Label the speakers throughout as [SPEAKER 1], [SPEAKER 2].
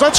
[SPEAKER 1] Let's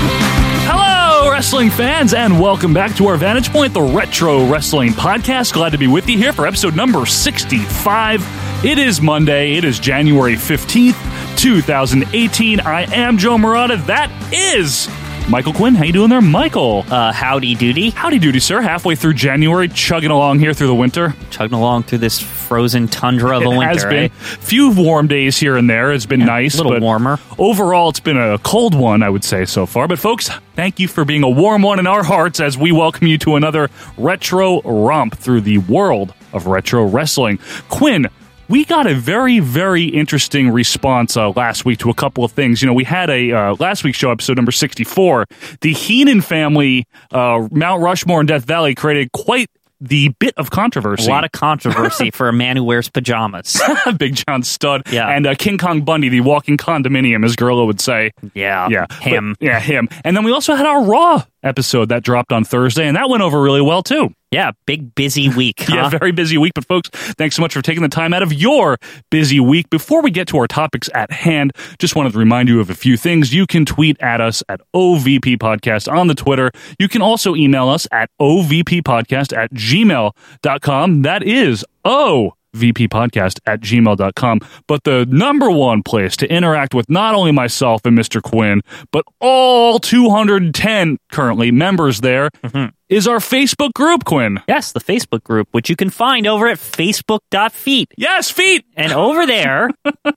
[SPEAKER 2] Hello, wrestling fans, and welcome back to our Vantage Point, the Retro Wrestling Podcast. Glad to be with you here for episode number 65. It is Monday, it is January 15th, 2018. I am Joe Morata. That is Michael Quinn. How you doing there, Michael?
[SPEAKER 3] Uh, howdy doody.
[SPEAKER 2] Howdy doody, sir. Halfway through January, chugging along here through the winter.
[SPEAKER 3] Chugging along through this frozen tundra of a
[SPEAKER 2] it
[SPEAKER 3] winter.
[SPEAKER 2] has been
[SPEAKER 3] eh?
[SPEAKER 2] few warm days here and there. It's been nice,
[SPEAKER 3] little
[SPEAKER 2] but
[SPEAKER 3] warmer.
[SPEAKER 2] Overall, it's been a cold one, I would say so far. But folks, thank you for being a warm one in our hearts as we welcome you to another retro romp through the world of retro wrestling. Quinn. We got a very, very interesting response uh, last week to a couple of things. You know, we had a uh, last week's show episode number sixty-four. The Heenan family, uh, Mount Rushmore and Death Valley, created quite the bit of controversy.
[SPEAKER 3] A lot of controversy for a man who wears pajamas.
[SPEAKER 2] Big John Stud,
[SPEAKER 3] Yeah.
[SPEAKER 2] and uh, King Kong Bundy, the walking condominium, as Gorilla would say.
[SPEAKER 3] Yeah.
[SPEAKER 2] yeah,
[SPEAKER 3] Him.
[SPEAKER 2] But- yeah, him. And then we also had our Raw episode that dropped on Thursday, and that went over really well too.
[SPEAKER 3] yeah, big busy week. Huh?
[SPEAKER 2] Yeah, very busy week, but folks, thanks so much for taking the time out of your busy week. Before we get to our topics at hand, just wanted to remind you of a few things. You can tweet at us at OVP Podcast on the Twitter. You can also email us at OVP Podcast at gmail.com. That is O. VPpodcast at gmail.com. But the number one place to interact with not only myself and Mr. Quinn, but all 210 currently members there is our Facebook group, Quinn.
[SPEAKER 3] Yes, the Facebook group, which you can find over at facebook.feet.
[SPEAKER 2] Yes, feet.
[SPEAKER 3] And over there,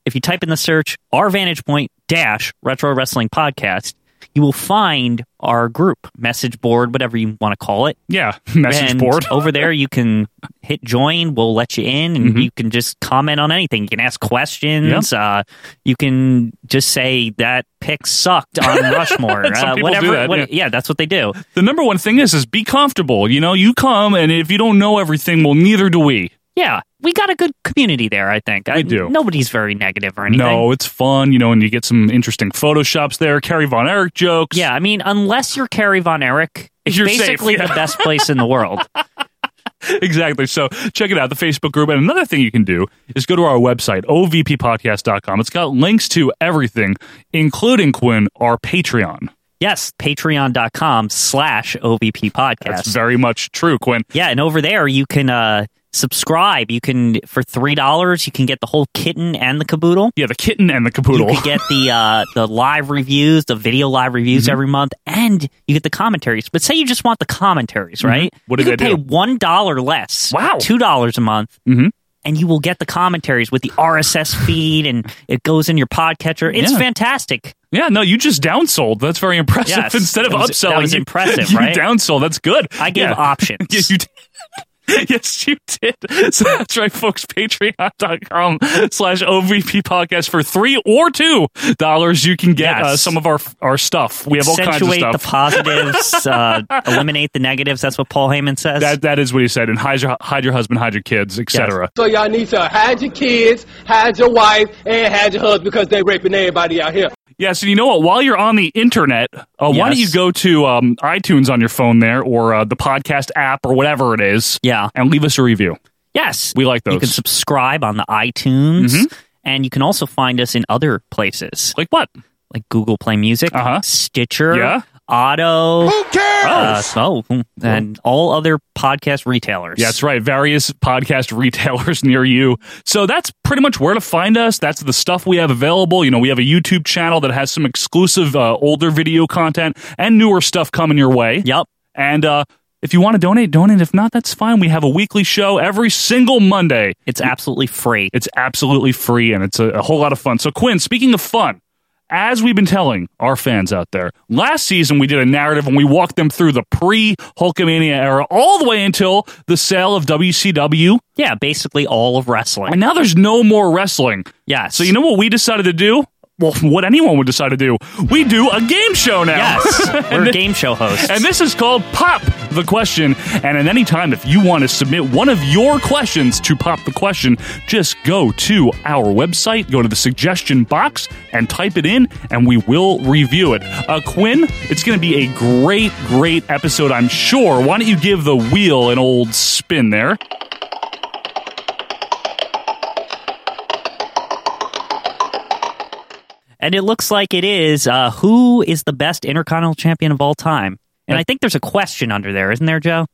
[SPEAKER 3] if you type in the search our vantage point dash retro wrestling podcast, you will find our group, message board, whatever you want to call it.
[SPEAKER 2] Yeah, message
[SPEAKER 3] and
[SPEAKER 2] board.
[SPEAKER 3] over there you can hit join we'll let you in
[SPEAKER 2] Mm-hmm.
[SPEAKER 3] and you can just comment on anything you can ask questions uh, you can just say that pick sucked on rushmore
[SPEAKER 2] Some
[SPEAKER 3] uh,
[SPEAKER 2] people
[SPEAKER 3] whatever
[SPEAKER 2] do that,
[SPEAKER 3] what-
[SPEAKER 2] yeah.
[SPEAKER 3] that's what they do
[SPEAKER 2] The number one thing is is be comfortable. You know, you come, and if you don't know everything, well, neither do we.
[SPEAKER 3] yeah we got a good community there i think i
[SPEAKER 2] do.
[SPEAKER 3] nobody's very negative or anything
[SPEAKER 2] No, it's fun, you know, and you get some interesting photoshops there. Carrie Von Erich jokes.
[SPEAKER 3] yeah i mean unless you're carrie von erich it's
[SPEAKER 2] You're safe,
[SPEAKER 3] basically
[SPEAKER 2] yeah.
[SPEAKER 3] the best place in the world
[SPEAKER 2] exactly. So check it out, the Facebook group. And another thing you can do is go to our website, ovppodcast.com. It's got links to everything, including, Quinn, our Patreon.
[SPEAKER 3] yes patreon.com slash ovp podcast
[SPEAKER 2] That's very much true, Quinn.
[SPEAKER 3] Yeah, and over there you can uh subscribe. You can for three dollars you can get the whole kitten and the caboodle.
[SPEAKER 2] Yeah, the kitten and the
[SPEAKER 3] You
[SPEAKER 2] capoodle.
[SPEAKER 3] can get the uh the live reviews, the video live reviews
[SPEAKER 2] Mm-hmm.
[SPEAKER 3] every month, and you get the commentaries. But say you just want the commentaries, right?
[SPEAKER 2] Mm-hmm. What
[SPEAKER 3] you
[SPEAKER 2] do
[SPEAKER 3] could
[SPEAKER 2] they
[SPEAKER 3] pay
[SPEAKER 2] do?
[SPEAKER 3] one dollar less.
[SPEAKER 2] Wow.
[SPEAKER 3] Two dollars a month.
[SPEAKER 2] Mhm.
[SPEAKER 3] And you will get the commentaries with the RSS feed, and it goes in your podcatcher. It's
[SPEAKER 2] Yeah.
[SPEAKER 3] fantastic.
[SPEAKER 2] Yeah, no, you just downsold. That's very impressive.
[SPEAKER 3] Yes,
[SPEAKER 2] Instead of
[SPEAKER 3] that was-
[SPEAKER 2] upselling,
[SPEAKER 3] that was
[SPEAKER 2] you-
[SPEAKER 3] impressive,
[SPEAKER 2] you
[SPEAKER 3] right?
[SPEAKER 2] Downsold. That's good.
[SPEAKER 3] I gave
[SPEAKER 2] Yeah.
[SPEAKER 3] options.
[SPEAKER 2] Yeah, you did. yes, you did. So that's right, folks. Patreon.com slash OVP podcast for three or two dollars. You can get
[SPEAKER 3] Yes.
[SPEAKER 2] uh, some of our our stuff. We have all kinds of
[SPEAKER 3] Accentuate the
[SPEAKER 2] stuff.
[SPEAKER 3] positives, uh, eliminate the negatives. That's what Paul Heyman says.
[SPEAKER 2] that that is what he said. And hide your, hide your husband, hide your kids, etc.
[SPEAKER 4] So y'all need to hide your kids, hide your wife, and hide your husband because they raping everybody out here.
[SPEAKER 2] Yes, and you know what? While you're on the internet, uh, why don't you
[SPEAKER 3] Yes.
[SPEAKER 2] go to um, iTunes on your phone there or uh, the podcast app or whatever it is?
[SPEAKER 3] Yeah.
[SPEAKER 2] and leave us a review.
[SPEAKER 3] Yes.
[SPEAKER 2] We like those. Mm-hmm.
[SPEAKER 3] You can subscribe on the iTunes. And you can also find us in other places
[SPEAKER 2] Like what?
[SPEAKER 3] like Google Play Music,
[SPEAKER 2] Uh-huh.
[SPEAKER 3] Stitcher,
[SPEAKER 2] Yeah.
[SPEAKER 3] Auto,
[SPEAKER 1] Who cares?
[SPEAKER 3] uh, oh, hmm, and all other podcast retailers.
[SPEAKER 2] Yeah, that's right. Various podcast retailers near you. So that's pretty much where to find us. That's the stuff we have available. You know, we have a YouTube channel that has some exclusive uh, older video content and newer stuff coming your way.
[SPEAKER 3] Yep.
[SPEAKER 2] And uh, if you want to donate, donate. If not, that's fine. We have a weekly show every single Monday.
[SPEAKER 3] It's absolutely free.
[SPEAKER 2] It's absolutely free and it's a, a whole lot of fun. So, Quinn, speaking of fun, as we've been telling our fans out there, last season we did a narrative and we walked them through the pre Hulkamania era all the way until the sale of WCW.
[SPEAKER 3] yeah, basically all of wrestling.
[SPEAKER 2] And now there's no more wrestling.
[SPEAKER 3] Yes.
[SPEAKER 2] So, you know what we decided to do? well, what anyone would decide to do. We do a game show now.
[SPEAKER 3] Yes,
[SPEAKER 2] And
[SPEAKER 3] we're
[SPEAKER 2] thi-
[SPEAKER 3] game show hosts.
[SPEAKER 2] And this is called Pop the Question. And at any time, if you want to submit one of your questions to Pop the Question, just go to our website, go to the suggestion box, and type it in, and we will review it. Uh, Quinn, it's going to be a great, great episode, I'm sure. Why don't you give the wheel an old spin there?
[SPEAKER 3] and it looks like it is uh, who is the best intercontinental champion of all time? And I think there's a question under there, isn't there, Joe?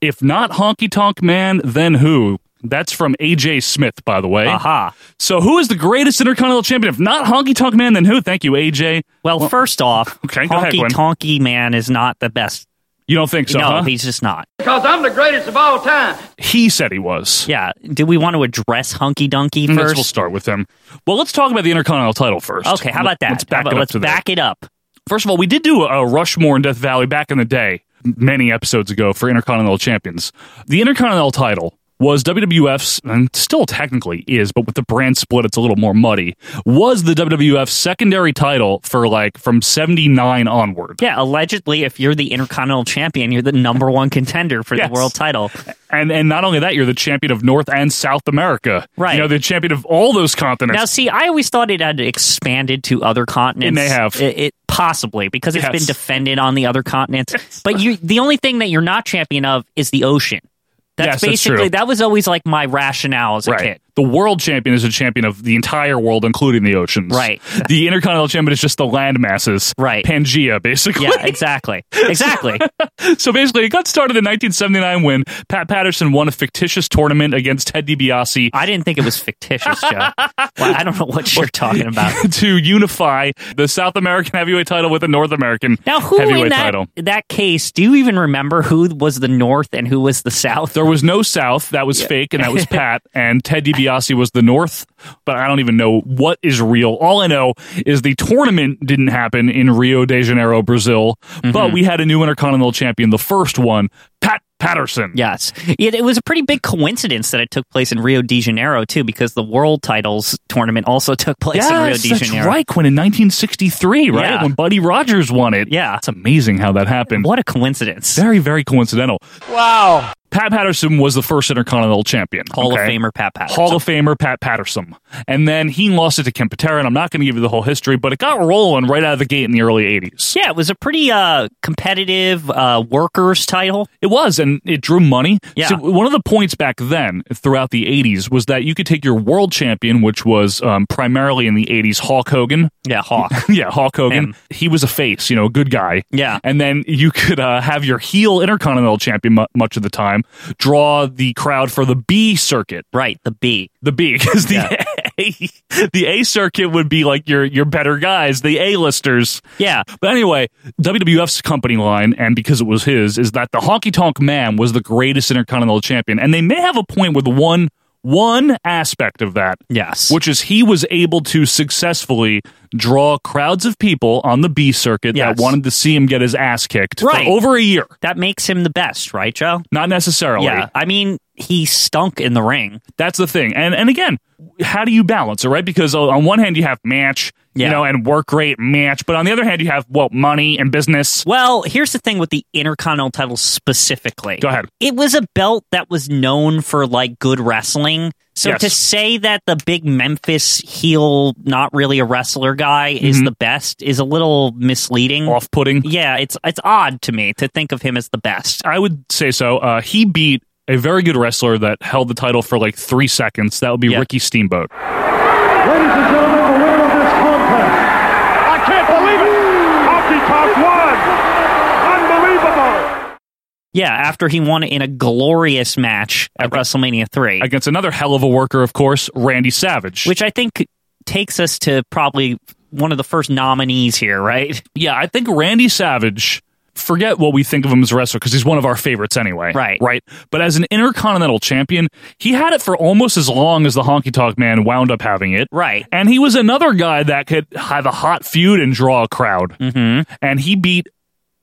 [SPEAKER 2] If not Honky Tonk Man, then who? That's from AJ Smith, by the way.
[SPEAKER 3] Aha.
[SPEAKER 2] So, who is the greatest intercontinental champion? If not Honky Tonk Man, then who? Thank you, AJ.
[SPEAKER 3] Well, first off,
[SPEAKER 2] okay, go ahead,
[SPEAKER 3] Honky
[SPEAKER 2] Gwen.
[SPEAKER 3] Tonky Man is not the best.
[SPEAKER 2] You don't think so?
[SPEAKER 3] no,
[SPEAKER 2] huh?
[SPEAKER 3] he's just not.
[SPEAKER 4] Because I'm the greatest of all time.
[SPEAKER 2] He said he was.
[SPEAKER 3] Yeah. Do we want to address Hunky Dunky
[SPEAKER 2] Let's- we'll
[SPEAKER 3] first?
[SPEAKER 2] start with him. Well, let's talk about the Intercontinental title first.
[SPEAKER 3] Okay, how about that?
[SPEAKER 2] Let's
[SPEAKER 3] How
[SPEAKER 2] back
[SPEAKER 3] about-
[SPEAKER 2] it up
[SPEAKER 3] let's
[SPEAKER 2] to that.
[SPEAKER 3] back it up.
[SPEAKER 2] First of all, we did do a Rushmore in Death Valley back in the day, many episodes ago, for Intercontinental Champions. The Intercontinental title was WWF's, and still technically is, but with the brand split, it's a little more muddy, was the WWF's secondary title for like from 79 onward.
[SPEAKER 3] Yeah, allegedly, if you're the Intercontinental Champion, you're the number one contender for
[SPEAKER 2] Yes.
[SPEAKER 3] the world title.
[SPEAKER 2] And and not only that, you're the champion of North and South America.
[SPEAKER 3] Right.
[SPEAKER 2] You know, the champion of all those continents.
[SPEAKER 3] Now, see, I always thought it had expanded to other continents.
[SPEAKER 2] It may have.
[SPEAKER 3] It, it- possibly because it's
[SPEAKER 2] Yes.
[SPEAKER 3] been defended on the other continents. But you, the only thing that you're not champion of is the ocean.
[SPEAKER 2] Yes,
[SPEAKER 3] That's
[SPEAKER 2] that's
[SPEAKER 3] basically
[SPEAKER 2] true.
[SPEAKER 3] that was always like my rationale as a kid.
[SPEAKER 2] The world champion is a champion of the entire world, including the oceans.
[SPEAKER 3] Right.
[SPEAKER 2] The intercontinental champion is just the land masses.
[SPEAKER 3] Right.
[SPEAKER 2] Pangea, basically.
[SPEAKER 3] Yeah, exactly, exactly.
[SPEAKER 2] so basically, it got started in 1979 when Pat Patterson won a fictitious tournament against Ted DiBiase.
[SPEAKER 3] I didn't think it was fictitious, Joe. Well, I don't know what you're talking about.
[SPEAKER 2] to unify the South American heavyweight title with the North American
[SPEAKER 3] Now, who
[SPEAKER 2] heavyweight
[SPEAKER 3] in that,
[SPEAKER 2] title.
[SPEAKER 3] that case? Do you even remember who was the North and who was the South?
[SPEAKER 2] There was no South. That was fake, and that was Pat. And Ted DiBiase was the North, but I don't even know what is real. All I know is the tournament didn't happen in Rio de Janeiro, Brazil,
[SPEAKER 3] Mm-hmm.
[SPEAKER 2] but we had a new Intercontinental Champion, the first one, Pat Patterson.
[SPEAKER 3] Yes, it, it was a pretty big coincidence that it took place in Rio de Janeiro too, because the World Titles tournament also took place
[SPEAKER 2] Yes,
[SPEAKER 3] in Rio de
[SPEAKER 2] that's
[SPEAKER 3] Janeiro.
[SPEAKER 2] right, Quinn, in 1963, right?
[SPEAKER 3] Yeah.
[SPEAKER 2] When Buddy Rogers won it.
[SPEAKER 3] Yeah.
[SPEAKER 2] It's amazing how that happened.
[SPEAKER 3] What a coincidence!
[SPEAKER 2] Very, very coincidental.
[SPEAKER 4] Wow.
[SPEAKER 2] Pat Patterson was the first Intercontinental Champion.
[SPEAKER 3] Hall
[SPEAKER 2] okay?
[SPEAKER 3] of Famer Pat Patterson.
[SPEAKER 2] Hall of Famer Pat Patterson. And then he lost it to Kempatera, and I'm not going to give you the whole history, but it got rolling right out of the gate in the early 80s.
[SPEAKER 3] yeah, it was a pretty uh, competitive uh, workers title.
[SPEAKER 2] It was, and it drew money.
[SPEAKER 3] Yeah.
[SPEAKER 2] So one of the points back then throughout the 80s was that you could take your world champion, which was um, primarily in the 80s Hulk Hogan.
[SPEAKER 3] Yeah, Hawk.
[SPEAKER 2] yeah, Hulk Hogan.
[SPEAKER 3] Him.
[SPEAKER 2] He was a face, you know, a good guy.
[SPEAKER 3] Yeah.
[SPEAKER 2] And then you could uh, have your heel Intercontinental champion mu- much of the time draw the crowd for the B circuit.
[SPEAKER 3] right, the B.
[SPEAKER 2] the B because the A, the A circuit would be like your your better guys, the A listers.
[SPEAKER 3] Yeah,
[SPEAKER 2] But anyway, WWF's company line, and because it was his, is that the Honky Tonk Man was the greatest Intercontinental Champion, and they may have a point with one one aspect of that.
[SPEAKER 3] Yes.
[SPEAKER 2] which is he was able to successfully draw crowds of people on the B circuit
[SPEAKER 3] Yes.
[SPEAKER 2] that wanted to see him get his ass kicked
[SPEAKER 3] Right.
[SPEAKER 2] for over a year.
[SPEAKER 3] that makes him the best, right, Joe?
[SPEAKER 2] Not necessarily.
[SPEAKER 3] Yeah, I mean he stunk in the ring.
[SPEAKER 2] That's the thing. And and again, how do you balance it, right? Because on- on one hand you have match, you
[SPEAKER 3] Yeah.
[SPEAKER 2] know, and work rate match, but on the other hand you have well money and business.
[SPEAKER 3] Well, here's the thing with the Intercontinental title specifically.
[SPEAKER 2] Go ahead.
[SPEAKER 3] It was a belt that was known for like good wrestling. So
[SPEAKER 2] Yes.
[SPEAKER 3] to say that the big Memphis heel, not really a wrestler guy,
[SPEAKER 2] Mm-hmm.
[SPEAKER 3] is the best is a little misleading.
[SPEAKER 2] Off putting.
[SPEAKER 3] Yeah, it's it's odd to me to think of him as the best.
[SPEAKER 2] I would say so. Uh, he beat a very good wrestler that held the title for like three seconds. That would be
[SPEAKER 3] Yeah.
[SPEAKER 2] Ricky Steamboat.
[SPEAKER 1] Ladies and gentlemen, the winner of this contest. I can't believe it. Hockey Talk won. Unbelievable.
[SPEAKER 3] Yeah, after he won in a glorious match at WrestleMania three,
[SPEAKER 2] Against another hell of a worker, of course, Randy Savage.
[SPEAKER 3] which I think takes us to probably one of the first nominees here, right?
[SPEAKER 2] yeah, I think Randy Savage. Forget what we think of him as a wrestler because he's one of our favorites anyway.
[SPEAKER 3] Right.
[SPEAKER 2] Right. But as an intercontinental champion, he had it for almost as long as the honky tonk man wound up having it.
[SPEAKER 3] Right.
[SPEAKER 2] And he was another guy that could have a hot feud and draw a crowd. Mm-hmm. And he beat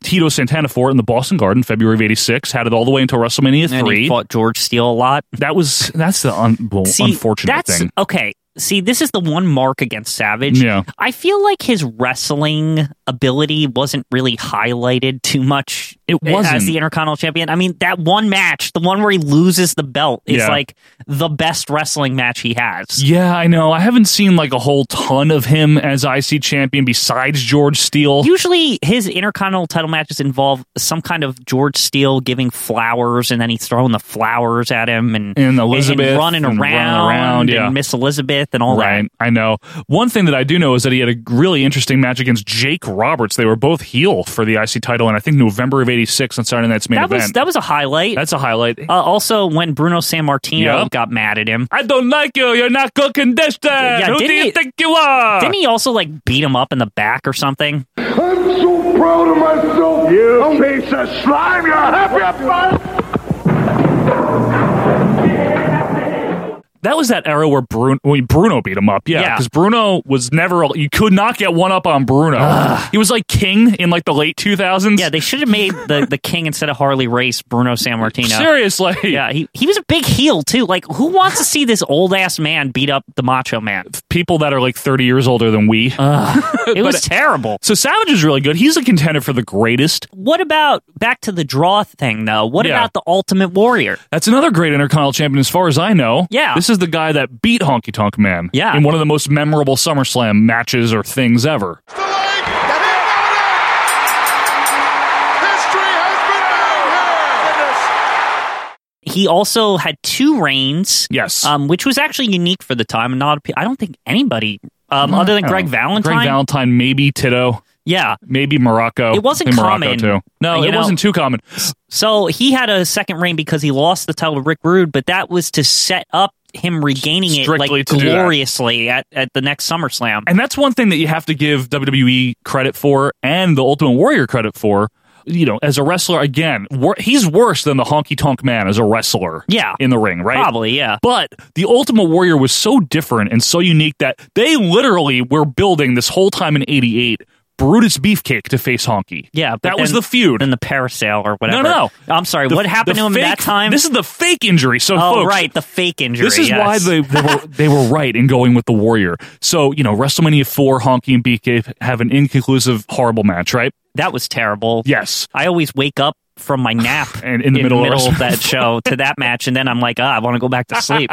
[SPEAKER 2] Tito Santana for it in the Boston Garden, February of '86. Had it all the way until WrestleMania
[SPEAKER 3] And he
[SPEAKER 2] three.
[SPEAKER 3] fought George Steele a lot.
[SPEAKER 2] That was that's the un- well,
[SPEAKER 3] See,
[SPEAKER 2] unfortunate
[SPEAKER 3] that's,
[SPEAKER 2] thing.
[SPEAKER 3] Okay, see, this is the one mark against Savage.
[SPEAKER 2] Yeah.
[SPEAKER 3] I feel like his wrestling ability wasn't really highlighted too much.
[SPEAKER 2] It wasn't.
[SPEAKER 3] as the Intercontinental Champion. I mean, that one match, the one where he loses the belt, is
[SPEAKER 2] Yeah.
[SPEAKER 3] like the best wrestling match he has.
[SPEAKER 2] Yeah, I know. I haven't seen like a whole ton of him as IC champion besides George Steele.
[SPEAKER 3] Usually, his Intercontinental title matches involve some kind of George Steele giving flowers, and then he's throwing the flowers at him, and
[SPEAKER 2] And Elizabeth
[SPEAKER 3] running
[SPEAKER 2] and running
[SPEAKER 3] around,
[SPEAKER 2] around, yeah.
[SPEAKER 3] and Miss Elizabeth, and all
[SPEAKER 2] Right, I know. One thing that I do know is that he had a really interesting match against Jake Roberts. They were both heel for the IC title, and I think November of '86 on Saturday Night's main
[SPEAKER 3] that. That
[SPEAKER 2] event.
[SPEAKER 3] was that was a highlight.
[SPEAKER 2] That's a highlight.
[SPEAKER 3] uh, also, when Bruno San Martino
[SPEAKER 2] Yeah.
[SPEAKER 3] got mad at him,
[SPEAKER 2] I don't like you. You're not good conditioned.
[SPEAKER 3] Yeah,
[SPEAKER 2] Who do
[SPEAKER 3] didn't
[SPEAKER 2] you
[SPEAKER 3] he-
[SPEAKER 2] think you are?
[SPEAKER 3] didn't he also like beat him up in the back or something?
[SPEAKER 1] I'm so proud of myself. You piece of slime, you happy about it?
[SPEAKER 2] that was that era where Bruno, when Bruno beat him up. Yeah,
[SPEAKER 3] Yeah.
[SPEAKER 2] because Bruno was never. You could not get one up on Bruno. He was like king in like the late 2000s.
[SPEAKER 3] Yeah, they should have made the, the king instead of Harley Race Bruno San Martino.
[SPEAKER 2] seriously.
[SPEAKER 3] Yeah, he, he was a big heel too. Like, who wants to see this old ass man beat up the Macho Man?
[SPEAKER 2] people that are like 30 years older than we.
[SPEAKER 3] It was
[SPEAKER 2] But-
[SPEAKER 3] terrible.
[SPEAKER 2] so Savage is really good. He's a contender for the greatest.
[SPEAKER 3] What about back to the draw thing though? What
[SPEAKER 2] Yeah.
[SPEAKER 3] about the Ultimate Warrior?
[SPEAKER 2] That's another great Intercontinental Champion, as far as I know.
[SPEAKER 3] Yeah.
[SPEAKER 2] This is the guy that beat Honky Tonk Man
[SPEAKER 3] Yeah.
[SPEAKER 2] in one of the most memorable SummerSlam matches or things ever.
[SPEAKER 5] History has been made
[SPEAKER 3] He also had two reigns.
[SPEAKER 2] Yes.
[SPEAKER 3] um, which was actually unique for the time. And not, I don't think anybody um, other than Greg
[SPEAKER 2] Oh.
[SPEAKER 3] Valentine.
[SPEAKER 2] Greg Valentine, maybe Tito,
[SPEAKER 3] yeah.
[SPEAKER 2] maybe Morocco.
[SPEAKER 3] It wasn't
[SPEAKER 2] I think Morocco,
[SPEAKER 3] common,
[SPEAKER 2] too. No,
[SPEAKER 3] you
[SPEAKER 2] it
[SPEAKER 3] know.
[SPEAKER 2] wasn't too common.
[SPEAKER 3] So he had a second reign because he lost the title to Rick Rude, but that was to set up him regaining it
[SPEAKER 2] Strictly
[SPEAKER 3] like
[SPEAKER 2] to do that.
[SPEAKER 3] gloriously at, at the next SummerSlam.
[SPEAKER 2] And that's one thing that you have to give WWE credit for and the Ultimate Warrior credit for. You know, as a wrestler, again, wor- he's worse than the Honky Tonk Man as a wrestler.
[SPEAKER 3] Yeah.
[SPEAKER 2] In the ring, right?
[SPEAKER 3] Probably, yeah.
[SPEAKER 2] But the Ultimate Warrior was so different and so unique that they literally were building this whole time in '88 Brutus Beefcake to face Honky.
[SPEAKER 3] Yeah, but
[SPEAKER 2] that was
[SPEAKER 3] then-
[SPEAKER 2] the feud.
[SPEAKER 3] Then the parasail or whatever.
[SPEAKER 2] no, no,
[SPEAKER 3] I'm sorry.
[SPEAKER 2] The-
[SPEAKER 3] what happened
[SPEAKER 2] the
[SPEAKER 3] to him
[SPEAKER 2] fake-
[SPEAKER 3] that time?
[SPEAKER 2] This is the fake injury. So,
[SPEAKER 3] oh,
[SPEAKER 2] folks,
[SPEAKER 3] right, the fake injury.
[SPEAKER 2] This is why
[SPEAKER 3] yes.
[SPEAKER 2] they they were, they were right in going with the Warrior. So you know, WrestleMania four, Honky and Beefcake have an inconclusive, horrible match, right?
[SPEAKER 3] that was terrible.
[SPEAKER 2] Yes.
[SPEAKER 3] I always wake up from my nap
[SPEAKER 2] And in the middle of
[SPEAKER 3] of,
[SPEAKER 2] wrestling.
[SPEAKER 3] that show to that match, and then I'm like, ah, I want to go back to sleep.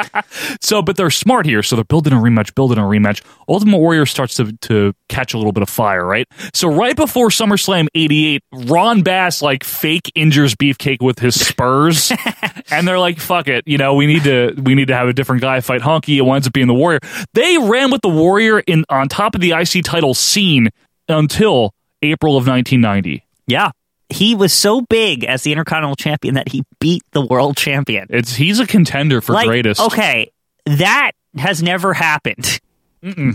[SPEAKER 2] So, but they're smart here. So they're building a rematch, building a rematch. Ultimate Warrior starts to, to catch a little bit of fire, right? So right before SummerSlam 88, Ron Bass like fake injures Beefcake with his spurs. and they're like, fuck it. You know, we need to, we need to have a different guy fight Honky. It winds up being the Warrior. They ran with the Warrior in on top of the IC title scene until April of 1990.
[SPEAKER 3] yeah. He was so big as the Intercontinental Champion that he beat the world champion.
[SPEAKER 2] It's, he's a contender for
[SPEAKER 3] like,
[SPEAKER 2] greatest.
[SPEAKER 3] Okay, that has never happened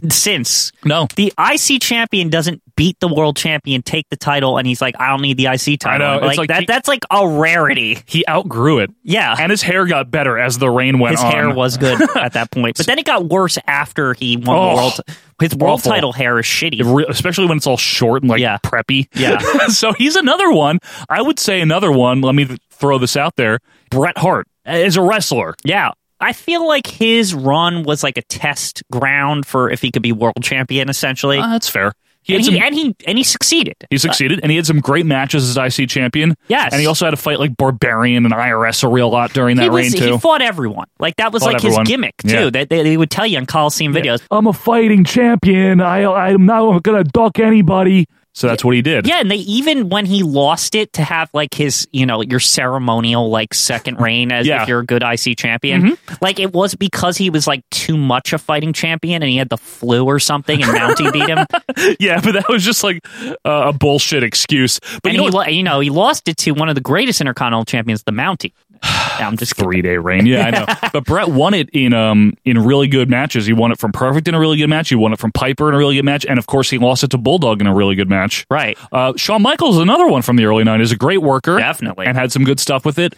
[SPEAKER 3] since.
[SPEAKER 2] No.
[SPEAKER 3] The IC champion doesn't beat the world champion, take the title, and he's like, I don't need the IC title.
[SPEAKER 2] know, it's
[SPEAKER 3] Like,
[SPEAKER 2] like
[SPEAKER 3] that,
[SPEAKER 2] he-
[SPEAKER 3] that's like a rarity.
[SPEAKER 2] He outgrew it.
[SPEAKER 3] Yeah.
[SPEAKER 2] And his hair got better as the rain went
[SPEAKER 3] his
[SPEAKER 2] on.
[SPEAKER 3] hair was good at that point, but then it got worse after he won
[SPEAKER 2] Oh,
[SPEAKER 3] the world. His world
[SPEAKER 2] awful.
[SPEAKER 3] title hair is shitty.
[SPEAKER 2] It re- especially when it's all short and like
[SPEAKER 3] Yeah.
[SPEAKER 2] preppy.
[SPEAKER 3] Yeah.
[SPEAKER 2] so he's another one. I would say another one. Let me th- throw this out there. Bret Hart is a wrestler.
[SPEAKER 3] Yeah. I feel like his run was like a test ground for if he could be world champion, essentially.
[SPEAKER 2] Uh, that's fair. He
[SPEAKER 3] and,
[SPEAKER 2] had
[SPEAKER 3] he,
[SPEAKER 2] some.
[SPEAKER 3] and he and he succeeded.
[SPEAKER 2] he succeeded, and he had some great matches as IC champion.
[SPEAKER 3] Yes.
[SPEAKER 2] and he also had to fight like Barbarian and IRS a real lot during that
[SPEAKER 3] he,
[SPEAKER 2] reign
[SPEAKER 3] was,
[SPEAKER 2] too.
[SPEAKER 3] he fought everyone. Like that was
[SPEAKER 2] Fought
[SPEAKER 3] like
[SPEAKER 2] everyone.
[SPEAKER 3] his gimmick too.
[SPEAKER 2] Yeah.
[SPEAKER 3] That they, they would tell you on Coliseum videos.
[SPEAKER 2] I'm a fighting champion. I I'm not gonna duck anybody. So that's what he did.
[SPEAKER 3] Yeah, and they even when he lost it to have like his, you know, your ceremonial like second reign as
[SPEAKER 2] Yeah. Mm-hmm.
[SPEAKER 3] if you're a good IC champion. Like it was because he was like too much a fighting champion and he had the flu or something and Mountie beat him.
[SPEAKER 2] yeah, but that was just like uh, a bullshit excuse. But
[SPEAKER 3] and
[SPEAKER 2] you know
[SPEAKER 3] he,
[SPEAKER 2] what?
[SPEAKER 3] lo- you know, he lost it to one of the greatest intercontinental champions, the Mountie. Yeah, I'm just kidding.
[SPEAKER 2] three day reign. Yeah, I know. but Brett won it in um in really good matches. He won it from Perfect in a really good match. He won it from Piper in a really good match, and of course he lost it to Bulldog in a really good match.
[SPEAKER 3] Right.
[SPEAKER 2] Uh, Shawn Michaels, another one from the early '90s, a great worker,
[SPEAKER 3] Definitely.
[SPEAKER 2] and had some good stuff with it.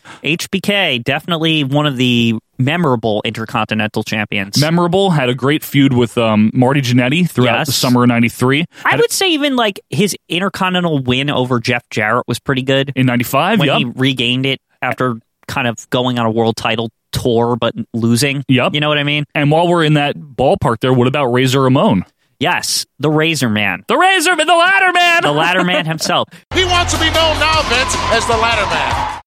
[SPEAKER 3] HBK, definitely one of the memorable intercontinental champions.
[SPEAKER 2] Memorable, had a great feud with um, Marty Jannetty throughout
[SPEAKER 3] Yes.
[SPEAKER 2] the summer of '93.
[SPEAKER 3] I would say even like his intercontinental win over Jeff Jarrett was pretty good
[SPEAKER 2] in '95.
[SPEAKER 3] when
[SPEAKER 2] Yep.
[SPEAKER 3] he regained it after kind of going on a world title tour but losing.
[SPEAKER 2] Yep.
[SPEAKER 3] You know what I mean?
[SPEAKER 2] And while we're in that ballpark there, what about Razor Ramon?
[SPEAKER 3] Yes, the Razor Man.
[SPEAKER 2] The Razor Man, the Ladder Man!
[SPEAKER 3] The Ladder Man himself.
[SPEAKER 6] He wants to be known now, Vince, as the Ladder Man.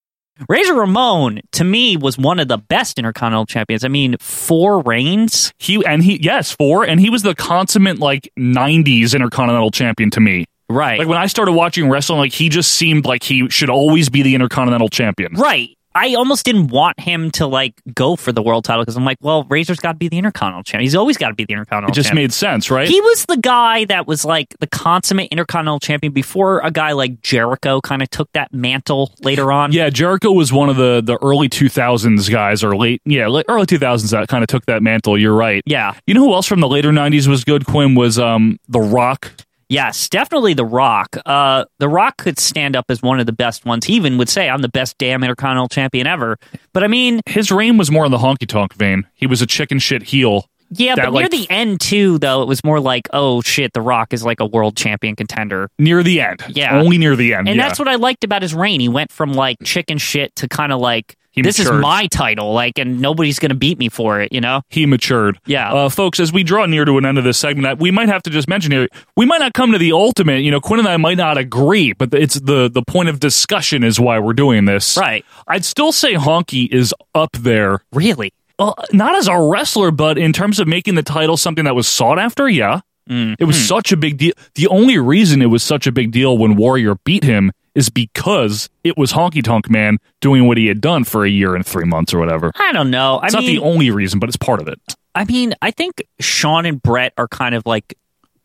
[SPEAKER 3] Razor Ramon, to me, was one of the best Intercontinental Champions. I mean, four reigns.
[SPEAKER 2] He and he yes, four, and he was the consummate like nineties intercontinental champion to me.
[SPEAKER 3] Right.
[SPEAKER 2] Like when I started watching wrestling, like he just seemed like he should always be the intercontinental champion.
[SPEAKER 3] Right. I almost didn't want him to like go for the world title because I'm like, well, Razor's got to be the Intercontinental Champion. He's always got to be the Intercontinental.
[SPEAKER 2] It just
[SPEAKER 3] champion.
[SPEAKER 2] made sense, right?
[SPEAKER 3] He was the guy that was like the consummate Intercontinental Champion before a guy like Jericho kind of took that mantle later on.
[SPEAKER 2] yeah, Jericho was one of the the early two thousands guys or late yeah, late, early two thousands that kind of took that mantle. You're right.
[SPEAKER 3] Yeah.
[SPEAKER 2] You know who else from the later nineties was good? Quinn was um The Rock.
[SPEAKER 3] Yes, definitely The Rock. Uh, the Rock could stand up as one of the best ones. He even would say, I'm the best damn Intercontinental Champion ever. But I mean,
[SPEAKER 2] His reign was more in the honky tonk vein. He was a chicken shit heel.
[SPEAKER 3] yeah,
[SPEAKER 2] That,
[SPEAKER 3] but
[SPEAKER 2] like,
[SPEAKER 3] near the end, too, though, it was more like, oh shit, The Rock is like a world champion contender.
[SPEAKER 2] near the end.
[SPEAKER 3] Yeah.
[SPEAKER 2] only near the end.
[SPEAKER 3] And
[SPEAKER 2] yeah.
[SPEAKER 3] that's what I liked about his reign. He went from like chicken shit to kind of like,
[SPEAKER 2] He
[SPEAKER 3] this
[SPEAKER 2] matured.
[SPEAKER 3] is my title, like, and nobody's going to beat me for it, you know?
[SPEAKER 2] he matured.
[SPEAKER 3] Yeah.
[SPEAKER 2] Uh, folks, as we draw near to an end of this segment, I- we might have to just mention here, we might not come to the ultimate. You know, Quinn and I might not agree, but it's the, the point of discussion is why we're doing this.
[SPEAKER 3] Right.
[SPEAKER 2] I'd still say Honky is up there.
[SPEAKER 3] Really?
[SPEAKER 2] Well, not as a wrestler, but in terms of making the title something that was sought after, yeah.
[SPEAKER 3] Mm-hmm.
[SPEAKER 2] It was such a big deal. The only reason it was such a big deal when Warrior beat him is because it was Honky Tonk Man doing what he had done for a year and three months or whatever.
[SPEAKER 3] I don't know. I
[SPEAKER 2] It's
[SPEAKER 3] mean,
[SPEAKER 2] not the only reason, but it's part of it.
[SPEAKER 3] I mean, I think Sean and Brett are kind of like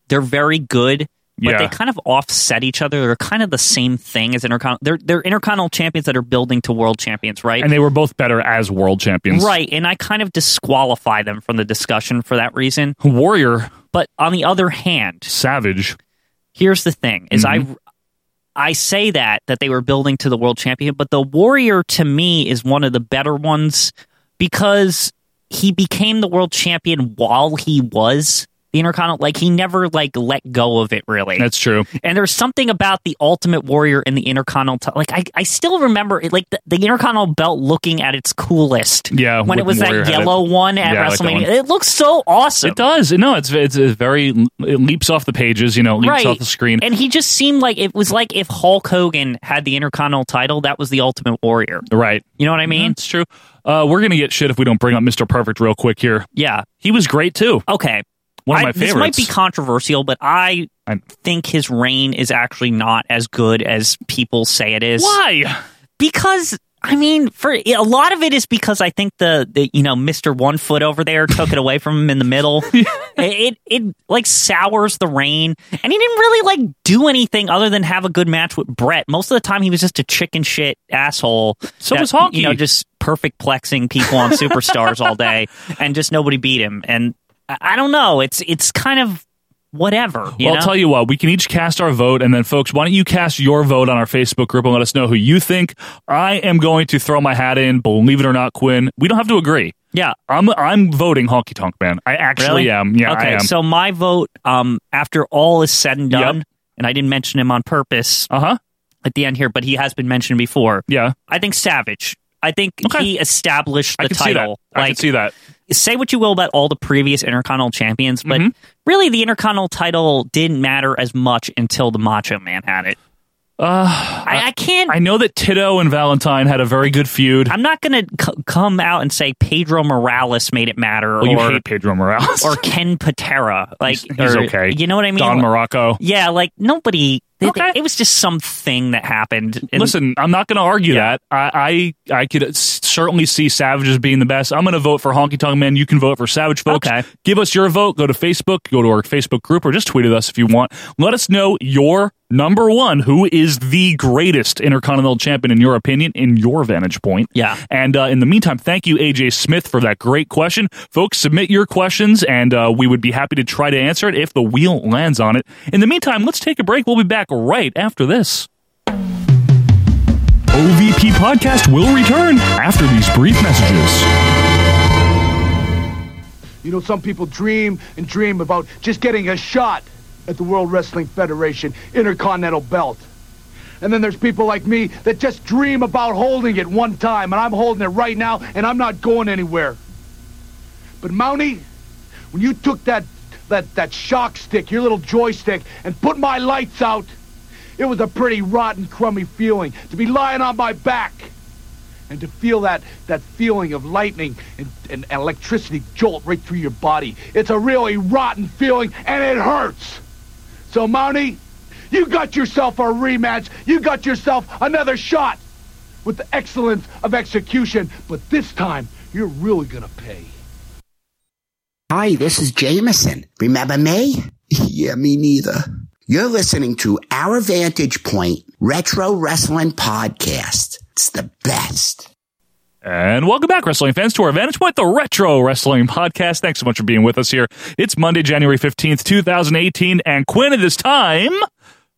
[SPEAKER 3] they're very good, but
[SPEAKER 2] Yeah.
[SPEAKER 3] they kind of offset each other. They're kind of the same thing as intercontinental. They're they're intercontinental champions that are building to world champions, right?
[SPEAKER 2] And they were both better as world champions.
[SPEAKER 3] right. And I kind of disqualify them from the discussion for that reason.
[SPEAKER 2] Warrior,
[SPEAKER 3] But on the other hand,
[SPEAKER 2] Savage.
[SPEAKER 3] here's the thing: is
[SPEAKER 2] Mm-hmm.
[SPEAKER 3] I. I say that that they were building to the world champion, but the warrior to me is one of the better ones because he became the world champion while he was the intercontinental. Like he never like let go of it really.
[SPEAKER 2] That's true.
[SPEAKER 3] And there's something about the Ultimate Warrior in the Intercontinental. Like I, I still remember it, like the, the Intercontinental belt looking at its coolest.
[SPEAKER 2] Yeah,
[SPEAKER 3] when
[SPEAKER 2] when
[SPEAKER 3] it was
[SPEAKER 2] Warrior
[SPEAKER 3] that
[SPEAKER 2] had it.
[SPEAKER 3] yellow one at
[SPEAKER 2] Yeah, I like that
[SPEAKER 3] WrestleMania,
[SPEAKER 2] one.
[SPEAKER 3] it looks so awesome.
[SPEAKER 2] It does. No, it's it's, it's very it leaps off the pages. You know, it leaps
[SPEAKER 3] Right.
[SPEAKER 2] off the screen.
[SPEAKER 3] And he just seemed like it was like if Hulk Hogan had the Intercontinental title, that was the Ultimate Warrior.
[SPEAKER 2] right.
[SPEAKER 3] You know what I mean?
[SPEAKER 2] It's true. Uh, we're gonna get shit if we don't bring up Mr. Perfect real quick here.
[SPEAKER 3] Yeah.
[SPEAKER 2] He was great too.
[SPEAKER 3] Okay.
[SPEAKER 2] One of
[SPEAKER 3] I-
[SPEAKER 2] my
[SPEAKER 3] This might
[SPEAKER 2] favorites.
[SPEAKER 3] be controversial, but I
[SPEAKER 2] I'm-
[SPEAKER 3] think his reign is actually not as good as people say it is.
[SPEAKER 2] Why?
[SPEAKER 3] because I mean, for a lot of it is because I think the, the you know Mister One Foot over there took it away from him in the middle. it, it it like sours the rain, and he didn't really like do anything other than have a good match with Brett. Most of the time, he was just a chicken shit asshole.
[SPEAKER 2] So was
[SPEAKER 3] you know,
[SPEAKER 2] Honky.
[SPEAKER 3] just perfect plexing people on superstars all day, and just nobody beat him. And I, I don't know, it's it's kind of whatever. You
[SPEAKER 2] well,
[SPEAKER 3] know?
[SPEAKER 2] I'll tell you what, we can each cast our vote, and then, folks, why don't you cast your vote on our Facebook group and let us know who you think? I am going to throw my hat in. Believe it or not, Quinn, we don't have to agree.
[SPEAKER 3] yeah.
[SPEAKER 2] I'm I'm voting Honky Tonk Man. I actually
[SPEAKER 3] Really?
[SPEAKER 2] am. Yeah,
[SPEAKER 3] okay,
[SPEAKER 2] I am.
[SPEAKER 3] So my vote, um, after all is said and done,
[SPEAKER 2] Yep.
[SPEAKER 3] and I didn't mention him on purpose
[SPEAKER 2] uh huh.
[SPEAKER 3] at the end here, but he has been mentioned before.
[SPEAKER 2] Yeah,
[SPEAKER 3] I think Savage. I think
[SPEAKER 2] Okay.
[SPEAKER 3] he established the
[SPEAKER 2] I can
[SPEAKER 3] title.
[SPEAKER 2] see that. I can see that.
[SPEAKER 3] say what you will about all the previous Intercontinental champions, but
[SPEAKER 2] Mm-hmm.
[SPEAKER 3] really the Intercontinental title didn't matter as much until the Macho Man had it. Uh, I, I can't.
[SPEAKER 2] I know that Tito and Valentine had a very good feud.
[SPEAKER 3] I'm not going to c- come out and say Pedro Morales made it matter,
[SPEAKER 2] well, Oh, you
[SPEAKER 3] or
[SPEAKER 2] hate Pedro Morales.
[SPEAKER 3] or Ken Patera. Like
[SPEAKER 2] He's
[SPEAKER 3] or-
[SPEAKER 2] okay.
[SPEAKER 3] You know what I mean?
[SPEAKER 2] Don
[SPEAKER 3] Like-
[SPEAKER 2] Morocco.
[SPEAKER 3] Yeah, like nobody. th- th-
[SPEAKER 2] Okay.
[SPEAKER 3] It was just something that happened. And
[SPEAKER 2] Listen, I'm not going to argue that. I, I I could s- certainly see Savage as being the best. I'm going to vote for Honky Tonk Man. You can vote for Savage, folks.
[SPEAKER 3] Okay.
[SPEAKER 2] Give us your vote. Go to Facebook. Go to our Facebook group, or just tweet at us if you want. Let us know your number one. Who is the greatest Intercontinental Champion in your opinion, in your vantage point?
[SPEAKER 3] Yeah.
[SPEAKER 2] And uh, in the meantime, thank you, AJ Smith, for that great question. Folks, submit your questions, and uh, we would be happy to try to answer it if the wheel lands on it. In the meantime, let's take a break. We'll be back right after this. OVP Podcast will return after these brief messages.
[SPEAKER 7] You know, some people dream and dream about just getting a shot at the World Wrestling Federation Intercontinental Belt. And then there's people like me that just dream about holding it one time, and I'm holding it right now, and I'm not going anywhere. But Mountie, when you took that that that shock stick, your little joystick, and put my lights out, it was a pretty rotten, crummy feeling to be lying on my back and to feel that that feeling of lightning and, and electricity jolt right through your body. It's a really rotten feeling, and it hurts. So Mountie, you got yourself a rematch. You got yourself another shot with the excellence of execution, but this time you're really gonna pay.
[SPEAKER 8] Hi, this is Jameson. Remember me? yeah, me neither. You're listening to Our Vantage Point Retro Wrestling Podcast. It's the best.
[SPEAKER 2] And welcome back, wrestling fans, to our Vantage Point, the Retro Wrestling Podcast. Thanks so much for being with us here. It's Monday, January 15th, 2018, and Quinn, it is time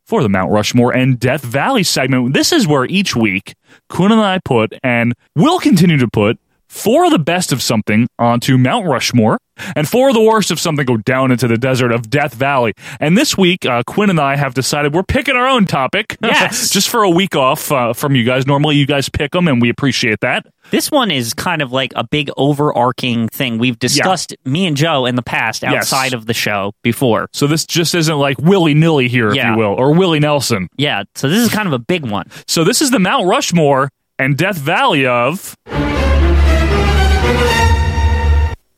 [SPEAKER 2] for the Mount Rushmore and Death Valley segment. This is where each week, Quinn and I put, and will continue to put, for the best of something onto Mount Rushmore, and for the worst of something go down into the desert of Death Valley. And this week, uh, Quinn and I have decided we're picking our own topic.
[SPEAKER 3] Yes.
[SPEAKER 2] Just for a week off uh, from you guys. Normally, you guys pick them, and we appreciate that.
[SPEAKER 3] This one is kind of like a big overarching thing we've discussed, me and Joe, in the past outside of the show before.
[SPEAKER 2] So this just isn't like willy nilly here, if
[SPEAKER 3] Yeah.
[SPEAKER 2] you will, or Willie Nelson.
[SPEAKER 3] Yeah, so this is kind of a big one.
[SPEAKER 2] So this is the Mount Rushmore and Death Valley of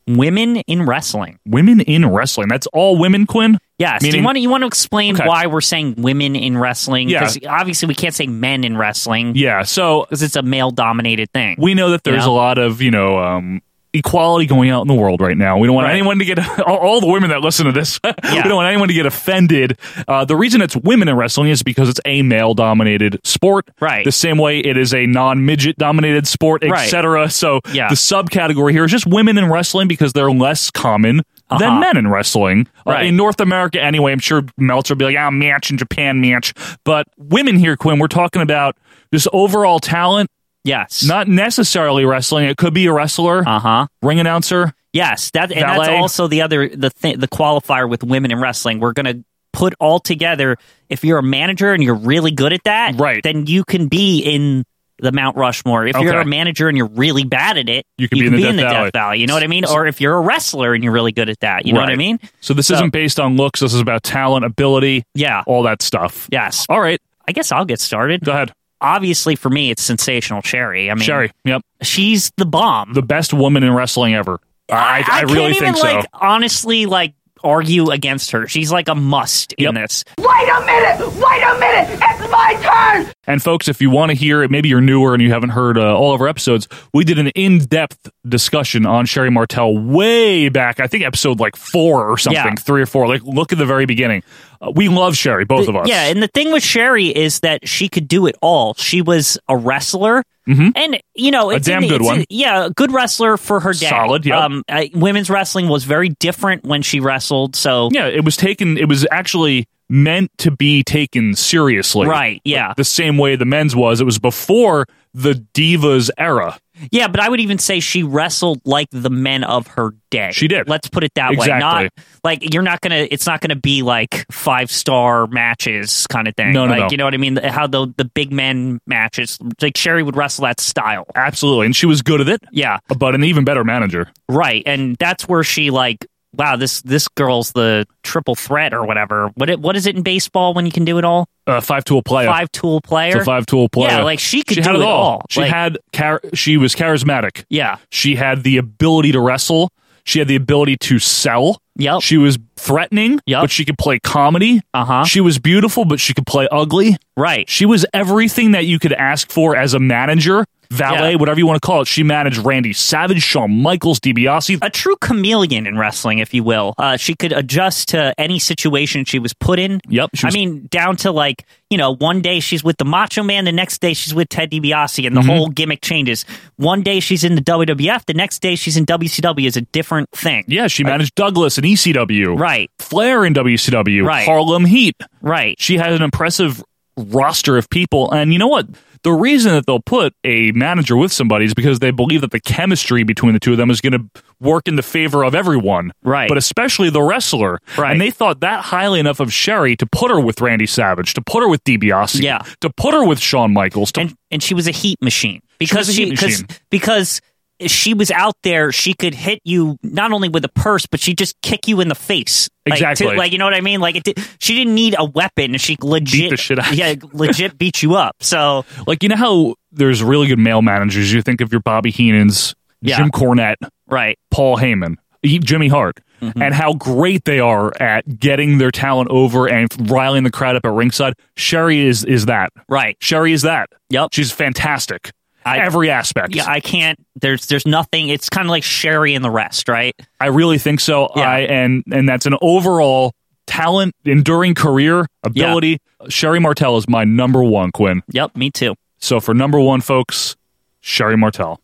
[SPEAKER 3] Women in wrestling.
[SPEAKER 2] women in wrestling. That's all women, Quinn.
[SPEAKER 3] Yes. do
[SPEAKER 2] Meaning-
[SPEAKER 3] you want to you want to explain
[SPEAKER 2] Okay.
[SPEAKER 3] why we're saying women in wrestling?
[SPEAKER 2] Yeah.
[SPEAKER 3] Because obviously we can't say men in wrestling
[SPEAKER 2] Yeah. So
[SPEAKER 3] because it's a male dominated thing.
[SPEAKER 2] we know that there's
[SPEAKER 3] Yeah.
[SPEAKER 2] a lot of you know um, equality going out in the world right now. We don't want
[SPEAKER 3] Right.
[SPEAKER 2] anyone to get all, all the women that listen to this. we
[SPEAKER 3] Yeah.
[SPEAKER 2] don't want anyone to get offended. Uh, the reason it's women in wrestling is because it's a male dominated sport.
[SPEAKER 3] Right.
[SPEAKER 2] The same way it is a non midget dominated sport,
[SPEAKER 3] Right.
[SPEAKER 2] etc. So
[SPEAKER 3] Yeah.
[SPEAKER 2] the subcategory here is just women in wrestling because they're less common. Than
[SPEAKER 3] Uh-huh.
[SPEAKER 2] men in wrestling Uh,
[SPEAKER 3] Right.
[SPEAKER 2] in North America, anyway. I'm sure Meltzer will be like, "Ah, match in Japan, match." But women here, Quinn, we're talking about just overall talent
[SPEAKER 3] yes.
[SPEAKER 2] not necessarily wrestling. It could be a wrestler,
[SPEAKER 3] uh huh.
[SPEAKER 2] ring announcer.
[SPEAKER 3] Yes, that and that's
[SPEAKER 2] Valet.
[SPEAKER 3] also the other the th- the qualifier with women in wrestling. We're gonna put all together. If you're a manager and you're really good at that,
[SPEAKER 2] Right.
[SPEAKER 3] then you can be in the Mount Rushmore. If you're
[SPEAKER 2] Okay.
[SPEAKER 3] a manager and you're really bad at it,
[SPEAKER 2] You can be in the Death Valley.
[SPEAKER 3] You know what I mean? Or if you're a wrestler and you're really good at that, you know what I
[SPEAKER 2] Right.
[SPEAKER 3] mean?
[SPEAKER 2] So this
[SPEAKER 3] So-
[SPEAKER 2] isn't based on looks. This is about talent, ability,
[SPEAKER 3] Yeah.
[SPEAKER 2] all that stuff.
[SPEAKER 3] Yes.
[SPEAKER 2] All right,
[SPEAKER 3] I guess I'll get started.
[SPEAKER 2] go ahead,
[SPEAKER 3] Obviously, for me, it's sensational Cherry. I mean,
[SPEAKER 2] Sherry. Yep,
[SPEAKER 3] she's the bomb.
[SPEAKER 2] the best woman in wrestling ever. I, I, really
[SPEAKER 3] can't
[SPEAKER 2] think
[SPEAKER 3] even,
[SPEAKER 2] so.
[SPEAKER 3] Like, honestly, like argue against her. She's like a must in
[SPEAKER 2] Yep.
[SPEAKER 3] this.
[SPEAKER 9] Wait a minute! Wait a minute! It's my turn!
[SPEAKER 2] And folks, if you want to hear it, maybe you're newer and you haven't heard uh, all of our episodes. We did an in-depth discussion on Sherry Martel way back. I think episode like four or something,
[SPEAKER 3] Yeah.
[SPEAKER 2] three or four. Like look at the very beginning. Uh, we love Sherry, both of us.
[SPEAKER 3] Yeah, and the thing with Sherry is that she could do it all. She was a wrestler, and you know, it's in
[SPEAKER 2] Mm-hmm. damn
[SPEAKER 3] the-
[SPEAKER 2] good
[SPEAKER 3] it's in-
[SPEAKER 2] one.
[SPEAKER 3] yeah, a good wrestler for her day.
[SPEAKER 2] Solid, yep.
[SPEAKER 3] Um, I, women's wrestling was very different when she wrestled. So
[SPEAKER 2] yeah, it was taken. It was actually meant to be taken seriously,
[SPEAKER 3] Right, yeah.
[SPEAKER 2] the same way the men's was. It was before the divas era.
[SPEAKER 3] yeah, but I would even say she wrestled like the men of her day.
[SPEAKER 2] She did.
[SPEAKER 3] Let's put it that way.
[SPEAKER 2] Exactly.
[SPEAKER 3] Not like you're not gonna. It's not gonna be like five star matches kind of thing.
[SPEAKER 2] No, no,
[SPEAKER 3] like,
[SPEAKER 2] no.
[SPEAKER 3] You know what I mean? How the the big men matches. Like Sherry would wrestle that style.
[SPEAKER 2] Absolutely, and she was good at it.
[SPEAKER 3] Yeah.
[SPEAKER 2] But an even better manager.
[SPEAKER 3] Right, and that's where she like, wow, this this girl's the triple threat or whatever. What it, what is it in baseball when you can do it all?
[SPEAKER 2] Uh, five tool player.
[SPEAKER 3] Five tool player.
[SPEAKER 2] It's a five tool player.
[SPEAKER 3] Yeah, like, she could
[SPEAKER 2] had
[SPEAKER 3] do it all.
[SPEAKER 2] She
[SPEAKER 3] Like-
[SPEAKER 2] had char- she was charismatic.
[SPEAKER 3] Yeah.
[SPEAKER 2] She had the ability to wrestle. She had the ability to sell.
[SPEAKER 3] Yep.
[SPEAKER 2] She was threatening,
[SPEAKER 3] Yep.
[SPEAKER 2] but she could play comedy.
[SPEAKER 3] Uh-huh.
[SPEAKER 2] She was beautiful, but she could play ugly.
[SPEAKER 3] Right.
[SPEAKER 2] She was everything that you could ask for as a manager, valet,
[SPEAKER 3] Yeah.
[SPEAKER 2] whatever you want to call it. She managed Randy Savage, Shawn Michaels, DiBiase.
[SPEAKER 3] A true chameleon in wrestling, if you will. Uh, she could adjust to any situation she was put in.
[SPEAKER 2] Yep, she was-
[SPEAKER 3] I mean, down to like, you know, one day she's with the Macho Man, the next day she's with Ted DiBiase,
[SPEAKER 2] Mm-hmm.
[SPEAKER 3] and the whole gimmick changes. One day she's in the WWF, the next day she's in WCW is a different thing.
[SPEAKER 2] yeah, she managed Douglas in ECW.
[SPEAKER 3] Right.
[SPEAKER 2] Flair in WCW.
[SPEAKER 3] Right.
[SPEAKER 2] Harlem Heat.
[SPEAKER 3] Right.
[SPEAKER 2] She had an impressive roster of people. And you know what? The reason that they'll put a manager with somebody is because they believe that the chemistry between the two of them is going to work in the favor of everyone,
[SPEAKER 3] Right.
[SPEAKER 2] But especially the wrestler,
[SPEAKER 3] Right.
[SPEAKER 2] And they thought that highly enough of Sherry to put her with Randy Savage, to put her with DiBiase,
[SPEAKER 3] Yeah.
[SPEAKER 2] to put her with Shawn Michaels, to
[SPEAKER 3] and and she was a heat machine because
[SPEAKER 2] was a
[SPEAKER 3] she,
[SPEAKER 2] heat
[SPEAKER 3] because
[SPEAKER 2] machine.
[SPEAKER 3] because she was out there she could hit you not only with a purse but she just kick you in the face Like, to-
[SPEAKER 2] Exactly.
[SPEAKER 3] like, you know what i mean like it did, she didn't need a weapon she legit
[SPEAKER 2] the shit out of
[SPEAKER 3] yeah
[SPEAKER 2] you.
[SPEAKER 3] legit beat you up so
[SPEAKER 2] like you know how there's really good male managers. You think of your Bobby Heenan's,
[SPEAKER 3] Yeah.
[SPEAKER 2] Jim Cornette,
[SPEAKER 3] right
[SPEAKER 2] Paul Heyman, E- Jimmy Hart,
[SPEAKER 3] Mm-hmm.
[SPEAKER 2] and how great they are at getting their talent over and riling the crowd up at ringside. Sherry is is that
[SPEAKER 3] right
[SPEAKER 2] Sherry is that.
[SPEAKER 3] Yep.
[SPEAKER 2] she's fantastic.
[SPEAKER 3] I-
[SPEAKER 2] Every aspect.
[SPEAKER 3] yeah i can't there's there's nothing it's kind of like sherry and the rest right
[SPEAKER 2] I really think so.
[SPEAKER 3] Yeah.
[SPEAKER 2] I and and that's an overall talent, enduring career, ability. Sherry Martel is my number one, Quinn.
[SPEAKER 3] yep me too
[SPEAKER 2] So for number one, folks, Sherry Martel.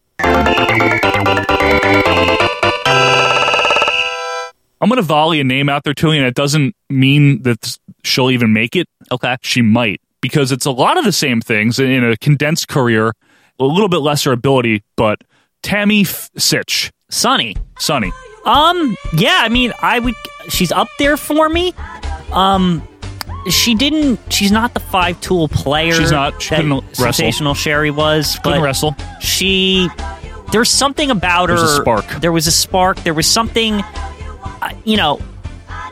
[SPEAKER 2] I'm gonna volley a name out there to you, and it doesn't mean that she'll even make it.
[SPEAKER 3] okay
[SPEAKER 2] She might because it's a lot of the same things in a condensed career, a little bit lesser ability, but Tammy F- Sitch,
[SPEAKER 3] sonny
[SPEAKER 2] Sonny.
[SPEAKER 3] Um, yeah, I mean, I would. She's up there for me. Um, she didn't. She's not the five tool player.
[SPEAKER 2] She's not. She
[SPEAKER 3] that
[SPEAKER 2] couldn't wrestle.
[SPEAKER 3] Sensational Sherry was.
[SPEAKER 2] Couldn't
[SPEAKER 3] but
[SPEAKER 2] wrestle.
[SPEAKER 3] She. There's something about
[SPEAKER 2] There's
[SPEAKER 3] her.
[SPEAKER 2] a spark.
[SPEAKER 3] There was a spark. There was something. uh, You know,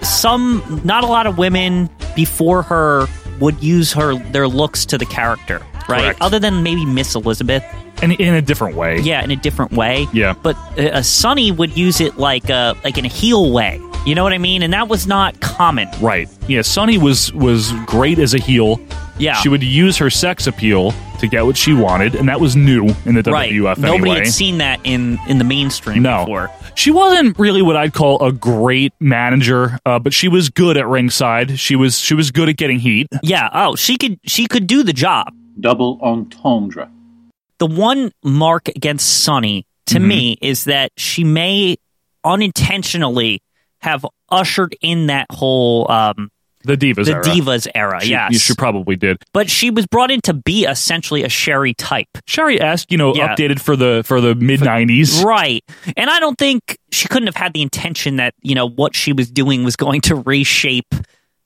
[SPEAKER 3] some not a lot of women before her would use her their looks to the character, right?
[SPEAKER 2] Correct.
[SPEAKER 3] Other than maybe Miss Elizabeth.
[SPEAKER 2] in, in a different way.
[SPEAKER 3] Yeah, in a different way.
[SPEAKER 2] Yeah.
[SPEAKER 3] But uh, Sonny would use it like uh like in a heel way. You know what I mean? And that was not common.
[SPEAKER 2] Right. Yeah, Sonny was was great as a heel.
[SPEAKER 3] Yeah.
[SPEAKER 2] She would use her sex appeal to get what she wanted, and that was new in the
[SPEAKER 3] Right.
[SPEAKER 2] WWF
[SPEAKER 3] Nobody
[SPEAKER 2] anyway.
[SPEAKER 3] had seen that in in the mainstream
[SPEAKER 2] no.
[SPEAKER 3] before.
[SPEAKER 2] She wasn't really what I'd call a great manager, uh, but she was good at ringside. She was she was good at getting heat.
[SPEAKER 3] Yeah. Oh, she could she could do the job.
[SPEAKER 10] double entendre.
[SPEAKER 3] The one mark against Sonny to
[SPEAKER 2] Mm-hmm.
[SPEAKER 3] me is that she may unintentionally have ushered in that whole um
[SPEAKER 2] The divas
[SPEAKER 3] the
[SPEAKER 2] era.
[SPEAKER 3] divas era.
[SPEAKER 2] She,
[SPEAKER 3] yes.
[SPEAKER 2] you- she probably did.
[SPEAKER 3] but she was brought in to be essentially a Sherry type.
[SPEAKER 2] Sherry esque, you know,
[SPEAKER 3] Yeah.
[SPEAKER 2] updated for the for the mid nineties.
[SPEAKER 3] Right. And I don't think she couldn't have had the intention that, you know, what she was doing was going to reshape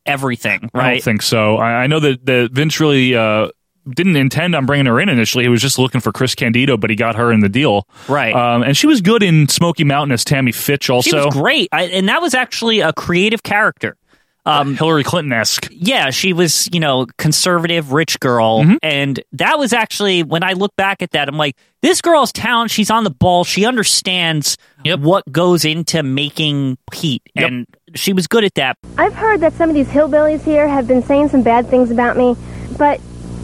[SPEAKER 3] everything,
[SPEAKER 2] I
[SPEAKER 3] right?
[SPEAKER 2] don't think so. I, I know that, that Vince really uh, didn't intend on bringing her in initially. He was just looking for Chris Candido, but he got her in the deal.
[SPEAKER 3] Right.
[SPEAKER 2] Um, and she was good in Smoky Mountain as Tammy Fitch also.
[SPEAKER 3] she was great. I, and that was actually a creative character.
[SPEAKER 2] Um, Hillary Clinton esque.
[SPEAKER 3] Yeah, she was, you know, conservative rich girl.
[SPEAKER 2] Mm-hmm.
[SPEAKER 3] And that was actually when I look back at that, I'm like, this girl's talent, she's on the ball. She understands what goes into making heat. And she was good at that.
[SPEAKER 11] I've heard that some of these hillbillies here have been saying some bad things about me, but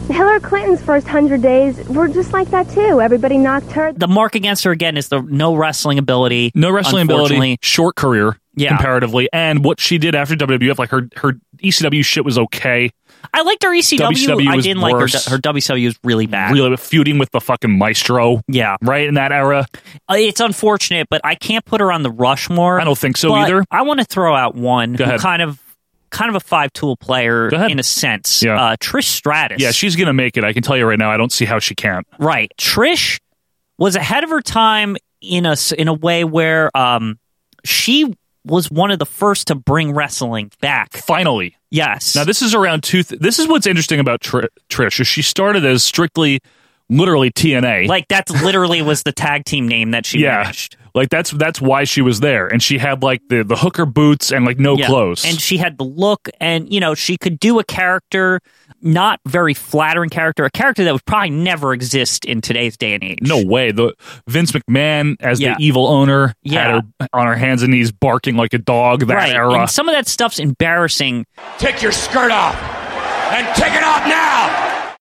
[SPEAKER 11] Hillary Clinton's first hundred days were just like that too. Everybody knocked her.
[SPEAKER 3] The mark against her again is the no wrestling ability.
[SPEAKER 2] No wrestling
[SPEAKER 3] unfortunately.
[SPEAKER 2] ability, short career
[SPEAKER 3] Yeah.
[SPEAKER 2] comparatively, and what she did after WWF, like her her ECW shit was okay.
[SPEAKER 3] I liked her ECW.
[SPEAKER 2] WCW
[SPEAKER 3] I
[SPEAKER 2] was
[SPEAKER 3] didn't
[SPEAKER 2] worse.
[SPEAKER 3] like her. Her WCW was really bad.
[SPEAKER 2] Really feuding with the fucking maestro,
[SPEAKER 3] Yeah,
[SPEAKER 2] right in that era.
[SPEAKER 3] Uh, it's unfortunate, but I can't put her on the Rushmore.
[SPEAKER 2] I don't think so
[SPEAKER 3] But
[SPEAKER 2] either.
[SPEAKER 3] I want to throw out one
[SPEAKER 2] Go
[SPEAKER 3] who
[SPEAKER 2] ahead.
[SPEAKER 3] kind of, kind of a five-tool player
[SPEAKER 2] Go ahead.
[SPEAKER 3] in a sense.
[SPEAKER 2] Yeah.
[SPEAKER 3] Uh, Trish Stratus.
[SPEAKER 2] Yeah, she's gonna make it. I can tell you right now. I don't see how she can't.
[SPEAKER 3] right. Trish was ahead of her time in a s- in a way where um she was one of the first to bring wrestling back.
[SPEAKER 2] Finally,
[SPEAKER 3] Yes.
[SPEAKER 2] Now this is around two. Th- this is what's interesting about Tr- Trish. Is she started as strictly, literally TNA.
[SPEAKER 3] like that's literally was the tag team name that she
[SPEAKER 2] yeah,
[SPEAKER 3] managed.
[SPEAKER 2] like that's that's why she was there, and she had like the the hooker boots and like no
[SPEAKER 3] Yeah.
[SPEAKER 2] clothes.
[SPEAKER 3] And she had the look, and you know, she could do a character, not very flattering character, a character that would probably never exist in today's day and age.
[SPEAKER 2] no way. The Vince McMahon as
[SPEAKER 3] Yeah.
[SPEAKER 2] the evil owner
[SPEAKER 3] Yeah.
[SPEAKER 2] had her on her hands and knees barking like a dog. That
[SPEAKER 3] right?
[SPEAKER 2] era.
[SPEAKER 3] And some of that stuff's embarrassing,
[SPEAKER 10] Take your skirt off and take it off now.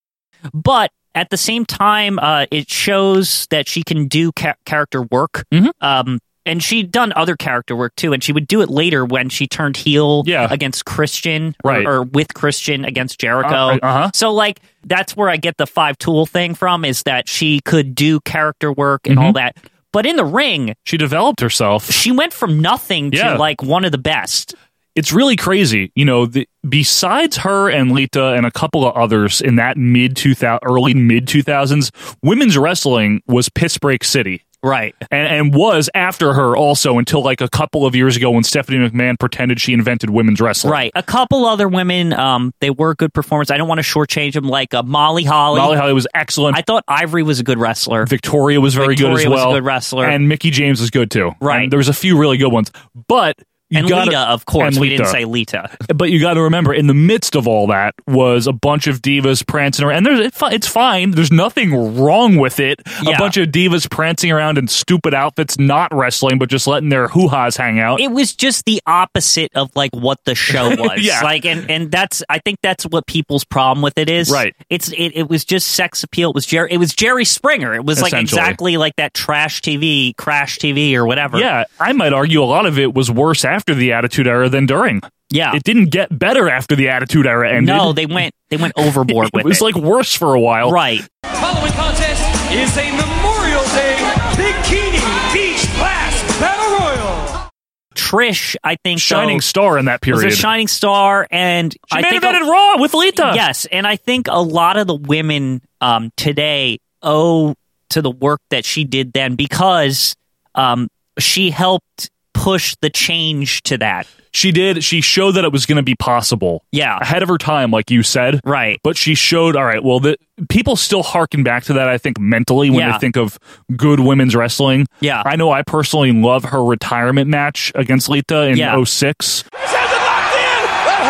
[SPEAKER 3] but at the same time, uh, it shows that she can do ca- character work.
[SPEAKER 2] Mm-hmm.
[SPEAKER 3] Um, and she'd done other character work too, and she would do it later when she turned heel
[SPEAKER 2] Yeah.
[SPEAKER 3] against Christian, or-
[SPEAKER 2] Right.
[SPEAKER 3] or, with Christian against Jericho.
[SPEAKER 2] Uh, uh-huh.
[SPEAKER 3] So like that's where I get the five tool thing from is that she could do character work and
[SPEAKER 2] Mm-hmm.
[SPEAKER 3] all that. But in the ring,
[SPEAKER 2] she developed herself.
[SPEAKER 3] she went from nothing
[SPEAKER 2] Yeah.
[SPEAKER 3] to like one of the best.
[SPEAKER 2] it's really crazy. You know, the, besides her and Lita and a couple of others in that mid 2000, early mid 2000s, women's wrestling was Pittsburgh City.
[SPEAKER 3] Right.
[SPEAKER 2] And, and was after her also until like a couple of years ago when Stephanie McMahon pretended she invented women's wrestling.
[SPEAKER 3] Right. A couple other women, um, they were good performers. I don't want to shortchange them. Like uh, Molly Holly.
[SPEAKER 2] Molly Holly was excellent.
[SPEAKER 3] I thought Ivory was a good wrestler.
[SPEAKER 2] Victoria was very
[SPEAKER 3] Victoria
[SPEAKER 2] good as
[SPEAKER 3] was a
[SPEAKER 2] well.
[SPEAKER 3] good wrestler.
[SPEAKER 2] And Mickey James was good too.
[SPEAKER 3] Right.
[SPEAKER 2] And there was a few really good ones. But you
[SPEAKER 3] and
[SPEAKER 2] gotta-
[SPEAKER 3] Lita, of course.
[SPEAKER 2] and
[SPEAKER 3] We didn't
[SPEAKER 2] Lita.
[SPEAKER 3] say Lita.
[SPEAKER 2] But you got to remember, in the midst of all that was a bunch of divas prancing around. And there's, it, fi- it's fine. There's nothing wrong with it. A
[SPEAKER 3] Yeah.
[SPEAKER 2] bunch of divas prancing around in stupid outfits, not wrestling, but just letting their hoo ha's hang out.
[SPEAKER 3] It was just the opposite of like what the show was.
[SPEAKER 2] Yeah.
[SPEAKER 3] Like and and that's I think that's what people's problem with it is.
[SPEAKER 2] Right.
[SPEAKER 3] It's it, it was just sex appeal. It was Jerry it was Jerry Springer. It was like
[SPEAKER 2] Essentially.
[SPEAKER 3] exactly like that trash TV, crash TV or whatever.
[SPEAKER 2] yeah, I might argue a lot of it was worse after the Attitude Era than during.
[SPEAKER 3] Yeah.
[SPEAKER 2] It didn't get better after the Attitude Era ended.
[SPEAKER 3] no, they went they went overboard
[SPEAKER 2] it
[SPEAKER 3] with
[SPEAKER 2] was
[SPEAKER 3] it.
[SPEAKER 2] like oh. worse for a while.
[SPEAKER 3] right.
[SPEAKER 10] Following contest is a Memorial Day Bikini Beach Blast Battle Royal.
[SPEAKER 3] Trish, I think
[SPEAKER 2] Shining
[SPEAKER 3] though,
[SPEAKER 2] star in that period.
[SPEAKER 3] was a shining star, and
[SPEAKER 2] She
[SPEAKER 3] I
[SPEAKER 2] main
[SPEAKER 3] think
[SPEAKER 2] evented Raw with Lita.
[SPEAKER 3] Yes, and I think a lot of the women um, today owe to the work that she did then because um, she helped push the change to that.
[SPEAKER 2] She did. She showed that it was going to be possible.
[SPEAKER 3] Yeah.
[SPEAKER 2] Ahead of her time, like you said.
[SPEAKER 3] Right.
[SPEAKER 2] But she showed, all right, well, the, people still harken back to that, I think, mentally when
[SPEAKER 3] Yeah.
[SPEAKER 2] they think of good women's wrestling.
[SPEAKER 3] Yeah.
[SPEAKER 2] I know I personally love her retirement match against Lita in
[SPEAKER 3] Yeah.
[SPEAKER 2] 06.
[SPEAKER 10] This has it locked in. That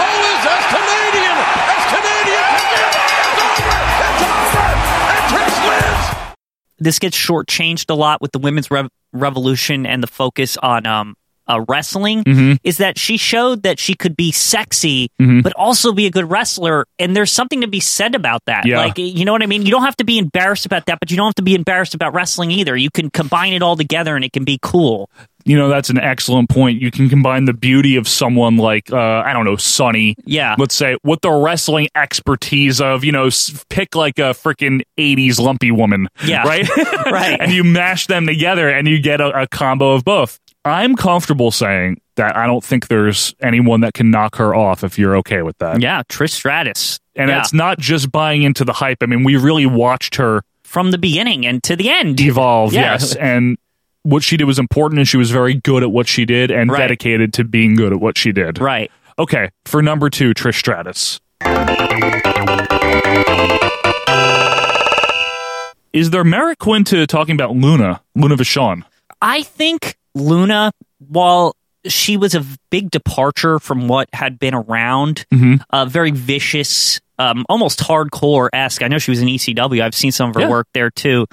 [SPEAKER 10] hole is that's Canadian. That's Canadian. It's over. It's over. And Trish lives.
[SPEAKER 3] This gets shortchanged a lot with the women's rev- revolution and the focus on um, uh, wrestling.
[SPEAKER 2] Mm-hmm.
[SPEAKER 3] Is that she showed that she could be sexy, but also be a good wrestler, and there's something to be said about that.
[SPEAKER 2] Yeah.
[SPEAKER 3] Like you know what I mean. You don't have to be embarrassed about that, but you don't have to be embarrassed about wrestling either. You can combine it all together, and it can be cool.
[SPEAKER 2] You know, that's an excellent point. You can combine the beauty of someone like, uh, I don't know, Sonny.
[SPEAKER 3] Yeah.
[SPEAKER 2] Let's say, with the wrestling expertise of, you know, s- pick like a freaking 80s lumpy woman.
[SPEAKER 3] Yeah.
[SPEAKER 2] Right?
[SPEAKER 3] Right.
[SPEAKER 2] and you mash them together and you get a, a combo of both. I'm comfortable saying that I don't think there's anyone that can knock her off if you're okay with that.
[SPEAKER 3] Yeah, Trish Stratus.
[SPEAKER 2] And
[SPEAKER 3] Yeah.
[SPEAKER 2] it's not just buying into the hype. I mean, we really watched her
[SPEAKER 3] from the beginning and to the end.
[SPEAKER 2] evolve,
[SPEAKER 3] Yeah.
[SPEAKER 2] yes. And what she did was important and she was very good at what she did and
[SPEAKER 3] Right.
[SPEAKER 2] dedicated to being good at what she did.
[SPEAKER 3] Right.
[SPEAKER 2] Okay, for number two, Trish Stratus. Is there merit, Quinn, to talking about Luna, Luna Vachon?
[SPEAKER 3] I think Luna, while she was a big departure from what had been around, uh, very vicious, um, almost hardcore esque. I know she was in ECW. I've seen some of her
[SPEAKER 2] Yeah.
[SPEAKER 3] work there too.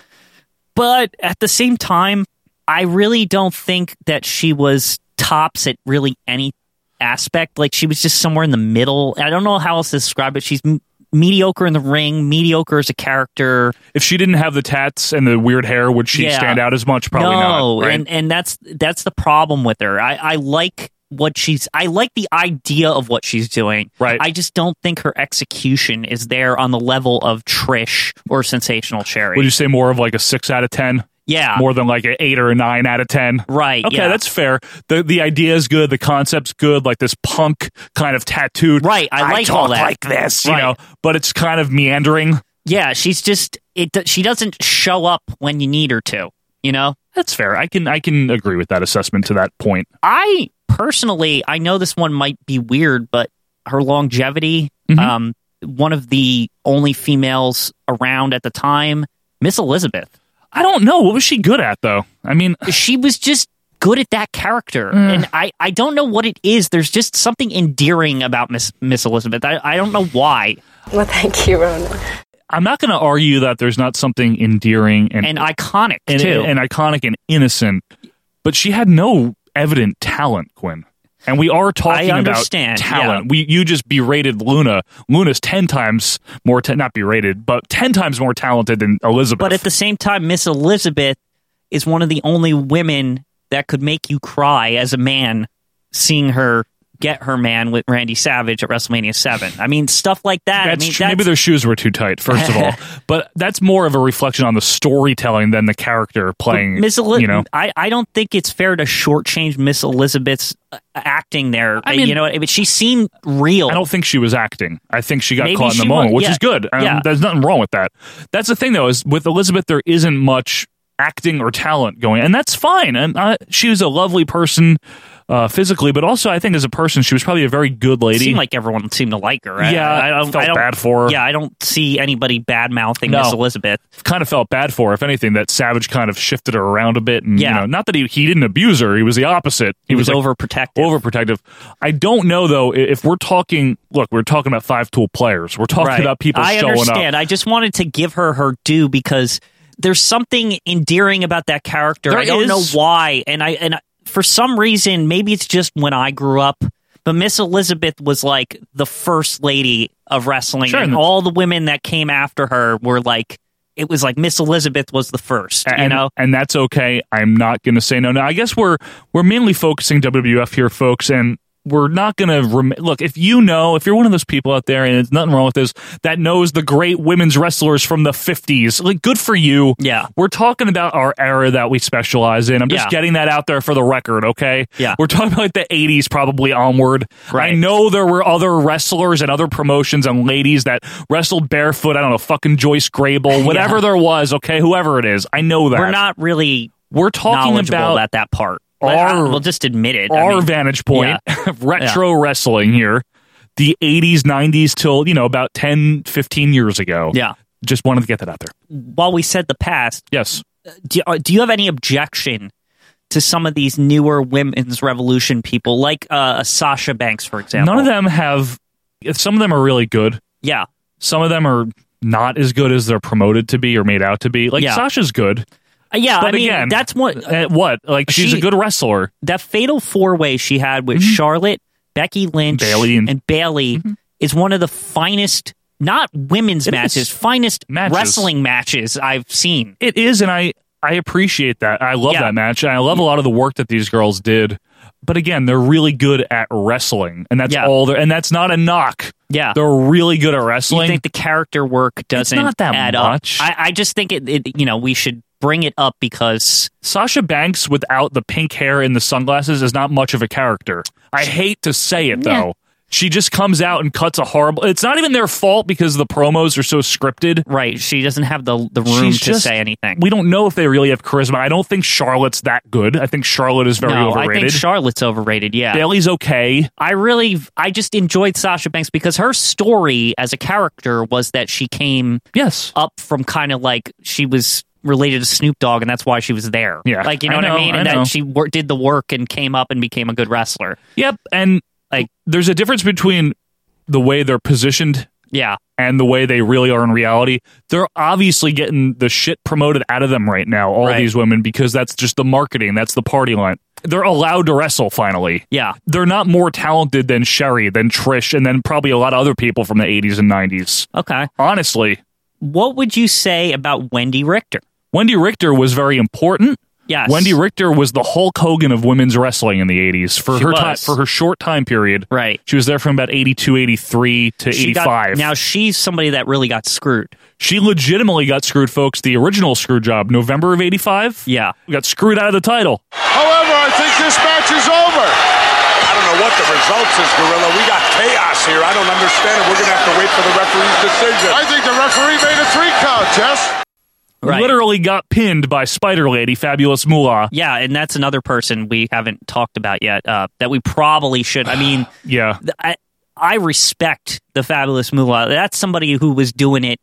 [SPEAKER 3] But at the same time, I really don't think that she was tops at really any aspect. Like she was just somewhere in the middle. I don't know how else to describe it. She's m- mediocre in the ring, mediocre as a character.
[SPEAKER 2] If she didn't have the tats and the weird hair, would she
[SPEAKER 3] Yeah.
[SPEAKER 2] stand out as much? Probably
[SPEAKER 3] no,
[SPEAKER 2] not. right?
[SPEAKER 3] and and that's that's the problem with her. I, I like what she's I like the idea of what she's doing.
[SPEAKER 2] Right.
[SPEAKER 3] I just don't think her execution is there on the level of Trish or Sensational Cherry.
[SPEAKER 2] Would you say more of like a six out of ten?
[SPEAKER 3] yeah.
[SPEAKER 2] More than like an eight or a nine out of ten.
[SPEAKER 3] Right,
[SPEAKER 2] Okay,
[SPEAKER 3] yeah.
[SPEAKER 2] that's fair. the The idea is good. The concept's good. Like this punk kind of tattooed.
[SPEAKER 3] Right, I like
[SPEAKER 2] talk
[SPEAKER 3] all that."
[SPEAKER 2] like this, you
[SPEAKER 3] Right.
[SPEAKER 2] know. But it's kind of meandering.
[SPEAKER 3] yeah, she's just it do- she doesn't show up when you need her to, you know?
[SPEAKER 2] That's fair. I can I can agree with that assessment to that point.
[SPEAKER 3] I personally, I know this one might be weird, but her longevity,
[SPEAKER 2] Mm-hmm.
[SPEAKER 3] um, one of the only females around at the time, Miss Elizabeth.
[SPEAKER 2] I don't know what was she good at though. I mean,
[SPEAKER 3] she was just good at that character
[SPEAKER 2] Mm.
[SPEAKER 3] and I, I don't know what it is there's just something endearing about miss miss elizabeth I, I don't know why
[SPEAKER 12] Well, thank you, Rona.
[SPEAKER 2] I'm not going to argue that there's not something endearing and
[SPEAKER 3] and iconic
[SPEAKER 2] and,
[SPEAKER 3] too
[SPEAKER 2] and iconic and innocent, but she had no evident talent, Quinn. And we are talking about
[SPEAKER 3] I understand,
[SPEAKER 2] talent.
[SPEAKER 3] yeah.
[SPEAKER 2] We you just berated Luna. Luna's ten times more ta- not berated, but ten times more talented than Elizabeth.
[SPEAKER 3] but at the same time miss elizabeth is one of the only women that could make you cry as a man seeing her get her man with Randy Savage at WrestleMania Seven. I mean, stuff like that.
[SPEAKER 2] That's
[SPEAKER 3] I mean,
[SPEAKER 2] tr- maybe their shoes were too tight, first of all. but that's more of a reflection on the storytelling than the character playing.
[SPEAKER 3] Miss Eli-
[SPEAKER 2] you know,
[SPEAKER 3] I, I don't think it's fair to shortchange Miss Elizabeth's uh, acting there. Uh,
[SPEAKER 2] I mean-
[SPEAKER 3] you know, but she seemed real.
[SPEAKER 2] I don't think she was acting. I think she got
[SPEAKER 3] Maybe
[SPEAKER 2] caught in the
[SPEAKER 3] she
[SPEAKER 2] moment,
[SPEAKER 3] was-
[SPEAKER 2] which
[SPEAKER 3] yeah.
[SPEAKER 2] is good. Um,
[SPEAKER 3] Yeah.
[SPEAKER 2] There's nothing wrong with that. That's the thing, though, is with Elizabeth, there isn't much acting or talent going, and that's fine. And uh, she was a lovely person uh, physically, but also I think as a person, she was probably a very good lady.
[SPEAKER 3] Seemed like everyone seemed to like her. I-
[SPEAKER 2] Yeah,
[SPEAKER 3] I, don't,
[SPEAKER 2] felt
[SPEAKER 3] I don't,
[SPEAKER 2] bad for her.
[SPEAKER 3] Yeah, I don't see anybody bad mouthing
[SPEAKER 2] No.
[SPEAKER 3] Miss Elizabeth.
[SPEAKER 2] kind of felt bad for, her, if anything, that Savage kind of shifted her around a bit. And,
[SPEAKER 3] Yeah.
[SPEAKER 2] you know, not that he, he didn't abuse her. He was the opposite. He,
[SPEAKER 3] was
[SPEAKER 2] like,
[SPEAKER 3] overprotective.
[SPEAKER 2] Overprotective. I don't know, though, i- if we're talking, look, we're talking about five tool players. We're talking about people
[SPEAKER 3] I
[SPEAKER 2] showing
[SPEAKER 3] understand.
[SPEAKER 2] up.
[SPEAKER 3] I just wanted to give her her due because there's something endearing about that character.
[SPEAKER 2] There
[SPEAKER 3] I don't
[SPEAKER 2] is.
[SPEAKER 3] know why, and I and I, for some reason, maybe it's just when I grew up, but Miss Elizabeth was like the first lady of wrestling,
[SPEAKER 2] Sure.
[SPEAKER 3] and all the women that came after her were like. It was like Miss Elizabeth was the first,
[SPEAKER 2] and,
[SPEAKER 3] you know.
[SPEAKER 2] and that's okay. I'm not going to say no. Now, I guess we're we're mainly focusing WWF here, folks, and we're not going to rem- look. If you know, if you're one of those people out there, and it's nothing wrong with this, that knows the great women's wrestlers from the 50s, like good for you.
[SPEAKER 3] Yeah.
[SPEAKER 2] we're talking about our era that we specialize in. I'm just
[SPEAKER 3] Yeah.
[SPEAKER 2] getting that out there for the record, okay?
[SPEAKER 3] Yeah.
[SPEAKER 2] we're talking about like, the 80s, probably onward.
[SPEAKER 3] Right.
[SPEAKER 2] I know there were other wrestlers and other promotions and ladies that wrestled barefoot. I don't know, fucking Joyce Grable, whatever
[SPEAKER 3] Yeah.
[SPEAKER 2] there was, okay, whoever it is. I know that.
[SPEAKER 3] We're not really
[SPEAKER 2] We're talking
[SPEAKER 3] knowledgeable
[SPEAKER 2] about,
[SPEAKER 3] about, that part.
[SPEAKER 2] our-
[SPEAKER 3] we'll just admit it. I
[SPEAKER 2] our
[SPEAKER 3] mean,
[SPEAKER 2] vantage point,
[SPEAKER 3] yeah.
[SPEAKER 2] retro wrestling here, the 80s, 90s till, you know, about 10, 15 years ago.
[SPEAKER 3] Yeah.
[SPEAKER 2] Just wanted to get that out there.
[SPEAKER 3] While we said the past,
[SPEAKER 2] Yes.
[SPEAKER 3] do, uh, do you have any objection to some of these newer women's revolution people, like uh, Sasha Banks, for example?
[SPEAKER 2] None of them have, some of them are really good.
[SPEAKER 3] Yeah,
[SPEAKER 2] Some of them are not as good as they're promoted to be or made out to be. Like,
[SPEAKER 3] Yeah.
[SPEAKER 2] Sasha's good.
[SPEAKER 3] Uh, yeah.
[SPEAKER 2] But
[SPEAKER 3] I mean,
[SPEAKER 2] again, uh,
[SPEAKER 3] that's what
[SPEAKER 2] At what? Like, she's
[SPEAKER 3] She-
[SPEAKER 2] a good wrestler.
[SPEAKER 3] that fatal four way she had with Charlotte, Becky Lynch,
[SPEAKER 2] Bayley Mm-hmm. and- Mm-hmm.
[SPEAKER 3] Bailey is one of the finest, not women's
[SPEAKER 2] It
[SPEAKER 3] matches,
[SPEAKER 2] is.
[SPEAKER 3] finest
[SPEAKER 2] Matches.
[SPEAKER 3] wrestling matches I've seen.
[SPEAKER 2] It is, and I I appreciate that. I love
[SPEAKER 3] Yeah. Mm.
[SPEAKER 2] that match. and I love a lot of the work that these girls did. But again, they're really good at wrestling, and that's
[SPEAKER 3] Yeah.
[SPEAKER 2] all. They're, and that's not a knock.
[SPEAKER 3] Yeah.
[SPEAKER 2] they're really good at
[SPEAKER 3] you
[SPEAKER 2] wrestling.
[SPEAKER 3] think the character work doesn't
[SPEAKER 2] not that
[SPEAKER 3] add
[SPEAKER 2] much.
[SPEAKER 3] up. I, I just think it, it, you know, we should bring it up because
[SPEAKER 2] Sasha Banks without the pink hair and the sunglasses is not much of a character. I hate to say it though. She just comes out and cuts a horrible. It's not even their fault because the promos are so scripted.
[SPEAKER 3] right, she doesn't have the the room
[SPEAKER 2] She's
[SPEAKER 3] to
[SPEAKER 2] just-
[SPEAKER 3] say anything.
[SPEAKER 2] We don't know if they really have charisma. I don't think Charlotte's that good. I think Charlotte is very
[SPEAKER 3] no, I
[SPEAKER 2] overrated.
[SPEAKER 3] think Charlotte's overrated. Yeah,
[SPEAKER 2] Bailey's okay.
[SPEAKER 3] I really, I just enjoyed Sasha Banks because her story as a character was that she came
[SPEAKER 2] Yes.
[SPEAKER 3] up from kind of like she was related to Snoop Dogg, and that's why she was there.
[SPEAKER 2] Yeah.
[SPEAKER 3] like you know
[SPEAKER 2] I
[SPEAKER 3] what
[SPEAKER 2] know,
[SPEAKER 3] I mean.
[SPEAKER 2] I
[SPEAKER 3] And
[SPEAKER 2] know.
[SPEAKER 3] that she wor- did the work and came up and became a good wrestler.
[SPEAKER 2] Yep, and like there's a difference between the way they're positioned
[SPEAKER 3] Yeah,
[SPEAKER 2] and the way they really are in reality. They're obviously getting the shit promoted out of them right now, all
[SPEAKER 3] Right.
[SPEAKER 2] these women, because that's just the marketing, that's the party line. They're allowed to wrestle finally.
[SPEAKER 3] yeah.
[SPEAKER 2] They're not more talented than Sherry, than Trish, and then probably a lot of other people from the 80s and 90s.
[SPEAKER 3] Okay,
[SPEAKER 2] Honestly,
[SPEAKER 3] what would you say about Wendy Richter?
[SPEAKER 2] Wendy Richter was very important.
[SPEAKER 3] Yes,
[SPEAKER 2] Wendy Richter was the Hulk Hogan of women's wrestling in the 80s for
[SPEAKER 3] She
[SPEAKER 2] her
[SPEAKER 3] was.
[SPEAKER 2] time, for her short time period.
[SPEAKER 3] Right.
[SPEAKER 2] She was there from about 82, 83 to
[SPEAKER 3] She got-
[SPEAKER 2] 85.
[SPEAKER 3] now she's somebody that really got screwed.
[SPEAKER 2] she legitimately got screwed, folks. The original screw job, November of 85.
[SPEAKER 3] Yeah.
[SPEAKER 2] Got screwed out of the title.
[SPEAKER 6] However, I think this match is over.
[SPEAKER 5] I don't know what the results is, Gorilla. We got chaos here. I don't understand it. We're going to have to wait for the referee's decision.
[SPEAKER 6] I think the referee made a three count, Jess.
[SPEAKER 3] Right.
[SPEAKER 2] Literally got pinned by Spider Lady, Fabulous Moolah.
[SPEAKER 3] Yeah, and that's another person we haven't talked about yet uh, that we probably should. I mean,
[SPEAKER 2] Yeah.
[SPEAKER 3] th- I, I respect the fabulous Moolah. That's somebody who was doing it,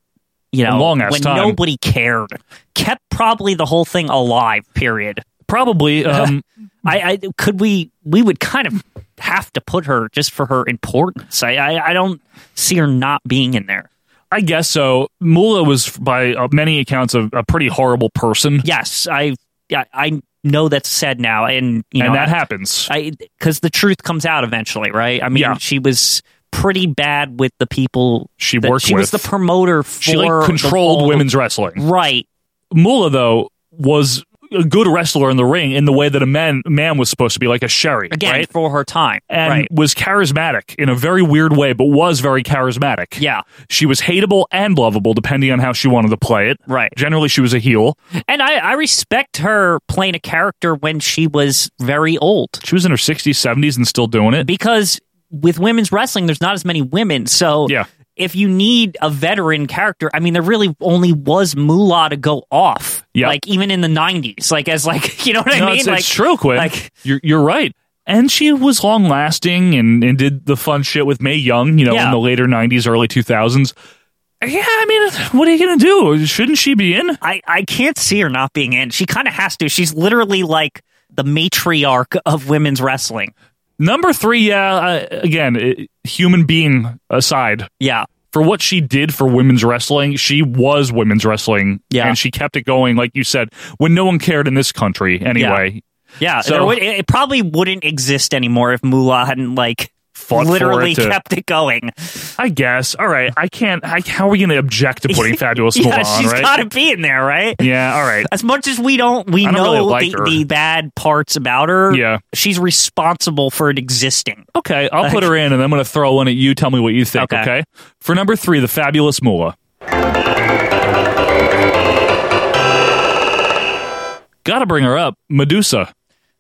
[SPEAKER 3] you know,
[SPEAKER 2] A long-ass
[SPEAKER 3] when
[SPEAKER 2] time.
[SPEAKER 3] nobody cared, kept probably the whole thing alive. Period.
[SPEAKER 2] Probably. Um,
[SPEAKER 3] I, I could we we would kind of have to put her just for her importance. I I, I don't see her not being in there.
[SPEAKER 2] I guess so. Moolah was, by uh, many accounts, a, a pretty horrible person.
[SPEAKER 3] Yes, I yeah I know that's said now, and you know
[SPEAKER 2] and that
[SPEAKER 3] I-
[SPEAKER 2] happens.
[SPEAKER 3] I because the truth comes out eventually, right? I mean,
[SPEAKER 2] Yeah.
[SPEAKER 3] she was pretty bad with the people
[SPEAKER 2] She
[SPEAKER 3] that-
[SPEAKER 2] worked
[SPEAKER 3] She was the
[SPEAKER 2] with.
[SPEAKER 3] promoter for
[SPEAKER 2] she like
[SPEAKER 3] the
[SPEAKER 2] controlled
[SPEAKER 3] whole-
[SPEAKER 2] women's wrestling.
[SPEAKER 3] right?
[SPEAKER 2] Moolah though was a good wrestler in the ring in the way that a man man was supposed to be, like a Sherry,
[SPEAKER 3] Again,
[SPEAKER 2] right?
[SPEAKER 3] for her time.
[SPEAKER 2] and
[SPEAKER 3] right.
[SPEAKER 2] was charismatic in a very weird way, but was very charismatic.
[SPEAKER 3] Yeah.
[SPEAKER 2] She was hateable and lovable depending on how she wanted to play it.
[SPEAKER 3] Right.
[SPEAKER 2] Generally, she was a heel.
[SPEAKER 3] And I, I respect her playing a character when she was very old
[SPEAKER 2] She was in her 60s, 70s, and still doing it.
[SPEAKER 3] because with women's wrestling, there's not as many women. So
[SPEAKER 2] Yeah.
[SPEAKER 3] if you need a veteran character, I mean, there really only was Moolah to go off.
[SPEAKER 2] Yeah.
[SPEAKER 3] Like even in the 90s, like as like, you know what I
[SPEAKER 2] no,
[SPEAKER 3] mean?
[SPEAKER 2] it's,
[SPEAKER 3] like,
[SPEAKER 2] it's true, Quinn.
[SPEAKER 3] Like,
[SPEAKER 2] you're, you're right. And she was long lasting and, and did the fun shit with Mae Young, you know,
[SPEAKER 3] Yeah.
[SPEAKER 2] in the later 90s, early 2000s. Yeah, I mean, what are you going to do? Shouldn't she be in?
[SPEAKER 3] I, I can't see her not being in. She kind of has to. She's literally like the matriarch of women's wrestling.
[SPEAKER 2] Number three, yeah, uh, again, it, human being aside,
[SPEAKER 3] Yeah.
[SPEAKER 2] for what she did for women's wrestling, she was women's wrestling.
[SPEAKER 3] Yeah.
[SPEAKER 2] And she kept it going, like you said, when no one cared in this country anyway.
[SPEAKER 3] Yeah,
[SPEAKER 2] So-
[SPEAKER 3] there would, it it probably wouldn't exist anymore if Moolah hadn't like
[SPEAKER 2] Fought for
[SPEAKER 3] literally
[SPEAKER 2] it to-
[SPEAKER 3] kept it going.
[SPEAKER 2] I guess. All right. I can't. I, how are we going to object to putting Fabulous
[SPEAKER 3] yeah,
[SPEAKER 2] Moolah on,
[SPEAKER 3] she's
[SPEAKER 2] right?
[SPEAKER 3] got to be in there, right?
[SPEAKER 2] yeah, all right.
[SPEAKER 3] As much as we don't, we
[SPEAKER 2] I don't
[SPEAKER 3] know
[SPEAKER 2] really like
[SPEAKER 3] the,
[SPEAKER 2] her.
[SPEAKER 3] the bad parts about her.
[SPEAKER 2] Yeah.
[SPEAKER 3] she's responsible for it existing.
[SPEAKER 2] Okay, I'll put her in and I'm going to throw one at you. Tell me what you think, okay?
[SPEAKER 3] Okay.
[SPEAKER 2] For number three, the Fabulous Moolah. Gotta bring her up. Medusa.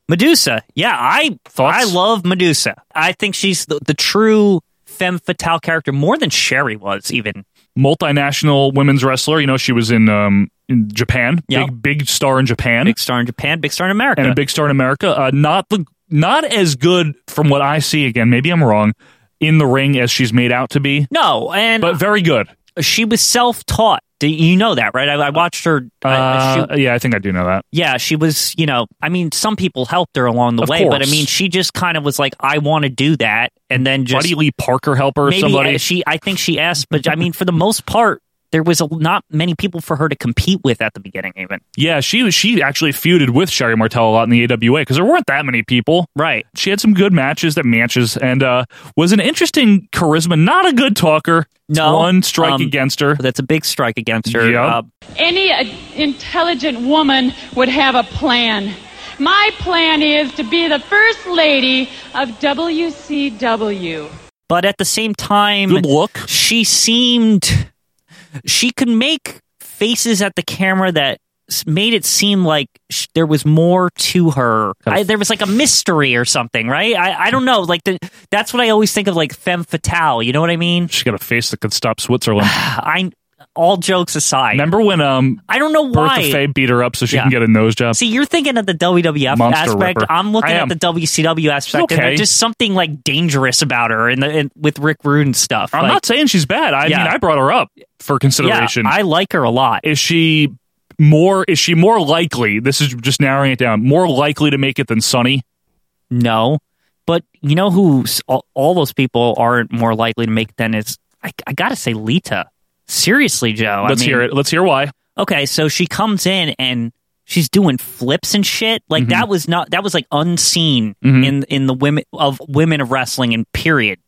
[SPEAKER 3] Medusa, yeah, I
[SPEAKER 2] Thoughts?
[SPEAKER 3] I love Medusa. I think she's the, the true femme fatale character more than Sherry was even.
[SPEAKER 2] multinational women's wrestler. You know, she was in um in Japan,
[SPEAKER 3] Yeah.
[SPEAKER 2] big big star in Japan,
[SPEAKER 3] Big star in Japan, big star in America.
[SPEAKER 2] and a big star in America. Uh, not the not as good from what I see. Again, maybe I'm wrong in the ring as she's made out to be,
[SPEAKER 3] no, and uh,
[SPEAKER 2] but very good.
[SPEAKER 3] she was self taught. You know that, right? I, I watched her. I- I- she-
[SPEAKER 2] Uh, yeah, I think I do know that.
[SPEAKER 3] yeah, she was, you know, I mean, some people helped her along the
[SPEAKER 2] Of
[SPEAKER 3] way, but I
[SPEAKER 2] course.
[SPEAKER 3] mean, she just kind of was like, I want to do that. And then just
[SPEAKER 2] Buddy Lee Parker help her or
[SPEAKER 3] maybe
[SPEAKER 2] somebody.
[SPEAKER 3] uh, she, I think she asked, but I mean, for the most part, there was a, not many people for her to compete with at the beginning, even.
[SPEAKER 2] yeah, she was. She actually feuded with Sherry Martel a lot in the AWA because there weren't that many people.
[SPEAKER 3] Right.
[SPEAKER 2] She had some good matches that matches and uh, was an interesting charisma. Not a good talker.
[SPEAKER 3] No.
[SPEAKER 2] one strike
[SPEAKER 3] Um,
[SPEAKER 2] against her.
[SPEAKER 3] That's a big strike against her.
[SPEAKER 2] Yeah.
[SPEAKER 3] Uh,
[SPEAKER 12] Any uh, intelligent woman would have a plan. My plan is to be the first lady of WCW.
[SPEAKER 3] but at the same time,
[SPEAKER 2] Good look.
[SPEAKER 3] she seemed, she could make faces at the camera that s- made it seem like sh- there was more to her. I, there was like a mystery or something, right? I, I don't know. Like the, that's what I always think of, like femme fatale. You know what I mean?
[SPEAKER 2] She got a face that could stop Switzerland.
[SPEAKER 3] I all jokes aside,
[SPEAKER 2] Remember when um
[SPEAKER 3] I don't know
[SPEAKER 2] Bertha
[SPEAKER 3] why.
[SPEAKER 2] Faye beat her up so she
[SPEAKER 3] Yeah.
[SPEAKER 2] can get a nose job?
[SPEAKER 3] See, you're thinking of the WWF
[SPEAKER 2] Monster
[SPEAKER 3] aspect.
[SPEAKER 2] Ripper.
[SPEAKER 3] I'm looking
[SPEAKER 2] I am.
[SPEAKER 3] at the WCW aspect, and
[SPEAKER 2] okay.
[SPEAKER 3] there's just something like dangerous about her, and, the, and with Rick Rude and stuff.
[SPEAKER 2] I'm
[SPEAKER 3] Like,
[SPEAKER 2] not saying she's bad. I
[SPEAKER 3] Yeah.
[SPEAKER 2] mean, I brought her up for
[SPEAKER 3] yeah,
[SPEAKER 2] consideration.
[SPEAKER 3] I like her a lot.
[SPEAKER 2] is she more? Is she more likely? This is just narrowing it down. More likely to make it than Sunny.
[SPEAKER 3] No, but you know who? s- All, all those people aren't more likely to make than is. I, I gotta say, Lita. Seriously, Joe.
[SPEAKER 2] Let's
[SPEAKER 3] I mean,
[SPEAKER 2] hear it. Let's hear why.
[SPEAKER 3] Okay, so she comes in and she's doing flips and shit. Like
[SPEAKER 2] Mm-hmm.
[SPEAKER 3] that was not that was like unseen
[SPEAKER 2] Mhm.
[SPEAKER 3] in in the women of women of wrestling and period.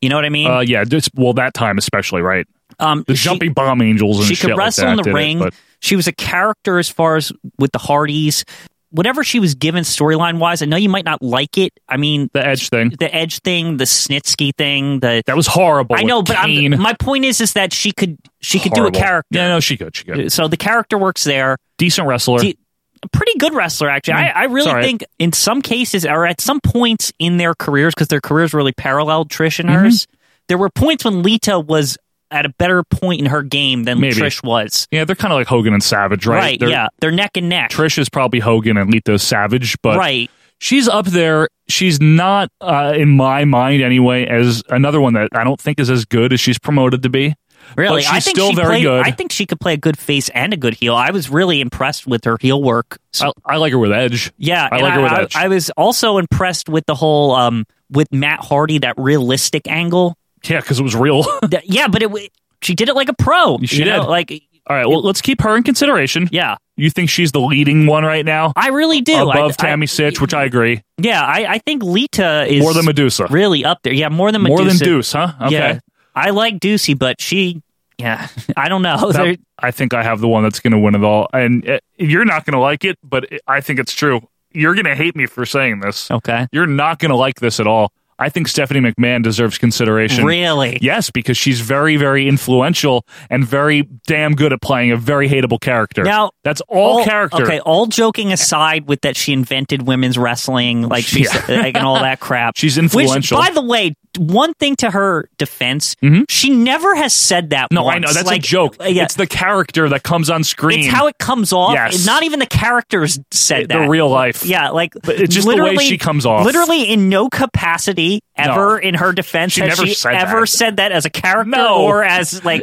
[SPEAKER 3] You know what I mean?
[SPEAKER 2] Uh, yeah, this, well, that time especially, right?
[SPEAKER 3] um,
[SPEAKER 2] The
[SPEAKER 3] she-
[SPEAKER 2] jumping bomb angels and
[SPEAKER 3] she
[SPEAKER 2] shit
[SPEAKER 3] could
[SPEAKER 2] like
[SPEAKER 3] wrestle
[SPEAKER 2] that
[SPEAKER 3] in the
[SPEAKER 2] did it,
[SPEAKER 3] ring.
[SPEAKER 2] but
[SPEAKER 3] she was a character as far as with the Hardys. Whatever she was given storyline wise, I know you might not like it. I mean,
[SPEAKER 2] the Edge thing
[SPEAKER 3] the Edge thing, the Snitsky thing, the
[SPEAKER 2] that was horrible.
[SPEAKER 3] I know,
[SPEAKER 2] with
[SPEAKER 3] but
[SPEAKER 2] Kane.
[SPEAKER 3] I'm, my point is, is that she could she could do
[SPEAKER 2] Horrible.
[SPEAKER 3] a character.
[SPEAKER 2] Yeah, no, she could. She could.
[SPEAKER 3] So the character works there.
[SPEAKER 2] Decent wrestler.
[SPEAKER 3] She- a pretty good wrestler, actually. I, I really
[SPEAKER 2] Mm. Sorry.
[SPEAKER 3] think in some cases, or at some points in their careers, because their careers really paralleled Trish and hers.
[SPEAKER 2] Mm-hmm.
[SPEAKER 3] There were points when Lita was at a better point in her game than
[SPEAKER 2] Maybe.
[SPEAKER 3] Trish was.
[SPEAKER 2] yeah, they're kind of like Hogan and Savage, right?
[SPEAKER 3] Right,
[SPEAKER 2] They're-
[SPEAKER 3] yeah, they're neck and neck.
[SPEAKER 2] Trish is probably Hogan and Lita Savage, but
[SPEAKER 3] right.
[SPEAKER 2] she's up there. She's not, uh, in my mind anyway, as another one that I don't think is as good as she's promoted to be.
[SPEAKER 3] Really,
[SPEAKER 2] but
[SPEAKER 3] I
[SPEAKER 2] she's
[SPEAKER 3] think
[SPEAKER 2] still
[SPEAKER 3] she
[SPEAKER 2] very
[SPEAKER 3] played,
[SPEAKER 2] good.
[SPEAKER 3] I think she could play a good face and a good heel. I was really impressed with her heel work. So,
[SPEAKER 2] I, I like her with Edge.
[SPEAKER 3] yeah,
[SPEAKER 2] I
[SPEAKER 3] and
[SPEAKER 2] like her with
[SPEAKER 3] I,
[SPEAKER 2] Edge.
[SPEAKER 3] I was also impressed with the whole um, with Matt Hardy that realistic angle.
[SPEAKER 2] yeah, because it was real. All
[SPEAKER 3] That- yeah, but it w- she did it like a pro.
[SPEAKER 2] She
[SPEAKER 3] you know?
[SPEAKER 2] did.
[SPEAKER 3] like
[SPEAKER 2] right, well, let's keep her in consideration.
[SPEAKER 3] yeah.
[SPEAKER 2] You think she's the leading one right now?
[SPEAKER 3] I really do.
[SPEAKER 2] Above
[SPEAKER 3] I,
[SPEAKER 2] Tammy
[SPEAKER 3] I,
[SPEAKER 2] Sitch, which I agree.
[SPEAKER 3] yeah, I, I think Lita is
[SPEAKER 2] More than Medusa.
[SPEAKER 3] really up there. Yeah, more than Medusa.
[SPEAKER 2] More than Deuce, huh? Okay.
[SPEAKER 3] Yeah, I like Deucey, but she, Yeah, I don't
[SPEAKER 2] That-
[SPEAKER 3] know. There-
[SPEAKER 2] I think I have the one that's going to win it all, and uh, you're not going to like it, but it- I think it's true. You're going to hate me for saying this.
[SPEAKER 3] Okay,
[SPEAKER 2] you're not going to like this at all. I think Stephanie McMahon deserves consideration.
[SPEAKER 3] Really?
[SPEAKER 2] Yes, because she's very, very influential and very damn good at playing a very hateable character.
[SPEAKER 3] Now
[SPEAKER 2] that's all, character.
[SPEAKER 3] Okay, all joking aside, with that she invented women's wrestling, like she's
[SPEAKER 2] Yeah.
[SPEAKER 3] like, and all that crap.
[SPEAKER 2] She's influential. Mm-hmm.
[SPEAKER 3] Which, by the way, one thing to her defense, she never has said that.
[SPEAKER 2] no, I
[SPEAKER 3] once.
[SPEAKER 2] know that's
[SPEAKER 3] Like,
[SPEAKER 2] a
[SPEAKER 3] uh,
[SPEAKER 2] joke.
[SPEAKER 3] yeah.
[SPEAKER 2] It's the character that comes on screen.
[SPEAKER 3] It's how it comes off.
[SPEAKER 2] Yes.
[SPEAKER 3] Not even the characters said
[SPEAKER 2] The
[SPEAKER 3] that.
[SPEAKER 2] real life.
[SPEAKER 3] Yeah, like
[SPEAKER 2] But it's just the way
[SPEAKER 3] literally,
[SPEAKER 2] she comes off.
[SPEAKER 3] Literally, in no capacity ever
[SPEAKER 2] No.
[SPEAKER 3] in her defense
[SPEAKER 2] She
[SPEAKER 3] has
[SPEAKER 2] never
[SPEAKER 3] she
[SPEAKER 2] said
[SPEAKER 3] ever
[SPEAKER 2] that.
[SPEAKER 3] said that as a character
[SPEAKER 2] No.
[SPEAKER 3] or as like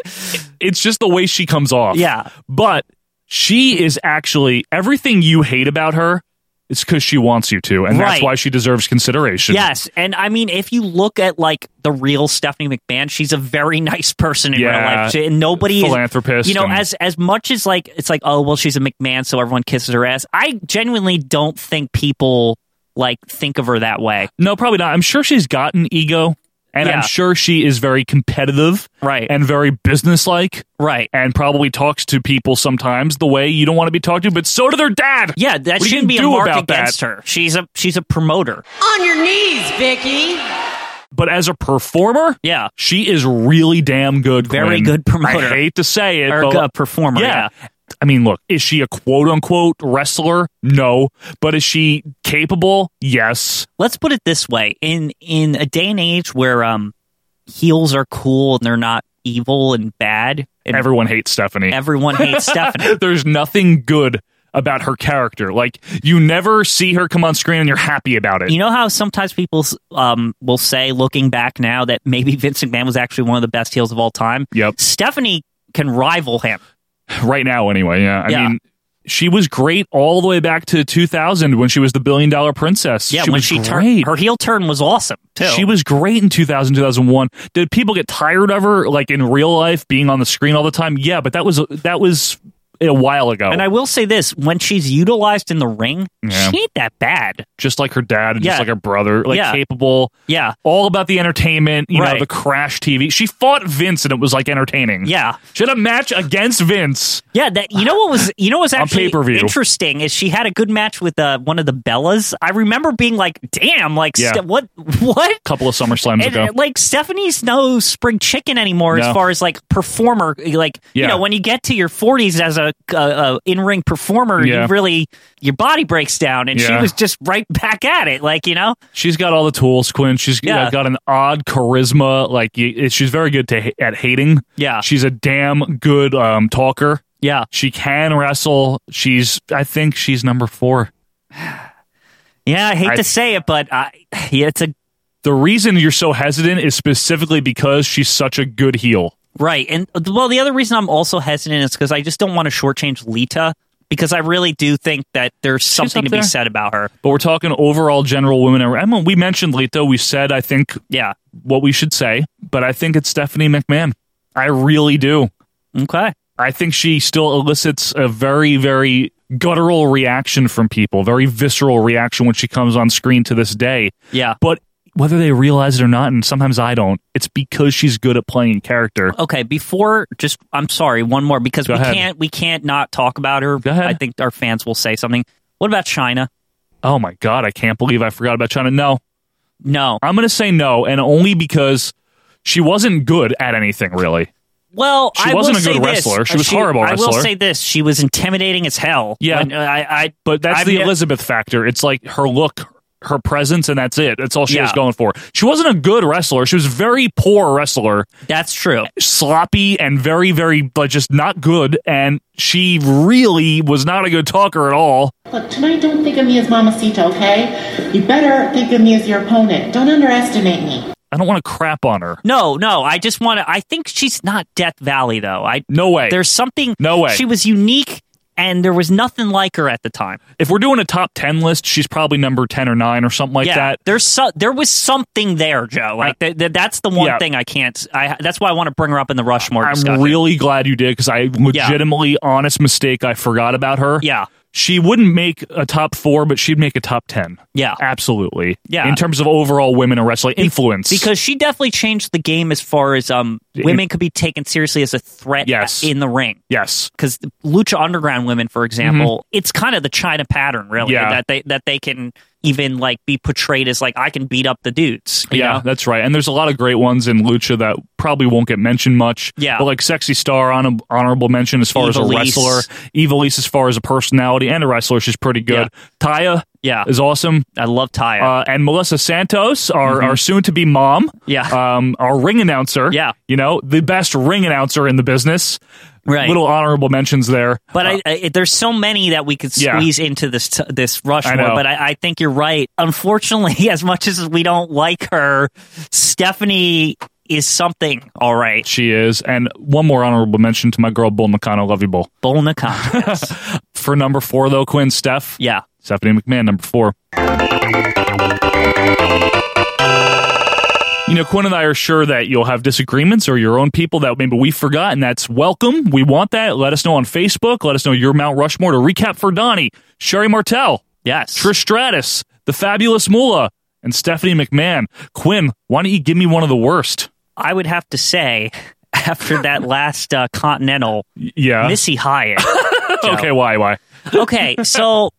[SPEAKER 2] it's just the way she comes off.
[SPEAKER 3] Yeah.
[SPEAKER 2] But she is actually everything you hate about her is because she wants you to, and
[SPEAKER 3] Right.
[SPEAKER 2] that's why she deserves consideration.
[SPEAKER 3] Yes, and I mean, if you look at like the real Stephanie McMahon, she's a very nice person in real
[SPEAKER 2] Yeah.
[SPEAKER 3] life, She- and nobody is-
[SPEAKER 2] Philanthropist
[SPEAKER 3] you know,
[SPEAKER 2] and-
[SPEAKER 3] as as much as like it's like, oh well, she's a McMahon, so everyone kisses her ass. I genuinely don't think people like think of her that way.
[SPEAKER 2] No, probably not. I'm sure she's got an ego, and
[SPEAKER 3] Yeah.
[SPEAKER 2] I'm sure she is very competitive,
[SPEAKER 3] right,
[SPEAKER 2] and very businesslike,
[SPEAKER 3] right,
[SPEAKER 2] and probably talks to people sometimes the way you don't want to be talked to. But so did her dad.
[SPEAKER 3] Yeah, that
[SPEAKER 2] What are you
[SPEAKER 3] shouldn't
[SPEAKER 2] gonna
[SPEAKER 3] be a
[SPEAKER 2] do
[SPEAKER 3] mark
[SPEAKER 2] about
[SPEAKER 3] against
[SPEAKER 2] that?
[SPEAKER 3] her. She's a she's a promoter.
[SPEAKER 13] On your knees, Vicky.
[SPEAKER 2] But as a performer,
[SPEAKER 3] yeah,
[SPEAKER 2] she is really damn good.
[SPEAKER 3] Very
[SPEAKER 2] Gwen.
[SPEAKER 3] good promoter.
[SPEAKER 2] I hate to say it,
[SPEAKER 3] Or
[SPEAKER 2] but
[SPEAKER 3] a performer, yeah.
[SPEAKER 2] I mean, look, is she a quote unquote wrestler? No, but is she capable? Yes.
[SPEAKER 3] Let's put it this way: in in a day and age where um heels are cool and they're not evil and bad, and
[SPEAKER 2] Everyone hates Stephanie.
[SPEAKER 3] everyone hates Stephanie.
[SPEAKER 2] There's nothing good about her character. Like you never see her come on screen and you're happy about it.
[SPEAKER 3] You know how sometimes people um, will say, looking back now, that maybe Vince McMahon was actually one of the best heels of all time.
[SPEAKER 2] Yep.
[SPEAKER 3] Stephanie can rival him.
[SPEAKER 2] right now anyway. Yeah. I
[SPEAKER 3] Yeah.
[SPEAKER 2] mean, she was great all the way back to 2000 when she was the billion dollar princess.
[SPEAKER 3] Yeah,
[SPEAKER 2] she
[SPEAKER 3] when
[SPEAKER 2] was
[SPEAKER 3] she
[SPEAKER 2] great.
[SPEAKER 3] turned her heel turn was awesome too.
[SPEAKER 2] She was great in 2000, 2001. Did people get tired of her, like in real life, being on the screen all the time? Yeah, but that was that was a while ago.
[SPEAKER 3] and I will say this: when she's utilized in the ring,
[SPEAKER 2] Yeah.
[SPEAKER 3] she ain't that bad.
[SPEAKER 2] just like her dad, and
[SPEAKER 3] Yeah.
[SPEAKER 2] just like her brother, like
[SPEAKER 3] Yeah.
[SPEAKER 2] capable.
[SPEAKER 3] Yeah,
[SPEAKER 2] All about the entertainment, you
[SPEAKER 3] Right.
[SPEAKER 2] know, the crash TV. She fought Vince, and it was like entertaining.
[SPEAKER 3] Yeah.
[SPEAKER 2] she had a match against Vince.
[SPEAKER 3] Yeah, that you know what was you know what was
[SPEAKER 2] On
[SPEAKER 3] actually
[SPEAKER 2] pay-per-view.
[SPEAKER 3] interesting is she had a good match with uh, one of the Bellas. I remember being like, "Damn, like
[SPEAKER 2] Yeah.
[SPEAKER 3] Ste- what what?"
[SPEAKER 2] couple of SummerSlams
[SPEAKER 3] And,
[SPEAKER 2] ago.
[SPEAKER 3] uh, like Stephanie's no spring chicken anymore as
[SPEAKER 2] No.
[SPEAKER 3] far as like performer. Like you
[SPEAKER 2] Yeah.
[SPEAKER 3] know, when you get to your forties as a, uh uh in ring performer,
[SPEAKER 2] Yeah.
[SPEAKER 3] you really your body breaks down, and she
[SPEAKER 2] Yeah.
[SPEAKER 3] was just right back at it. Like you know,
[SPEAKER 2] She's got all the tools, Quinn. She's
[SPEAKER 3] Yeah.
[SPEAKER 2] uh, got an odd charisma. Like y- she's very good to ha- at hating.
[SPEAKER 3] Yeah.
[SPEAKER 2] she's a damn good um, talker.
[SPEAKER 3] Yeah,
[SPEAKER 2] she can wrestle. She's, I think, she's number four.
[SPEAKER 3] yeah. I hate
[SPEAKER 2] I-
[SPEAKER 3] to say it, but I, yeah, it's a
[SPEAKER 2] The reason you're so hesitant is specifically because she's such a good heel.
[SPEAKER 3] Right. And uh, well, the other reason I'm also hesitant is because I just don't want to shortchange Lita because I really do think that there's something
[SPEAKER 2] up
[SPEAKER 3] to be
[SPEAKER 2] there.
[SPEAKER 3] said about her.
[SPEAKER 2] But we're talking overall general women. I mean, we mentioned Lita. We said, I think,
[SPEAKER 3] yeah,
[SPEAKER 2] what we should say. But I think it's Stephanie McMahon. I really do.
[SPEAKER 3] Okay.
[SPEAKER 2] I think she still elicits a very, very guttural reaction from people, very visceral reaction when she comes on screen to this day.
[SPEAKER 3] Yeah.
[SPEAKER 2] But whether they realize it or not, and sometimes I don't, it's because she's good at playing character.
[SPEAKER 3] Okay, before just I'm sorry, one more because
[SPEAKER 2] Go
[SPEAKER 3] we
[SPEAKER 2] ahead.
[SPEAKER 3] can't we can't not talk about her. I think our fans will say something. What about China?
[SPEAKER 2] Oh my god, I can't believe I forgot about China. No.
[SPEAKER 3] No.
[SPEAKER 2] I'm going to say no and only because she wasn't good at anything really.
[SPEAKER 3] Well,
[SPEAKER 2] She
[SPEAKER 3] I
[SPEAKER 2] wasn't
[SPEAKER 3] will
[SPEAKER 2] a good
[SPEAKER 3] say this.
[SPEAKER 2] wrestler. She
[SPEAKER 3] Uh,
[SPEAKER 2] was horrible
[SPEAKER 3] I will
[SPEAKER 2] wrestler.
[SPEAKER 3] say this: she was intimidating as hell.
[SPEAKER 2] Yeah.
[SPEAKER 3] When, uh, I, I,
[SPEAKER 2] But that's
[SPEAKER 3] I've
[SPEAKER 2] the
[SPEAKER 3] ne-
[SPEAKER 2] Elizabeth factor. It's like her look, her presence and that's it. That's all she was
[SPEAKER 3] Yeah.
[SPEAKER 2] going for. She wasn't a good wrestler. She was a very poor wrestler.
[SPEAKER 3] That's true.
[SPEAKER 2] Sloppy and very very like just not good and she really was not a good talker at all.
[SPEAKER 14] Look, tonight don't think of me as Mamacita, okay? You better think of me as your opponent. Don't underestimate me.
[SPEAKER 2] I don't want to crap on her.
[SPEAKER 3] No, no. I just want to. I think she's not Death Valley though. I
[SPEAKER 2] no way.
[SPEAKER 3] There's something.
[SPEAKER 2] No way.
[SPEAKER 3] She was unique, and there was nothing like her at the time.
[SPEAKER 2] If we're doing a top 10 list, she's probably number 10 or 9 or something like
[SPEAKER 3] yeah,
[SPEAKER 2] that.
[SPEAKER 3] There's so, there was something there, Joe. Like th- th- that's the one
[SPEAKER 2] Yeah.
[SPEAKER 3] thing I can't. I that's why I want to bring her up in the Rushmore
[SPEAKER 2] I'm
[SPEAKER 3] discussion.
[SPEAKER 2] really glad you did because I legitimately honest mistake I forgot about her.
[SPEAKER 3] Yeah.
[SPEAKER 2] she wouldn't make a top four, but she'd make a top ten.
[SPEAKER 3] Yeah,
[SPEAKER 2] absolutely.
[SPEAKER 3] Yeah.
[SPEAKER 2] in terms of overall women in wrestling influence,
[SPEAKER 3] because she definitely changed the game as far as um women could be taken seriously as a threat
[SPEAKER 2] Yes.
[SPEAKER 3] in the ring.
[SPEAKER 2] Yes,
[SPEAKER 3] because lucha underground women, for example, it's kind of the China pattern, really,
[SPEAKER 2] Mm-hmm. Yeah.
[SPEAKER 3] that they that they can even like be portrayed as like I can beat up the dudes. you
[SPEAKER 2] yeah,
[SPEAKER 3] know?
[SPEAKER 2] that's right. And there's a lot of great ones in Lucha that probably won't get mentioned much.
[SPEAKER 3] Yeah.
[SPEAKER 2] but like Sexy Star, hon- honorable mention as far
[SPEAKER 3] Eva
[SPEAKER 2] as
[SPEAKER 3] Lise.
[SPEAKER 2] a wrestler. Evilise, as far as a personality and a wrestler, she's pretty good. Taya,
[SPEAKER 3] yeah,
[SPEAKER 2] is awesome.
[SPEAKER 3] I love Taya.
[SPEAKER 2] Uh, and Melissa Santos, our,
[SPEAKER 3] Mm-hmm.
[SPEAKER 2] our soon-to-be mom.
[SPEAKER 3] Yeah.
[SPEAKER 2] um, our ring announcer.
[SPEAKER 3] Yeah.
[SPEAKER 2] you know the best ring announcer in the business.
[SPEAKER 3] Right.
[SPEAKER 2] Little honorable mentions there.
[SPEAKER 3] But I, I, there's so many that we could
[SPEAKER 2] Yeah.
[SPEAKER 3] squeeze into this t- this Rushmore.
[SPEAKER 2] know.
[SPEAKER 3] But I, I think you're right. Unfortunately, as much as we don't like her, Stephanie is something. All right,
[SPEAKER 2] She is. And one more honorable mention to my girl, Bull Nakano. Love you, Bull.
[SPEAKER 3] Bull Nakano.
[SPEAKER 2] For number four, though, Quinn, Steph.
[SPEAKER 3] Yeah.
[SPEAKER 2] Stephanie McMahon, number four. You know, Quinn and I are sure that you'll have disagreements or your own people that maybe we forgot, and that's welcome. We want that. Let us know on Facebook. Let us know your Mount Rushmore to recap for Donnie, Sherry Martel,
[SPEAKER 3] yes,
[SPEAKER 2] Trish Stratus, the fabulous Moolah, and Stephanie McMahon. Quinn, why don't you give me one of the worst?
[SPEAKER 3] I would have to say after that last uh, Continental,
[SPEAKER 2] yeah,
[SPEAKER 3] Missy Hyatt. Joe.
[SPEAKER 2] okay, why, why?
[SPEAKER 3] okay, so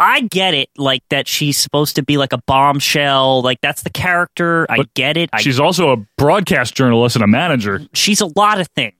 [SPEAKER 3] I get it, like that she's supposed to be like a bombshell, like that's the character. I get it. I,
[SPEAKER 2] She's also a broadcast journalist and a manager.
[SPEAKER 3] she's a lot of things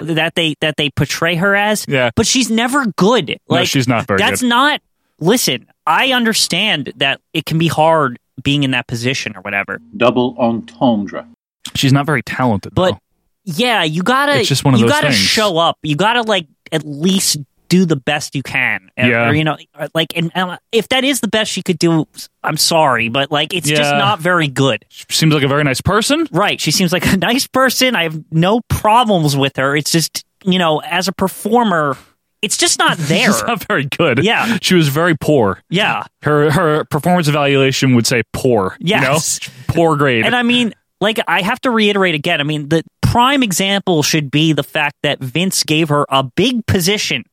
[SPEAKER 3] that they that they portray her as.
[SPEAKER 2] Yeah.
[SPEAKER 3] But she's never good. Like
[SPEAKER 2] No, she's not very
[SPEAKER 3] That's
[SPEAKER 2] good.
[SPEAKER 3] not listen, I understand that it can be hard being in that position or whatever.
[SPEAKER 15] Double entendre.
[SPEAKER 2] She's not very talented,
[SPEAKER 3] But yeah, you gotta
[SPEAKER 2] Oh. It's just one of
[SPEAKER 3] you
[SPEAKER 2] those
[SPEAKER 3] gotta
[SPEAKER 2] things.
[SPEAKER 3] show up. You gotta like at least do the best you can. And-
[SPEAKER 2] Yeah.
[SPEAKER 3] Or, you know, or, like and um, if that is the best she could do, I'm sorry, but like it's just
[SPEAKER 2] Yeah.
[SPEAKER 3] not very good.
[SPEAKER 2] Seems like a very nice person.
[SPEAKER 3] Right. She seems like a nice person. I have no problems with her. It's just, you know, as a performer, it's just not there.
[SPEAKER 2] She's not very good.
[SPEAKER 3] Yeah.
[SPEAKER 2] She was very poor.
[SPEAKER 3] Yeah.
[SPEAKER 2] Her her performance evaluation would say poor.
[SPEAKER 3] Yes.
[SPEAKER 2] You know? Poor grade.
[SPEAKER 3] And I mean, like, I have to reiterate again. I mean, the prime example should be the fact that Vince gave her a big position.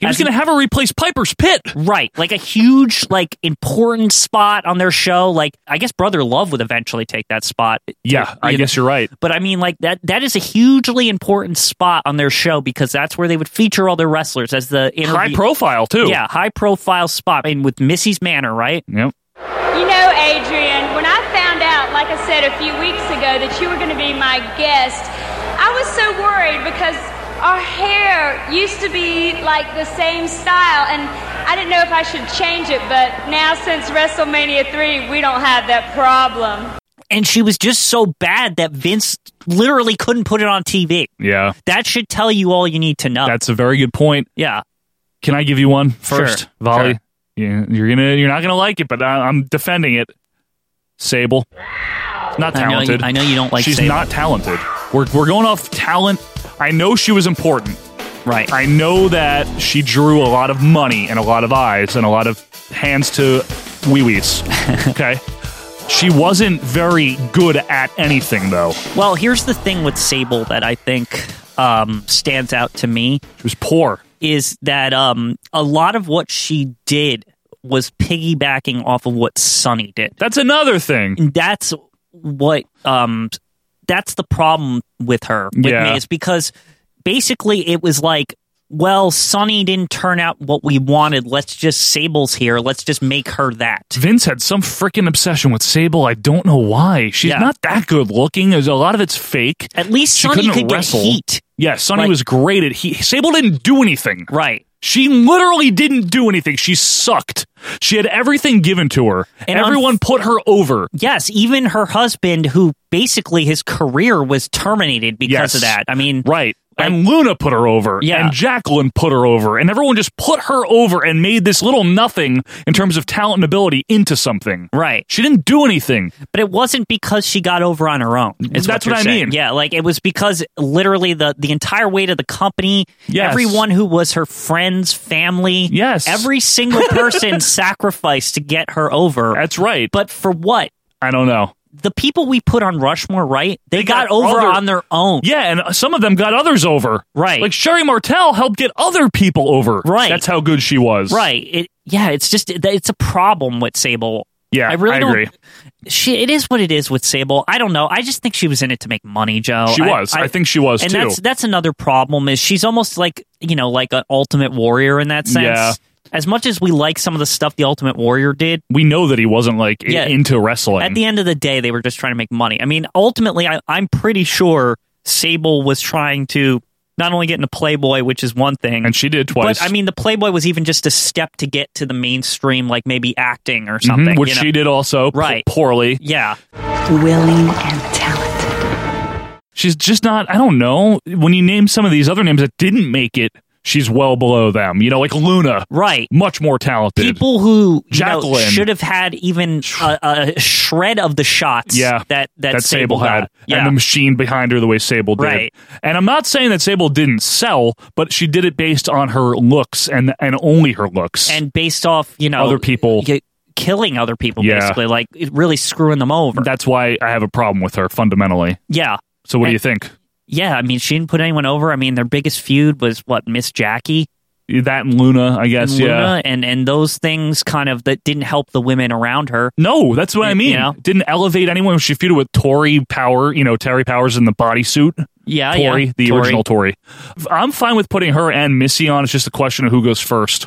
[SPEAKER 2] He was
[SPEAKER 3] As an-
[SPEAKER 2] gonna have her replace Piper's Pit.
[SPEAKER 3] Right. Like a huge, like, important spot on their show. Like, I guess Brother Love would eventually take that spot.
[SPEAKER 2] Yeah, I guess you're right.
[SPEAKER 3] But I mean, like, that that is a hugely important spot on their show because that's where they would feature all their wrestlers as the interview.
[SPEAKER 2] High profile too.
[SPEAKER 3] Yeah, high profile spot. I mean, with Missy's Manor, right?
[SPEAKER 2] Yep.
[SPEAKER 16] You know, Adrian, when I found out, like I said a few weeks ago, that you were going to be my guest, I was so worried because our hair used to be like the same style, and I didn't know if I should change it, but now since WrestleMania 3, we don't have that problem.
[SPEAKER 3] And she was just so bad that Vince literally couldn't put it on TV.
[SPEAKER 2] Yeah.
[SPEAKER 3] That should tell you all you need to know.
[SPEAKER 2] That's a very good point.
[SPEAKER 3] Yeah.
[SPEAKER 2] Can I give you one first?
[SPEAKER 3] Sure.
[SPEAKER 2] Volley.
[SPEAKER 3] Sure.
[SPEAKER 2] Yeah, you're gonna you're not gonna like it, but I, I'm defending it. Sable. Not
[SPEAKER 3] I know you-
[SPEAKER 2] talented.
[SPEAKER 3] I know you don't like
[SPEAKER 2] She's
[SPEAKER 3] Sable.
[SPEAKER 2] not talented. We're we're going off talent. I know she was important.
[SPEAKER 3] Right.
[SPEAKER 2] I know that she drew a lot of money and a lot of eyes and a lot of hands to wee wees. okay. She wasn't very good at anything though.
[SPEAKER 3] Well, here's the thing with Sable that I think um, stands out to me.
[SPEAKER 2] She was poor.
[SPEAKER 3] Is that um, a lot of what she did was piggybacking off of what Sonny did.
[SPEAKER 2] That's another thing.
[SPEAKER 3] And that's what um, that's the problem with her. With
[SPEAKER 2] Yeah.
[SPEAKER 3] me is because basically it was like. Well, Sonny didn't turn out what we wanted. Let's just Sable's here. Let's just make her that.
[SPEAKER 2] Vince had some freaking obsession with Sable. I don't know why. She's
[SPEAKER 3] Yeah.
[SPEAKER 2] not that good looking. There's a lot of it's fake.
[SPEAKER 3] At least
[SPEAKER 2] she
[SPEAKER 3] Sonny
[SPEAKER 2] couldn't
[SPEAKER 3] could get
[SPEAKER 2] wrestle.
[SPEAKER 3] heat.
[SPEAKER 2] Yeah, Sonny
[SPEAKER 3] Like-
[SPEAKER 2] was great at heat. Sable didn't do anything.
[SPEAKER 3] Right.
[SPEAKER 2] She literally didn't do anything. She sucked. She had everything given to her.
[SPEAKER 3] And
[SPEAKER 2] Everyone
[SPEAKER 3] unf-
[SPEAKER 2] put her over.
[SPEAKER 3] Yes, even her husband, who basically his career was terminated because
[SPEAKER 2] Yes.
[SPEAKER 3] of that. I mean,
[SPEAKER 2] Right. and Luna put her over.
[SPEAKER 3] Yeah.
[SPEAKER 2] And Jacqueline put her over. And everyone just put her over and made this little nothing in terms of talent and ability into something.
[SPEAKER 3] Right.
[SPEAKER 2] She didn't do anything.
[SPEAKER 3] But it wasn't because she got over on her own. is
[SPEAKER 2] That's
[SPEAKER 3] you're
[SPEAKER 2] what I
[SPEAKER 3] saying.
[SPEAKER 2] mean.
[SPEAKER 3] Yeah, like it was because literally the the entire weight of the company,
[SPEAKER 2] Yes.
[SPEAKER 3] everyone who was her friends, family,
[SPEAKER 2] Yes.
[SPEAKER 3] every single person sacrificed to get her over.
[SPEAKER 2] That's right.
[SPEAKER 3] But for what?
[SPEAKER 2] I don't know.
[SPEAKER 3] the people we put on Rushmore, right? They, got, over
[SPEAKER 2] other-
[SPEAKER 3] on their own.
[SPEAKER 2] Yeah, and some of them got others over.
[SPEAKER 3] Right.
[SPEAKER 2] Like Sherry Martel helped get other people over.
[SPEAKER 3] Right.
[SPEAKER 2] That's how good she was.
[SPEAKER 3] Right. It yeah, it's just that it's a problem with Sable.
[SPEAKER 2] Yeah,
[SPEAKER 3] I really
[SPEAKER 2] I
[SPEAKER 3] don't-
[SPEAKER 2] agree.
[SPEAKER 3] She it is what it is with Sable. I don't know. I just think she was in it to make money, Joe.
[SPEAKER 2] She was. I think she was,
[SPEAKER 3] Oh, and
[SPEAKER 2] too.
[SPEAKER 3] That's that's another problem is she's almost like you know like an Ultimate Warrior in that sense.
[SPEAKER 2] Yeah.
[SPEAKER 3] As much as we like some of the stuff the Ultimate Warrior did,
[SPEAKER 2] We know that he wasn't like i-
[SPEAKER 3] Yeah.
[SPEAKER 2] into wrestling.
[SPEAKER 3] at the end of the day, they were just trying to make money. I mean, ultimately, I, I'm pretty sure Sable was trying to not only get into Playboy, which is one thing,
[SPEAKER 2] and she did twice.
[SPEAKER 3] but I mean, the Playboy was even just a step to get to the mainstream, like maybe acting or
[SPEAKER 2] Mhm,
[SPEAKER 3] something.
[SPEAKER 2] which
[SPEAKER 3] you know?
[SPEAKER 2] she did also p-
[SPEAKER 3] Right.
[SPEAKER 2] poorly.
[SPEAKER 3] Yeah.
[SPEAKER 17] Willing and talented.
[SPEAKER 2] She's just not. I don't know. When you name some of these other names that didn't make it, she's well below them. You know, like Luna,
[SPEAKER 3] Right.
[SPEAKER 2] much more talented.
[SPEAKER 3] People who you know,
[SPEAKER 2] Jacqueline.
[SPEAKER 3] should have had even a, a shred of the shots
[SPEAKER 2] yeah,
[SPEAKER 3] that, that,
[SPEAKER 2] Sable,
[SPEAKER 3] got.
[SPEAKER 2] had,
[SPEAKER 3] Yeah.
[SPEAKER 2] and the machine behind her the way Sable did.
[SPEAKER 3] Right.
[SPEAKER 2] And I'm not saying that Sable didn't sell, but she did it based on her looks and and only her looks.
[SPEAKER 3] and based off, you know,
[SPEAKER 2] Other people-
[SPEAKER 3] y- killing other people,
[SPEAKER 2] Yeah.
[SPEAKER 3] basically, like it really screwing them over.
[SPEAKER 2] that's why I have a problem with her fundamentally.
[SPEAKER 3] yeah.
[SPEAKER 2] So what do
[SPEAKER 3] And-
[SPEAKER 2] you think?
[SPEAKER 3] Yeah, I mean, she didn't put anyone over. I mean, their biggest feud was what Miss Jackie
[SPEAKER 2] That and Luna, I
[SPEAKER 3] and
[SPEAKER 2] guess. yeah.
[SPEAKER 3] Luna, and and those things kind of that didn't help the women around her.
[SPEAKER 2] No, that's what I
[SPEAKER 3] You
[SPEAKER 2] mean.
[SPEAKER 3] know?
[SPEAKER 2] Didn't elevate anyone. She feuded with Tori Power, you know, Terry Powers in the bodysuit.
[SPEAKER 3] Oh, Yeah,
[SPEAKER 2] Tori,
[SPEAKER 3] yeah,
[SPEAKER 2] the
[SPEAKER 3] Tori.
[SPEAKER 2] original Tori. I'm fine with putting her and Missy on. It's just a question of who goes first.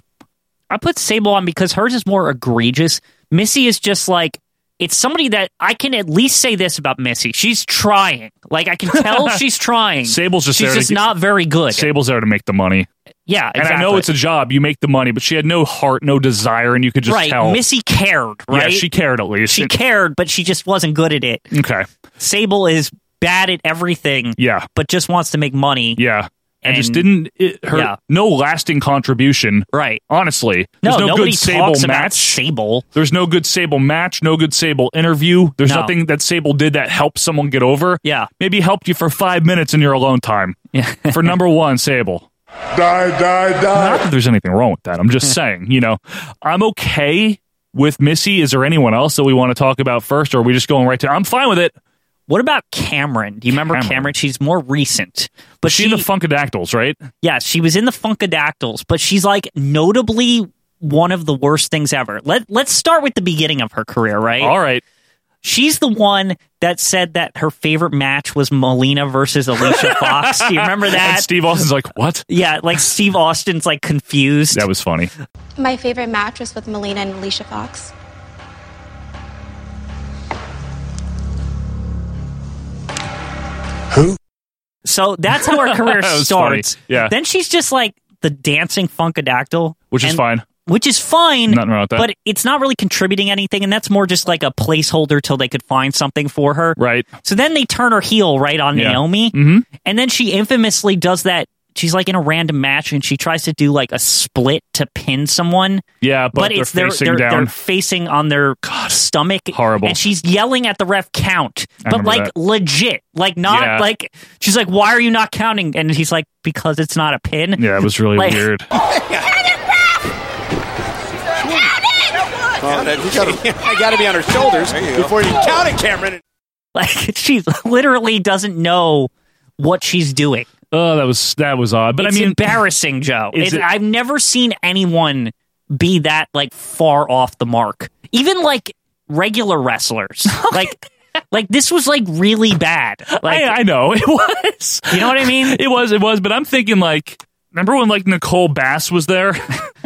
[SPEAKER 3] I put Sable on because hers is more egregious. Missy is just like it's somebody that I can at least say this about Missy. She's trying. Like I can tell she's trying.
[SPEAKER 2] Sable's just
[SPEAKER 3] she's
[SPEAKER 2] there to
[SPEAKER 3] just
[SPEAKER 2] get-
[SPEAKER 3] not very good.
[SPEAKER 2] Sable's there to make the money.
[SPEAKER 3] yeah,
[SPEAKER 2] And
[SPEAKER 3] exactly.
[SPEAKER 2] I know it's a job. You make the money, but she had no heart, no desire, and you could just
[SPEAKER 3] right.
[SPEAKER 2] tell.
[SPEAKER 3] Missy cared.
[SPEAKER 2] yeah,
[SPEAKER 3] Right.
[SPEAKER 2] she cared at least.
[SPEAKER 3] she
[SPEAKER 2] And-
[SPEAKER 3] cared, but she just wasn't good at it.
[SPEAKER 2] Okay.
[SPEAKER 3] Sable is bad at everything,
[SPEAKER 2] Yeah.
[SPEAKER 3] but just wants to make money.
[SPEAKER 2] Yeah. And, just
[SPEAKER 3] And-
[SPEAKER 2] didn't it, her
[SPEAKER 3] yeah.
[SPEAKER 2] no lasting contribution.
[SPEAKER 3] Right.
[SPEAKER 2] Honestly,
[SPEAKER 3] No,
[SPEAKER 2] there's no
[SPEAKER 3] nobody
[SPEAKER 2] good Sable
[SPEAKER 3] talks about
[SPEAKER 2] match.
[SPEAKER 3] Sable.
[SPEAKER 2] There's no good Sable match, no good Sable interview. There's
[SPEAKER 3] No.
[SPEAKER 2] nothing that Sable did that helped someone get over.
[SPEAKER 3] Yeah.
[SPEAKER 2] Maybe helped you for five minutes in your alone time.
[SPEAKER 3] Yeah.
[SPEAKER 2] for number one, Sable.
[SPEAKER 6] Die, die,
[SPEAKER 2] Not
[SPEAKER 6] die.
[SPEAKER 2] that there's anything wrong with that. I'm just saying, you know, I'm okay with Missy. Is there anyone else that we want to talk about first, or are we just going right to? I'm fine with it.
[SPEAKER 3] What about Cameron? Do you remember
[SPEAKER 2] Cameron.
[SPEAKER 3] Cameron? She's more recent, but
[SPEAKER 2] She,
[SPEAKER 3] she,
[SPEAKER 2] the Funkadactyls, right?
[SPEAKER 3] yeah, she was in the Funkadactyls, but she's like notably one of the worst things ever. Let Let's start with the beginning of her career, right?
[SPEAKER 2] All right.
[SPEAKER 3] She's the one that said that her favorite match was Molina versus Alicia Fox. Do you remember that?
[SPEAKER 2] And Steve Austin's like, what?
[SPEAKER 3] yeah, like Steve Austin's like confused.
[SPEAKER 2] That was funny.
[SPEAKER 18] My favorite match was with Melina and Alicia Fox.
[SPEAKER 3] So that's how her career
[SPEAKER 2] That was
[SPEAKER 3] starts.
[SPEAKER 2] funny. Yeah.
[SPEAKER 3] Then she's just like the dancing funkadactyl,
[SPEAKER 2] Which is
[SPEAKER 3] and-
[SPEAKER 2] fine.
[SPEAKER 3] Which is fine.
[SPEAKER 2] Nothing wrong with that.
[SPEAKER 3] But it's not really contributing anything, and that's more just like a placeholder till they could find something for her.
[SPEAKER 2] Right.
[SPEAKER 3] So then they turn her heel right on
[SPEAKER 2] Yeah.
[SPEAKER 3] Naomi,
[SPEAKER 2] Mm-hmm.
[SPEAKER 3] and then she infamously does that. She's like in a random match, and she tries to do like a split to pin someone.
[SPEAKER 2] Yeah, but,
[SPEAKER 3] But,
[SPEAKER 2] they're
[SPEAKER 3] it's they're,
[SPEAKER 2] facing
[SPEAKER 3] they're,
[SPEAKER 2] down.
[SPEAKER 3] they're facing on their stomach.
[SPEAKER 2] Horrible.
[SPEAKER 3] And she's yelling at the ref count, but
[SPEAKER 2] remember
[SPEAKER 3] like
[SPEAKER 2] that.
[SPEAKER 3] legit, like not
[SPEAKER 2] Yeah.
[SPEAKER 3] like she's like, why are you not counting? And he's like, because it's not a pin.
[SPEAKER 2] yeah, it was really
[SPEAKER 3] Like-
[SPEAKER 2] weird.
[SPEAKER 10] I got to be on her shoulders before you count it, Cameron.
[SPEAKER 3] Like she literally doesn't know what she's doing.
[SPEAKER 2] Oh, that was that was odd. But
[SPEAKER 3] it's
[SPEAKER 2] I mean,
[SPEAKER 3] embarrassing, Joe.
[SPEAKER 2] Is
[SPEAKER 3] It,
[SPEAKER 2] it-
[SPEAKER 3] I've never seen anyone be that like far off the mark. Even like regular wrestlers, like like this was like really bad. Like
[SPEAKER 2] I, I know it was.
[SPEAKER 3] you know what I mean?
[SPEAKER 2] It was. It was. But I'm thinking like, remember when like Nicole Bass was there?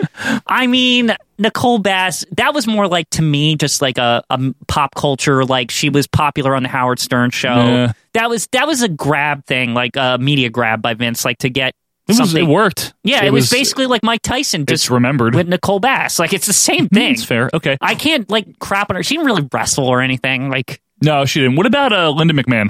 [SPEAKER 3] I mean, Nicole Bass, that was more like to me just like a, a pop culture. Like she was popular on the Howard Stern show.
[SPEAKER 2] Yeah.
[SPEAKER 3] That was that was a grab thing, like a media grab by Vince, like to get
[SPEAKER 2] It, was,
[SPEAKER 3] something.
[SPEAKER 2] it worked.
[SPEAKER 3] Yeah, it, was, basically like Mike Tyson
[SPEAKER 2] It's
[SPEAKER 3] just
[SPEAKER 2] remembered.
[SPEAKER 3] with Nicole Bass. Like it's the same
[SPEAKER 2] Hmm,
[SPEAKER 3] thing.
[SPEAKER 2] It's fair. Okay.
[SPEAKER 3] I can't like crap on her. She didn't really wrestle or anything. Like
[SPEAKER 2] No, she didn't. What about uh, Linda McMahon?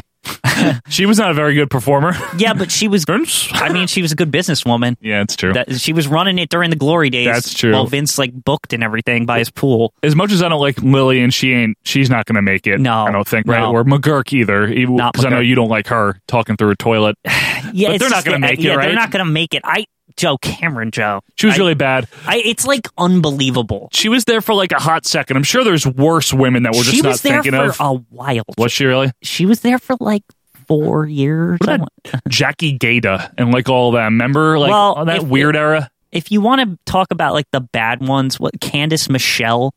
[SPEAKER 2] she was not a very good performer.
[SPEAKER 3] yeah, but she was. I mean, she was a good businesswoman.
[SPEAKER 2] yeah, it's true.
[SPEAKER 3] That, she was running it during the glory days.
[SPEAKER 2] That's true.
[SPEAKER 3] While Vince like booked and everything by his pool.
[SPEAKER 2] as much as I don't like Lillian, she ain't. She's not going to make it.
[SPEAKER 3] No,
[SPEAKER 2] I don't think. Right
[SPEAKER 3] no.
[SPEAKER 2] or McGurk either,
[SPEAKER 3] Not
[SPEAKER 2] because I know
[SPEAKER 3] McGurk.
[SPEAKER 2] you don't like her talking through a toilet.
[SPEAKER 3] Yeah,
[SPEAKER 2] But
[SPEAKER 3] it's
[SPEAKER 2] they're
[SPEAKER 3] just
[SPEAKER 2] not gonna
[SPEAKER 3] the-
[SPEAKER 2] make it,
[SPEAKER 3] yeah,
[SPEAKER 2] right?
[SPEAKER 3] They're not going to make it. I Joe Cameron Joe.
[SPEAKER 2] She was
[SPEAKER 3] I-
[SPEAKER 2] really bad.
[SPEAKER 3] I, it's like unbelievable.
[SPEAKER 2] She was there for like a hot second. I'm sure there's worse women that we're just
[SPEAKER 3] she
[SPEAKER 2] not
[SPEAKER 3] was there
[SPEAKER 2] thinking
[SPEAKER 3] for
[SPEAKER 2] of.
[SPEAKER 3] a while.
[SPEAKER 2] was she really?
[SPEAKER 3] She was there for like four years.
[SPEAKER 2] What about Jackie Gata and like all that? Remember like
[SPEAKER 3] Well,
[SPEAKER 2] all that
[SPEAKER 3] if-
[SPEAKER 2] weird era?
[SPEAKER 3] If you want to talk about like the bad ones, what Candice Michelle?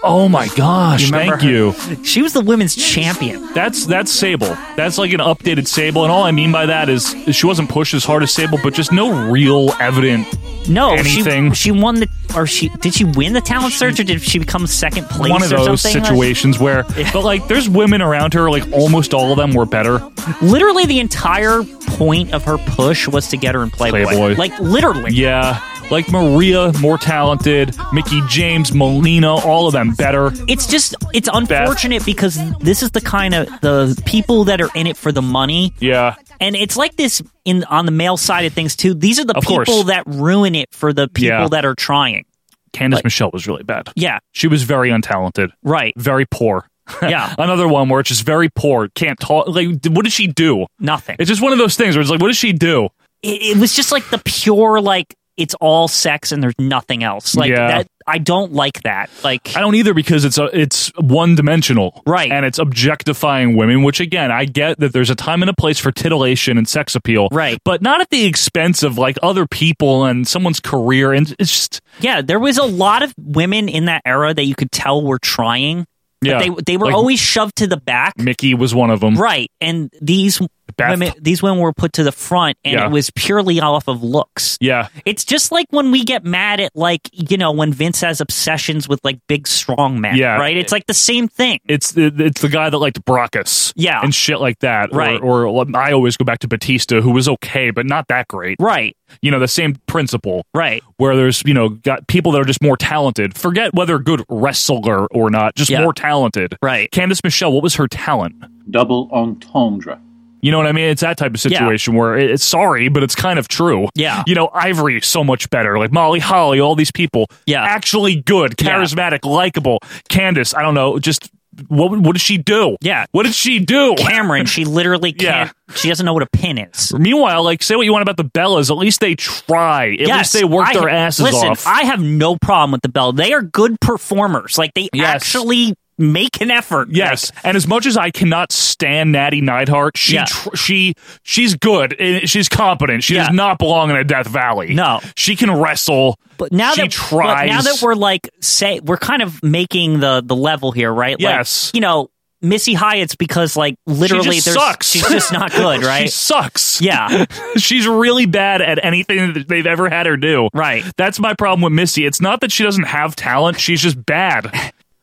[SPEAKER 2] Oh my gosh!
[SPEAKER 3] You remember
[SPEAKER 2] thank you.
[SPEAKER 3] her? She was the women's champion.
[SPEAKER 2] That's that's Sable. That's like an updated Sable, and all I mean by that is she wasn't pushed as hard as Sable, but just no real evident.
[SPEAKER 3] No,
[SPEAKER 2] anything.
[SPEAKER 3] she she won the or she did she win the talent search or did she become second place?
[SPEAKER 2] one of
[SPEAKER 3] or
[SPEAKER 2] those
[SPEAKER 3] something?
[SPEAKER 2] situations where, but like, there's women around her. Like almost all of them were better.
[SPEAKER 3] Literally, the entire point of her push was to get her in Playboy.
[SPEAKER 2] Playboy.
[SPEAKER 3] Like literally.
[SPEAKER 2] Yeah, like Maria, more talented. Mickey James, Molina, all of them better.
[SPEAKER 3] It's just it's unfortunate because this is the kind of the people that are in it for the money.
[SPEAKER 2] Yeah.
[SPEAKER 3] And it's like this in on the male side of things too. These are the
[SPEAKER 2] Of
[SPEAKER 3] people
[SPEAKER 2] course.
[SPEAKER 3] that ruin it for the people
[SPEAKER 2] Yeah.
[SPEAKER 3] that are trying.
[SPEAKER 2] Candace Michelle was really bad.
[SPEAKER 3] Yeah.
[SPEAKER 2] She was very untalented.
[SPEAKER 3] Right.
[SPEAKER 2] Very poor.
[SPEAKER 3] Yeah.
[SPEAKER 2] Another one where it's just very poor. Can't talk. Like, d- what did she do?
[SPEAKER 3] Nothing.
[SPEAKER 2] It's just one of those things where it's like, what does she do?
[SPEAKER 3] It, it was just like the pure like it's all sex and there's nothing else. Like
[SPEAKER 2] Yeah.
[SPEAKER 3] that I don't like that. Like
[SPEAKER 2] I don't either because it's a, it's one dimensional,
[SPEAKER 3] Right.
[SPEAKER 2] And it's objectifying women, which again, I get that there's a time and a place for titillation and sex appeal,
[SPEAKER 3] Right.
[SPEAKER 2] But not at the expense of like other people and someone's career, and it's just
[SPEAKER 3] Yeah, there was a lot of women in that era that you could tell were trying. but
[SPEAKER 2] Yeah.
[SPEAKER 3] they they were
[SPEAKER 2] Like-
[SPEAKER 3] always shoved to the back,
[SPEAKER 2] Mickey was one of them,
[SPEAKER 3] right? And these
[SPEAKER 2] Beth.
[SPEAKER 3] women these women were put to the front, and
[SPEAKER 2] Yeah.
[SPEAKER 3] it was purely off of looks.
[SPEAKER 2] Yeah,
[SPEAKER 3] It's just like when we get mad at like you know when Vince has obsessions with like big strong men,
[SPEAKER 2] Yeah.
[SPEAKER 3] right? It's like the same thing.
[SPEAKER 2] it's the, it's the guy that liked Brockus,
[SPEAKER 3] Yeah.
[SPEAKER 2] and shit like that,
[SPEAKER 3] Right.
[SPEAKER 2] Or, or um, I always go back to Batista, who was okay, but not that great,
[SPEAKER 3] Right,
[SPEAKER 2] You know, the same principle,
[SPEAKER 3] right.
[SPEAKER 2] where there's you know got people that are just more talented. Forget whether good wrestler or not, just
[SPEAKER 3] Yeah.
[SPEAKER 2] more talented.
[SPEAKER 3] Right.
[SPEAKER 2] Candice Michelle, what was her talent?
[SPEAKER 15] Double entendre.
[SPEAKER 2] You know what I mean? It's that type of
[SPEAKER 3] Yeah.
[SPEAKER 2] situation where it- it's sorry, but it's kind of true.
[SPEAKER 3] Yeah.
[SPEAKER 2] You know, Ivory so much better. Like Molly Holly, all these people.
[SPEAKER 3] Yeah.
[SPEAKER 2] Actually good,
[SPEAKER 3] Yeah.
[SPEAKER 2] charismatic, likable. Candice, I don't know, just what what did she do?
[SPEAKER 3] Yeah.
[SPEAKER 2] What did she do?
[SPEAKER 3] Cameron, she literally can't. She doesn't know what a pin is.
[SPEAKER 2] Meanwhile, like say what you want about the Bellas, at least they try. At least they work
[SPEAKER 3] I-
[SPEAKER 2] their asses
[SPEAKER 3] listen,
[SPEAKER 2] off.
[SPEAKER 3] I have no problem with the Bell. They are good performers. Like they
[SPEAKER 2] Yes.
[SPEAKER 3] actually make an effort.
[SPEAKER 2] Yes,
[SPEAKER 3] Like,
[SPEAKER 2] and as much as I cannot stand Natty Neidhart, she
[SPEAKER 3] Yeah.
[SPEAKER 2] tr- she she's good. and She's competent. She
[SPEAKER 3] Yeah.
[SPEAKER 2] does not belong in a Death Valley.
[SPEAKER 3] No.
[SPEAKER 2] she can wrestle.
[SPEAKER 3] but now
[SPEAKER 2] she
[SPEAKER 3] that
[SPEAKER 2] tries.
[SPEAKER 3] but now that we're like say we're kind of making the the level here, right? Like,
[SPEAKER 2] Yes.
[SPEAKER 3] you know, Missy Hyatt's because like literally
[SPEAKER 2] just
[SPEAKER 3] there's
[SPEAKER 2] sucks.
[SPEAKER 3] she's just not good,
[SPEAKER 2] she
[SPEAKER 3] right?
[SPEAKER 2] sucks.
[SPEAKER 3] Yeah.
[SPEAKER 2] she's really bad at anything that they've ever had her do.
[SPEAKER 3] Right.
[SPEAKER 2] That's my problem with Missy. It's not that she doesn't have talent. She's just bad.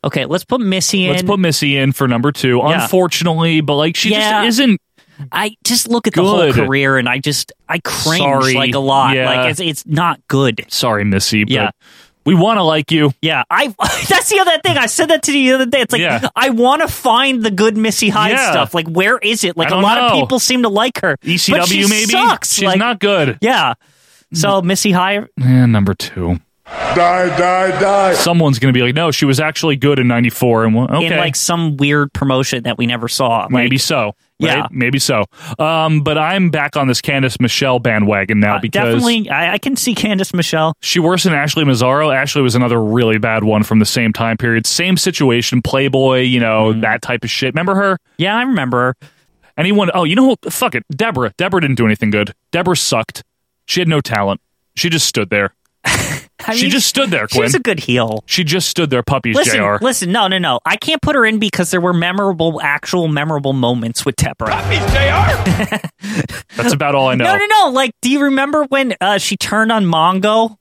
[SPEAKER 3] okay, let's put Missy in.
[SPEAKER 2] Let's put Missy in for number two.
[SPEAKER 3] Yeah.
[SPEAKER 2] Unfortunately, but like she
[SPEAKER 3] Yeah.
[SPEAKER 2] just isn't
[SPEAKER 3] I just look at the whole
[SPEAKER 2] Good.
[SPEAKER 3] career and I just I cringe
[SPEAKER 2] Sorry.
[SPEAKER 3] like a lot.
[SPEAKER 2] Yeah.
[SPEAKER 3] Like it's it's not good.
[SPEAKER 2] sorry, Missy. But
[SPEAKER 3] Yeah.
[SPEAKER 2] we want to like you.
[SPEAKER 3] Yeah, I. That's the other thing. I said that to you the other day. It's like
[SPEAKER 2] Yeah.
[SPEAKER 3] I want to find the good Missy Hyde
[SPEAKER 2] Yeah.
[SPEAKER 3] stuff. Like, where is it? Like,
[SPEAKER 2] I
[SPEAKER 3] a
[SPEAKER 2] don't
[SPEAKER 3] lot
[SPEAKER 2] know.
[SPEAKER 3] of people seem to like her. But
[SPEAKER 2] ECW
[SPEAKER 3] she
[SPEAKER 2] E maybe
[SPEAKER 3] sucks.
[SPEAKER 2] She's
[SPEAKER 3] Like,
[SPEAKER 2] not Mm. good.
[SPEAKER 3] Yeah. So Missy Hyde.
[SPEAKER 2] And number two.
[SPEAKER 6] Die, die, die.
[SPEAKER 2] someone's going to be like, no, she was actually good in '94, and well, okay,
[SPEAKER 3] In like some weird promotion that we never saw. Like,
[SPEAKER 2] maybe so. right?
[SPEAKER 3] Yeah.
[SPEAKER 2] maybe so. Um, but I'm back on this Candice Michelle bandwagon now
[SPEAKER 3] uh,
[SPEAKER 2] because
[SPEAKER 3] definitely, I, I can see Candice Michelle.
[SPEAKER 2] she worse than Ashley Mazzaro. Ashley was another really bad one from the same time period, same situation, Playboy, you know
[SPEAKER 3] Mm-hmm.
[SPEAKER 2] that type of shit. Remember her?
[SPEAKER 3] Yeah, I remember. her.
[SPEAKER 2] Anyone? Oh, you know, who- fuck it, Deborah. Deborah didn't do anything good. Deborah sucked. She had no talent. She just stood there.
[SPEAKER 3] I
[SPEAKER 2] She
[SPEAKER 3] mean,
[SPEAKER 2] just stood there,
[SPEAKER 3] She was
[SPEAKER 2] Quinn.
[SPEAKER 3] a good heel.
[SPEAKER 2] She just stood there, puppies.
[SPEAKER 3] Listen,
[SPEAKER 2] Jr.
[SPEAKER 3] listen, no, no, no. I can't put her in because there were memorable, actual memorable moments with Deborah.
[SPEAKER 2] That's about all I know.
[SPEAKER 3] No, no, no. Like, do you remember when uh, she turned on Mongo?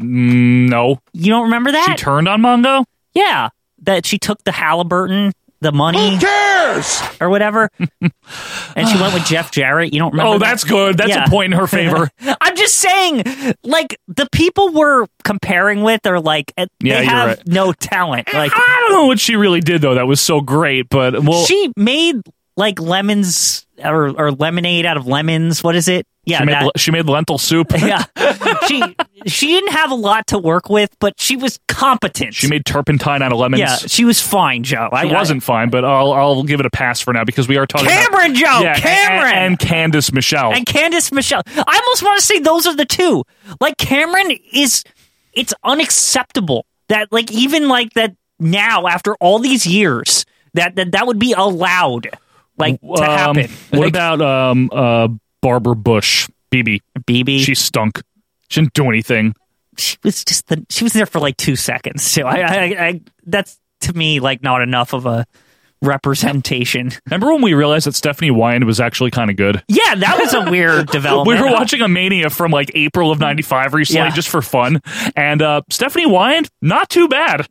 [SPEAKER 2] Mm, no.
[SPEAKER 3] You don't remember
[SPEAKER 2] She
[SPEAKER 3] that?
[SPEAKER 2] turned on Mongo.
[SPEAKER 3] yeah, that she took the Halliburton, the money
[SPEAKER 6] Who cares?
[SPEAKER 3] or whatever, and she went with Jeff Jarrett. You don't remember?
[SPEAKER 2] Oh,
[SPEAKER 3] that?
[SPEAKER 2] that's good. That's
[SPEAKER 3] Yeah.
[SPEAKER 2] a point in her favor.
[SPEAKER 3] I'm just saying, like the people we're comparing with are like eh,
[SPEAKER 2] Yeah,
[SPEAKER 3] they
[SPEAKER 2] you're
[SPEAKER 3] have
[SPEAKER 2] right.
[SPEAKER 3] no talent. Like
[SPEAKER 2] I don't know what she really did though. That was so great, but well,
[SPEAKER 3] she made like lemons or, or lemonade out of lemons. What is it? Yeah,
[SPEAKER 2] she made,
[SPEAKER 3] that.
[SPEAKER 2] le- she made lentil soup.
[SPEAKER 3] yeah. she she didn't have a lot to work with, but she was competent.
[SPEAKER 2] She made turpentine out of lemons.
[SPEAKER 3] yeah, she was fine, Joe.
[SPEAKER 2] She wasn't fine, but I'll I'll give it a pass for now because we are talking about-
[SPEAKER 3] Cameron, Joe,
[SPEAKER 2] Yeah, and-
[SPEAKER 3] Cameron!
[SPEAKER 2] and, Candace Michelle.
[SPEAKER 3] and Candace Michelle. I almost want to say those are the two. Like Cameron is, it's unacceptable that like even like that now after all these years that that, that would be allowed like to
[SPEAKER 2] Um,
[SPEAKER 3] happen.
[SPEAKER 2] What
[SPEAKER 3] Like,
[SPEAKER 2] about um uh Barbara Bush? BB.
[SPEAKER 3] BB.
[SPEAKER 2] She stunk. She didn't do anything.
[SPEAKER 3] she was just the she was there for like two seconds too. I, I, I that's to me like not enough of a representation.
[SPEAKER 2] Remember when we realized that Stephanie Wyand was actually kind of good?
[SPEAKER 3] Yeah, that was a weird
[SPEAKER 2] We
[SPEAKER 3] development.
[SPEAKER 2] were watching a Mania from like April of '95 recently,
[SPEAKER 3] Yeah.
[SPEAKER 2] just for fun. And uh, Stephanie Wyand, not too bad.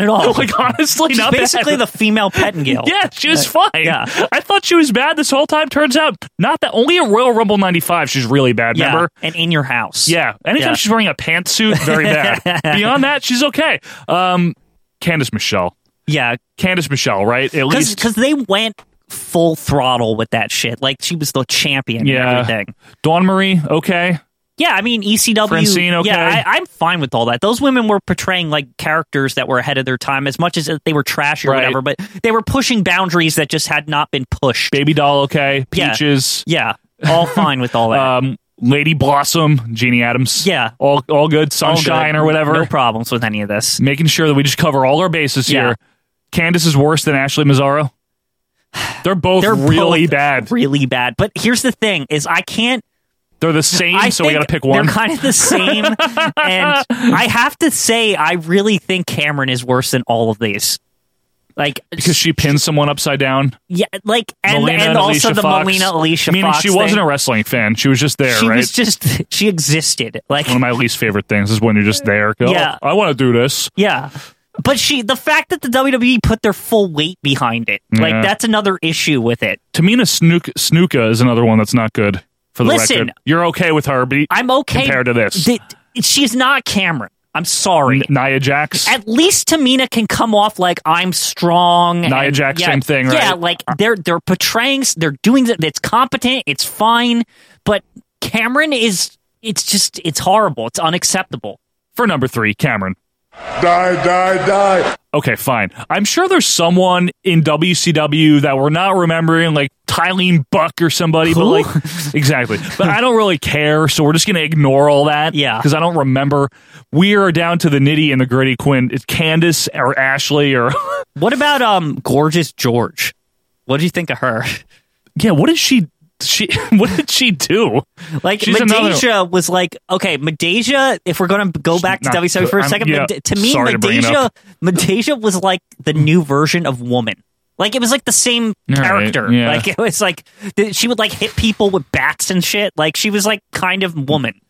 [SPEAKER 3] at all.
[SPEAKER 2] like honestly,
[SPEAKER 3] She's
[SPEAKER 2] Oh not bad.
[SPEAKER 3] basically the female Pettingill.
[SPEAKER 2] Yeah, she was fine.
[SPEAKER 3] yeah.
[SPEAKER 2] I thought she was bad this whole time. Turns out, not that. Only at Royal Rumble '95, she's really bad.
[SPEAKER 3] Yeah,
[SPEAKER 2] Remember?
[SPEAKER 3] and in your house.
[SPEAKER 2] Yeah. Anytime
[SPEAKER 3] Yeah.
[SPEAKER 2] she's wearing a pantsuit, very bad. Beyond that, she's okay. Um, Candice Michelle.
[SPEAKER 3] Yeah,
[SPEAKER 2] Candice Michelle, right? At least.
[SPEAKER 3] because they went full throttle with that shit. Like she was the champion.
[SPEAKER 2] Yeah.
[SPEAKER 3] and everything.
[SPEAKER 2] Dawn Marie, okay.
[SPEAKER 3] Yeah, I mean ECW.
[SPEAKER 2] Francine, okay.
[SPEAKER 3] Yeah, I, I'm fine with all that. Those women were portraying like characters that were ahead of their time, as much as they were trash or
[SPEAKER 2] Right.
[SPEAKER 3] whatever. But they were pushing boundaries that just had not been pushed.
[SPEAKER 2] Baby doll, okay.
[SPEAKER 3] Yeah.
[SPEAKER 2] Peaches.
[SPEAKER 3] Yeah, all fine with all that.
[SPEAKER 2] Um, Lady Blossom, Jeannie Adams.
[SPEAKER 3] Yeah.
[SPEAKER 2] All all good.
[SPEAKER 3] All good.
[SPEAKER 2] Sunshine or whatever.
[SPEAKER 3] No problems with any of this.
[SPEAKER 2] Making sure that we just cover all our bases
[SPEAKER 3] Yeah.
[SPEAKER 2] here. Candice is worse than Ashley Mazzaro. They're both
[SPEAKER 3] They're
[SPEAKER 2] really
[SPEAKER 3] both
[SPEAKER 2] bad.
[SPEAKER 3] Really bad. But here's the thing: is I can't.
[SPEAKER 2] They're the same,
[SPEAKER 3] I
[SPEAKER 2] so we
[SPEAKER 3] think
[SPEAKER 2] got to pick one.
[SPEAKER 3] They're kind of the same, and I have to say, I really think Cameron is worse than all of these. Like,
[SPEAKER 2] because she pins someone upside down.
[SPEAKER 3] yeah, like, and
[SPEAKER 2] Molina
[SPEAKER 3] and, also
[SPEAKER 2] Alicia
[SPEAKER 3] the
[SPEAKER 2] Fox.
[SPEAKER 3] Molina Alicia
[SPEAKER 2] Meaning
[SPEAKER 3] Fox
[SPEAKER 2] she wasn't
[SPEAKER 3] thing.
[SPEAKER 2] a wrestling fan. She was just there,
[SPEAKER 3] She
[SPEAKER 2] right?
[SPEAKER 3] was just she existed. Like,
[SPEAKER 2] one of my least favorite things is when you're just there. Go, "Oh,
[SPEAKER 3] Yeah.
[SPEAKER 2] I want to do this.
[SPEAKER 3] yeah. But she, the fact that the WWE put their full weight behind it, like
[SPEAKER 2] Yeah.
[SPEAKER 3] that's another issue with it.
[SPEAKER 2] Tamina Snook Snuka is another one that's not good for the
[SPEAKER 3] Listen.
[SPEAKER 2] record. You're okay with her, but
[SPEAKER 3] I'm okay
[SPEAKER 2] compared to this.
[SPEAKER 3] that- she's not Cameron. I'm sorry.
[SPEAKER 2] N- Nia Jax.
[SPEAKER 3] at least Tamina can come off like I'm strong.
[SPEAKER 2] Nia
[SPEAKER 3] and-
[SPEAKER 2] Jax,
[SPEAKER 3] yeah,
[SPEAKER 2] same thing,
[SPEAKER 3] Yeah,
[SPEAKER 2] right?
[SPEAKER 3] like they're they're portraying, they're doing that. It's competent, it's fine, but Cameron is. It's just, it's horrible. It's unacceptable.
[SPEAKER 2] for number three, Cameron.
[SPEAKER 6] Die, die, die.
[SPEAKER 2] Okay, fine. I'm sure there's someone in WCW that we're not remembering, like Tylene Buck or somebody, but
[SPEAKER 3] Who?
[SPEAKER 2] like exactly. But I don't really care, so we're just gonna ignore all that.
[SPEAKER 3] Yeah.
[SPEAKER 2] Because I don't remember. We are down to the nitty and the gritty Quinn. It's Candace or Ashley or
[SPEAKER 3] What about um, gorgeous George? What do you think of her?
[SPEAKER 2] Yeah, what did she she what did she do?
[SPEAKER 3] Like
[SPEAKER 2] She's another-
[SPEAKER 3] Medeja was like, okay, Medeja. If we're gonna go back to
[SPEAKER 2] not
[SPEAKER 3] WWE for
[SPEAKER 2] good.
[SPEAKER 3] a
[SPEAKER 2] I'm-
[SPEAKER 3] 2nd
[SPEAKER 2] yeah,
[SPEAKER 3] Mede- to me,
[SPEAKER 2] sorry to bring it
[SPEAKER 3] Medeja,
[SPEAKER 2] up. Mm.
[SPEAKER 3] Medeja was like the new version of woman. Like it was like the same
[SPEAKER 2] All right,
[SPEAKER 3] character.
[SPEAKER 2] yeah.
[SPEAKER 3] Like it was like th- she would like hit people with bats and shit. Like she was like kind of woman.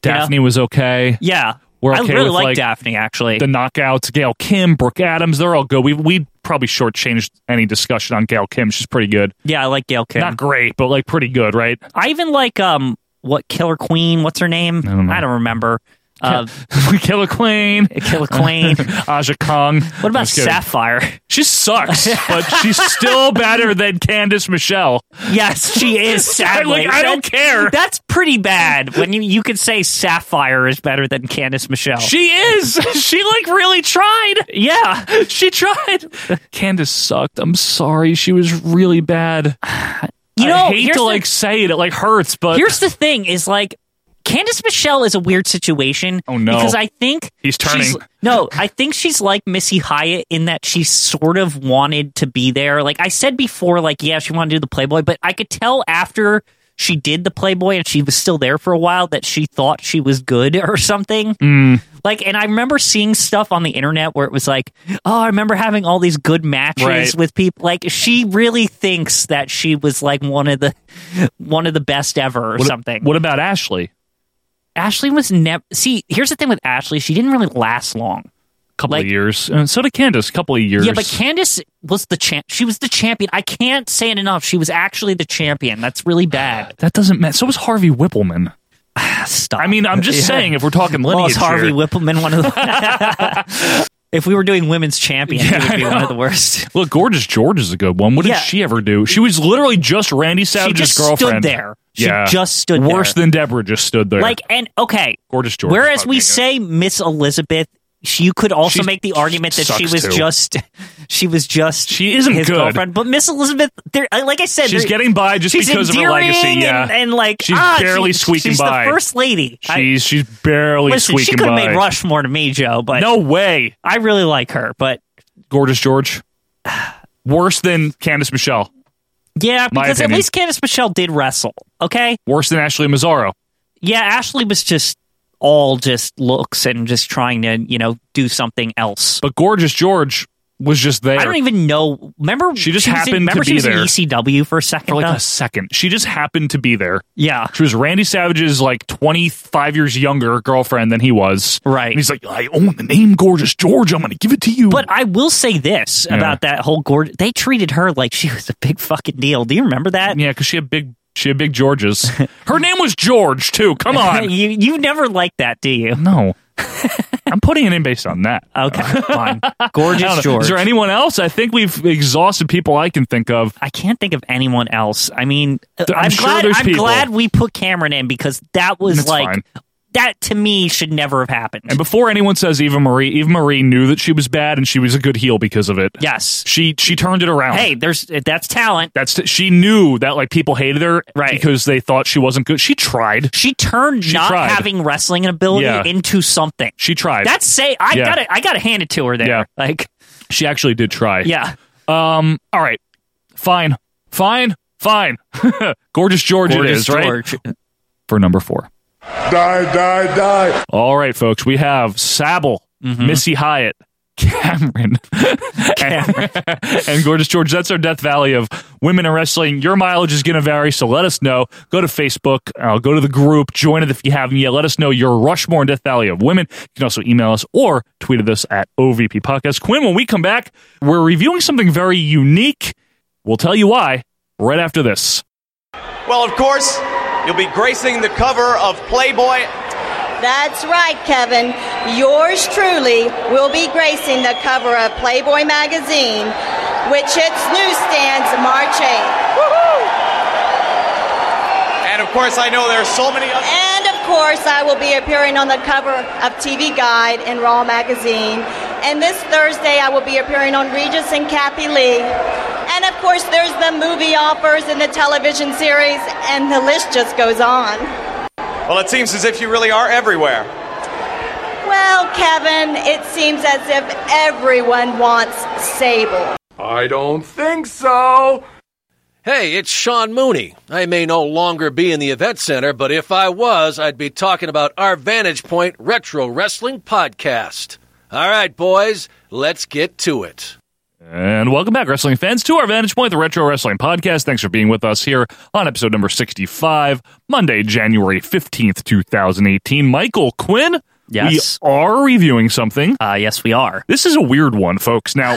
[SPEAKER 2] Daphne was okay.
[SPEAKER 3] Yeah,
[SPEAKER 2] We're okay
[SPEAKER 3] I really
[SPEAKER 2] with,
[SPEAKER 3] like
[SPEAKER 2] like,
[SPEAKER 3] Daphne actually.
[SPEAKER 2] The knockouts, Gail Kim, Brooke Adams, they're all good. We we probably shortchanged any discussion on Gail Kim. She's pretty good.
[SPEAKER 3] yeah, I like Gail Kim.
[SPEAKER 2] Not great, but like pretty good, right?
[SPEAKER 3] I even like um what Killer Queen. What's her name? I
[SPEAKER 2] don't know.
[SPEAKER 3] remember. Uh,
[SPEAKER 2] Killer Queen.
[SPEAKER 3] Killer Queen.
[SPEAKER 2] Aja Kong.
[SPEAKER 3] What about Sapphire?
[SPEAKER 2] She sucks, but she's still better than Candice Michelle.
[SPEAKER 3] Yes, she is. Sadly,
[SPEAKER 2] Like, I don't
[SPEAKER 3] That-
[SPEAKER 2] care.
[SPEAKER 3] That's pretty bad. When you you could say Sapphire is better than Candice Michelle.
[SPEAKER 2] She is. She like really tried.
[SPEAKER 3] yeah,
[SPEAKER 2] She tried. Candice sucked. I'm sorry. She was really bad.
[SPEAKER 3] you know.
[SPEAKER 2] I hate
[SPEAKER 3] here's
[SPEAKER 2] to
[SPEAKER 3] the,
[SPEAKER 2] like say it. It like hurts, but
[SPEAKER 3] here's the thing: is like Candice Michelle is a weird situation.
[SPEAKER 2] Oh, no.
[SPEAKER 3] because I think
[SPEAKER 2] He's turning.
[SPEAKER 3] she's- no, I think she's like Missy Hyatt in that she sort of wanted to be there. Like I said before, like yeah, she wanted to do the Playboy, but I could tell after. She did the Playboy and she was still there for a while that she thought she was good or something.
[SPEAKER 2] Mm.
[SPEAKER 3] Like, and I remember seeing stuff on the internet where it was like, oh, I remember having all these good matches
[SPEAKER 2] Right.
[SPEAKER 3] with people. Like, she really thinks that she was like one of the one of the best ever or
[SPEAKER 2] what,
[SPEAKER 3] something.
[SPEAKER 2] What about Ashley?
[SPEAKER 3] Ashley was never. See, here's the thing with Ashley; she didn't really last long.
[SPEAKER 2] couple
[SPEAKER 3] Like-
[SPEAKER 2] of years. And so did Candace. couple of years.
[SPEAKER 3] Yeah, but Candace was the champ. She was the champion. I can't say it enough. She was actually the champion. That's really bad.
[SPEAKER 2] that doesn't matter. So was Harvey Whippleman.
[SPEAKER 3] Stop.
[SPEAKER 2] I mean, I'm just
[SPEAKER 3] Yeah.
[SPEAKER 2] saying, if we're talking
[SPEAKER 3] Well,
[SPEAKER 2] lineage,
[SPEAKER 3] is Harvey
[SPEAKER 2] here,
[SPEAKER 3] Whippleman one of the? If we were doing women's champion,
[SPEAKER 2] Yeah,
[SPEAKER 3] she
[SPEAKER 2] I
[SPEAKER 3] would be one
[SPEAKER 2] know.
[SPEAKER 3] of the worst.
[SPEAKER 2] Look, Gorgeous George is a good one. What did
[SPEAKER 3] Yeah.
[SPEAKER 2] she ever do? She was literally just Randy Savage's
[SPEAKER 3] just stood
[SPEAKER 2] girlfriend.
[SPEAKER 3] there. She just stood
[SPEAKER 2] Worse
[SPEAKER 3] there.
[SPEAKER 2] than Deborah just stood there.
[SPEAKER 3] Like, and okay,
[SPEAKER 2] Gorgeous George.
[SPEAKER 3] Whereas we say Miss Elizabeth, she, you could also
[SPEAKER 2] She
[SPEAKER 3] make the argument that she
[SPEAKER 2] sucks,
[SPEAKER 3] was
[SPEAKER 2] too.
[SPEAKER 3] just she was just she
[SPEAKER 2] isn't
[SPEAKER 3] his
[SPEAKER 2] good.
[SPEAKER 3] girlfriend. But Miss Elizabeth, there, I- like I said,
[SPEAKER 2] She's
[SPEAKER 3] there-
[SPEAKER 2] getting by just
[SPEAKER 3] she's
[SPEAKER 2] because of her
[SPEAKER 3] endearing
[SPEAKER 2] legacy, yeah.
[SPEAKER 3] and, and like
[SPEAKER 2] She's
[SPEAKER 3] ah,
[SPEAKER 2] barely
[SPEAKER 3] she-
[SPEAKER 2] squeaking
[SPEAKER 3] she's
[SPEAKER 2] by.
[SPEAKER 3] The first lady, I-
[SPEAKER 2] she's she's barely
[SPEAKER 3] listen,
[SPEAKER 2] squeaking
[SPEAKER 3] she could have
[SPEAKER 2] by.
[SPEAKER 3] made Rushmore to me, Joe. But
[SPEAKER 2] No way.
[SPEAKER 3] I really like her. But
[SPEAKER 2] Gorgeous George. Worse than Candice Michelle.
[SPEAKER 3] yeah,
[SPEAKER 2] My
[SPEAKER 3] because at
[SPEAKER 2] opinion.
[SPEAKER 3] least Candice Michelle did wrestle. Okay,
[SPEAKER 2] Worse than Ashley Mazzaro.
[SPEAKER 3] yeah, Ashley was just all just looks and just trying to you know do something else.
[SPEAKER 2] But Gorgeous George was just there.
[SPEAKER 3] I don't even know. Remember,
[SPEAKER 2] She just
[SPEAKER 3] was in-
[SPEAKER 2] happened
[SPEAKER 3] remember
[SPEAKER 2] to be
[SPEAKER 3] she was
[SPEAKER 2] there.
[SPEAKER 3] in ECW for a second.
[SPEAKER 2] for like
[SPEAKER 3] though?
[SPEAKER 2] a second. She just happened to be there.
[SPEAKER 3] Yeah.
[SPEAKER 2] She was Randy Savage's like 25 years younger girlfriend than he was. Right. And he's like, I own the name Gorgeous George. I'm going to give it to you.
[SPEAKER 3] But I will say this
[SPEAKER 2] Yeah.
[SPEAKER 3] about that whole Gord. They treated her like she was a big fucking deal. Do you remember that?
[SPEAKER 2] yeah, because she had big, she had big Georges. Her name was George too. Come on.
[SPEAKER 3] you you never liked that, do you?
[SPEAKER 2] No. I'm putting it in based on that.
[SPEAKER 3] Okay, fine.
[SPEAKER 2] I don't
[SPEAKER 3] Gorgeous
[SPEAKER 2] know.
[SPEAKER 3] George.
[SPEAKER 2] Is there anyone else? I think we've exhausted people I can think of.
[SPEAKER 3] I can't think of anyone else. I mean, uh, I'm,
[SPEAKER 2] Th- I'm sure
[SPEAKER 3] glad.
[SPEAKER 2] there's
[SPEAKER 3] I'm
[SPEAKER 2] people.
[SPEAKER 3] glad we put Cameron in because that was
[SPEAKER 2] It's
[SPEAKER 3] like
[SPEAKER 2] fine.
[SPEAKER 3] that to me should never have happened.
[SPEAKER 2] And before anyone says Eva Marie, Eva Marie knew that she was bad and she was a good heel because of it.
[SPEAKER 3] Yes.
[SPEAKER 2] She she turned it around.
[SPEAKER 3] Hey, there's that's talent.
[SPEAKER 2] That's she knew that like people hated her
[SPEAKER 3] Right.
[SPEAKER 2] because they thought she wasn't good. She tried.
[SPEAKER 3] She turned
[SPEAKER 2] She
[SPEAKER 3] not
[SPEAKER 2] tried.
[SPEAKER 3] having wrestling ability
[SPEAKER 2] Yeah.
[SPEAKER 3] into something.
[SPEAKER 2] She tried.
[SPEAKER 3] That's say I
[SPEAKER 2] Yeah.
[SPEAKER 3] gotta I gotta hand it to her there.
[SPEAKER 2] Yeah.
[SPEAKER 3] Like
[SPEAKER 2] she actually did try.
[SPEAKER 3] yeah.
[SPEAKER 2] Um. All right. Fine. Fine. Fine. Gorgeous George it
[SPEAKER 3] Gorgeous
[SPEAKER 2] is right
[SPEAKER 3] George.
[SPEAKER 2] for number four.
[SPEAKER 6] Die, die, die.
[SPEAKER 2] All right, folks. We have Sabel, Missy Hyatt, Mm-hmm. Cameron, and, and Gorgeous George. That's our Death Valley of women in wrestling. Your mileage is going to vary, so let us know. Go to Facebook, uh, go to the group, join it if you haven't yet. Let us know your Rushmore and Death Valley of women. You can also email us or tweet at us at OVP Podcast. Quinn, when we come back, we're reviewing something very unique. We'll tell you why right after this.
[SPEAKER 19] Well, of course, you'll be gracing the cover of Playboy.
[SPEAKER 20] That's right, Kevin. Yours truly will be gracing the cover of Playboy magazine, which hits newsstands March 8th.
[SPEAKER 19] And of course, I know there are so many other.
[SPEAKER 20] And of course, I will be appearing on the cover of TV Guide and Raw magazine. And this Thursday, I will be appearing on Regis and Kathy Lee. And of course, there's the movie offers and the television series, and the list just goes on.
[SPEAKER 19] Well, it seems as if you really are everywhere.
[SPEAKER 20] Well, Kevin, it seems as if everyone wants Sable.
[SPEAKER 21] I don't think so. Hey, it's Sean Mooney. I may no longer be in the event center, but if I was, I'd be talking about our Vantage Point Retro Wrestling Podcast. All right, boys, let's get to it.
[SPEAKER 2] And welcome back, wrestling fans, to our Vantage Point, the Retro Wrestling Podcast. Thanks for being with us here on episode number 65, Monday, January 15th, 2018. Michael Quinn,
[SPEAKER 3] Yes.
[SPEAKER 2] we are reviewing something.
[SPEAKER 3] Uh, yes, we are.
[SPEAKER 2] This is a weird one, folks. Now,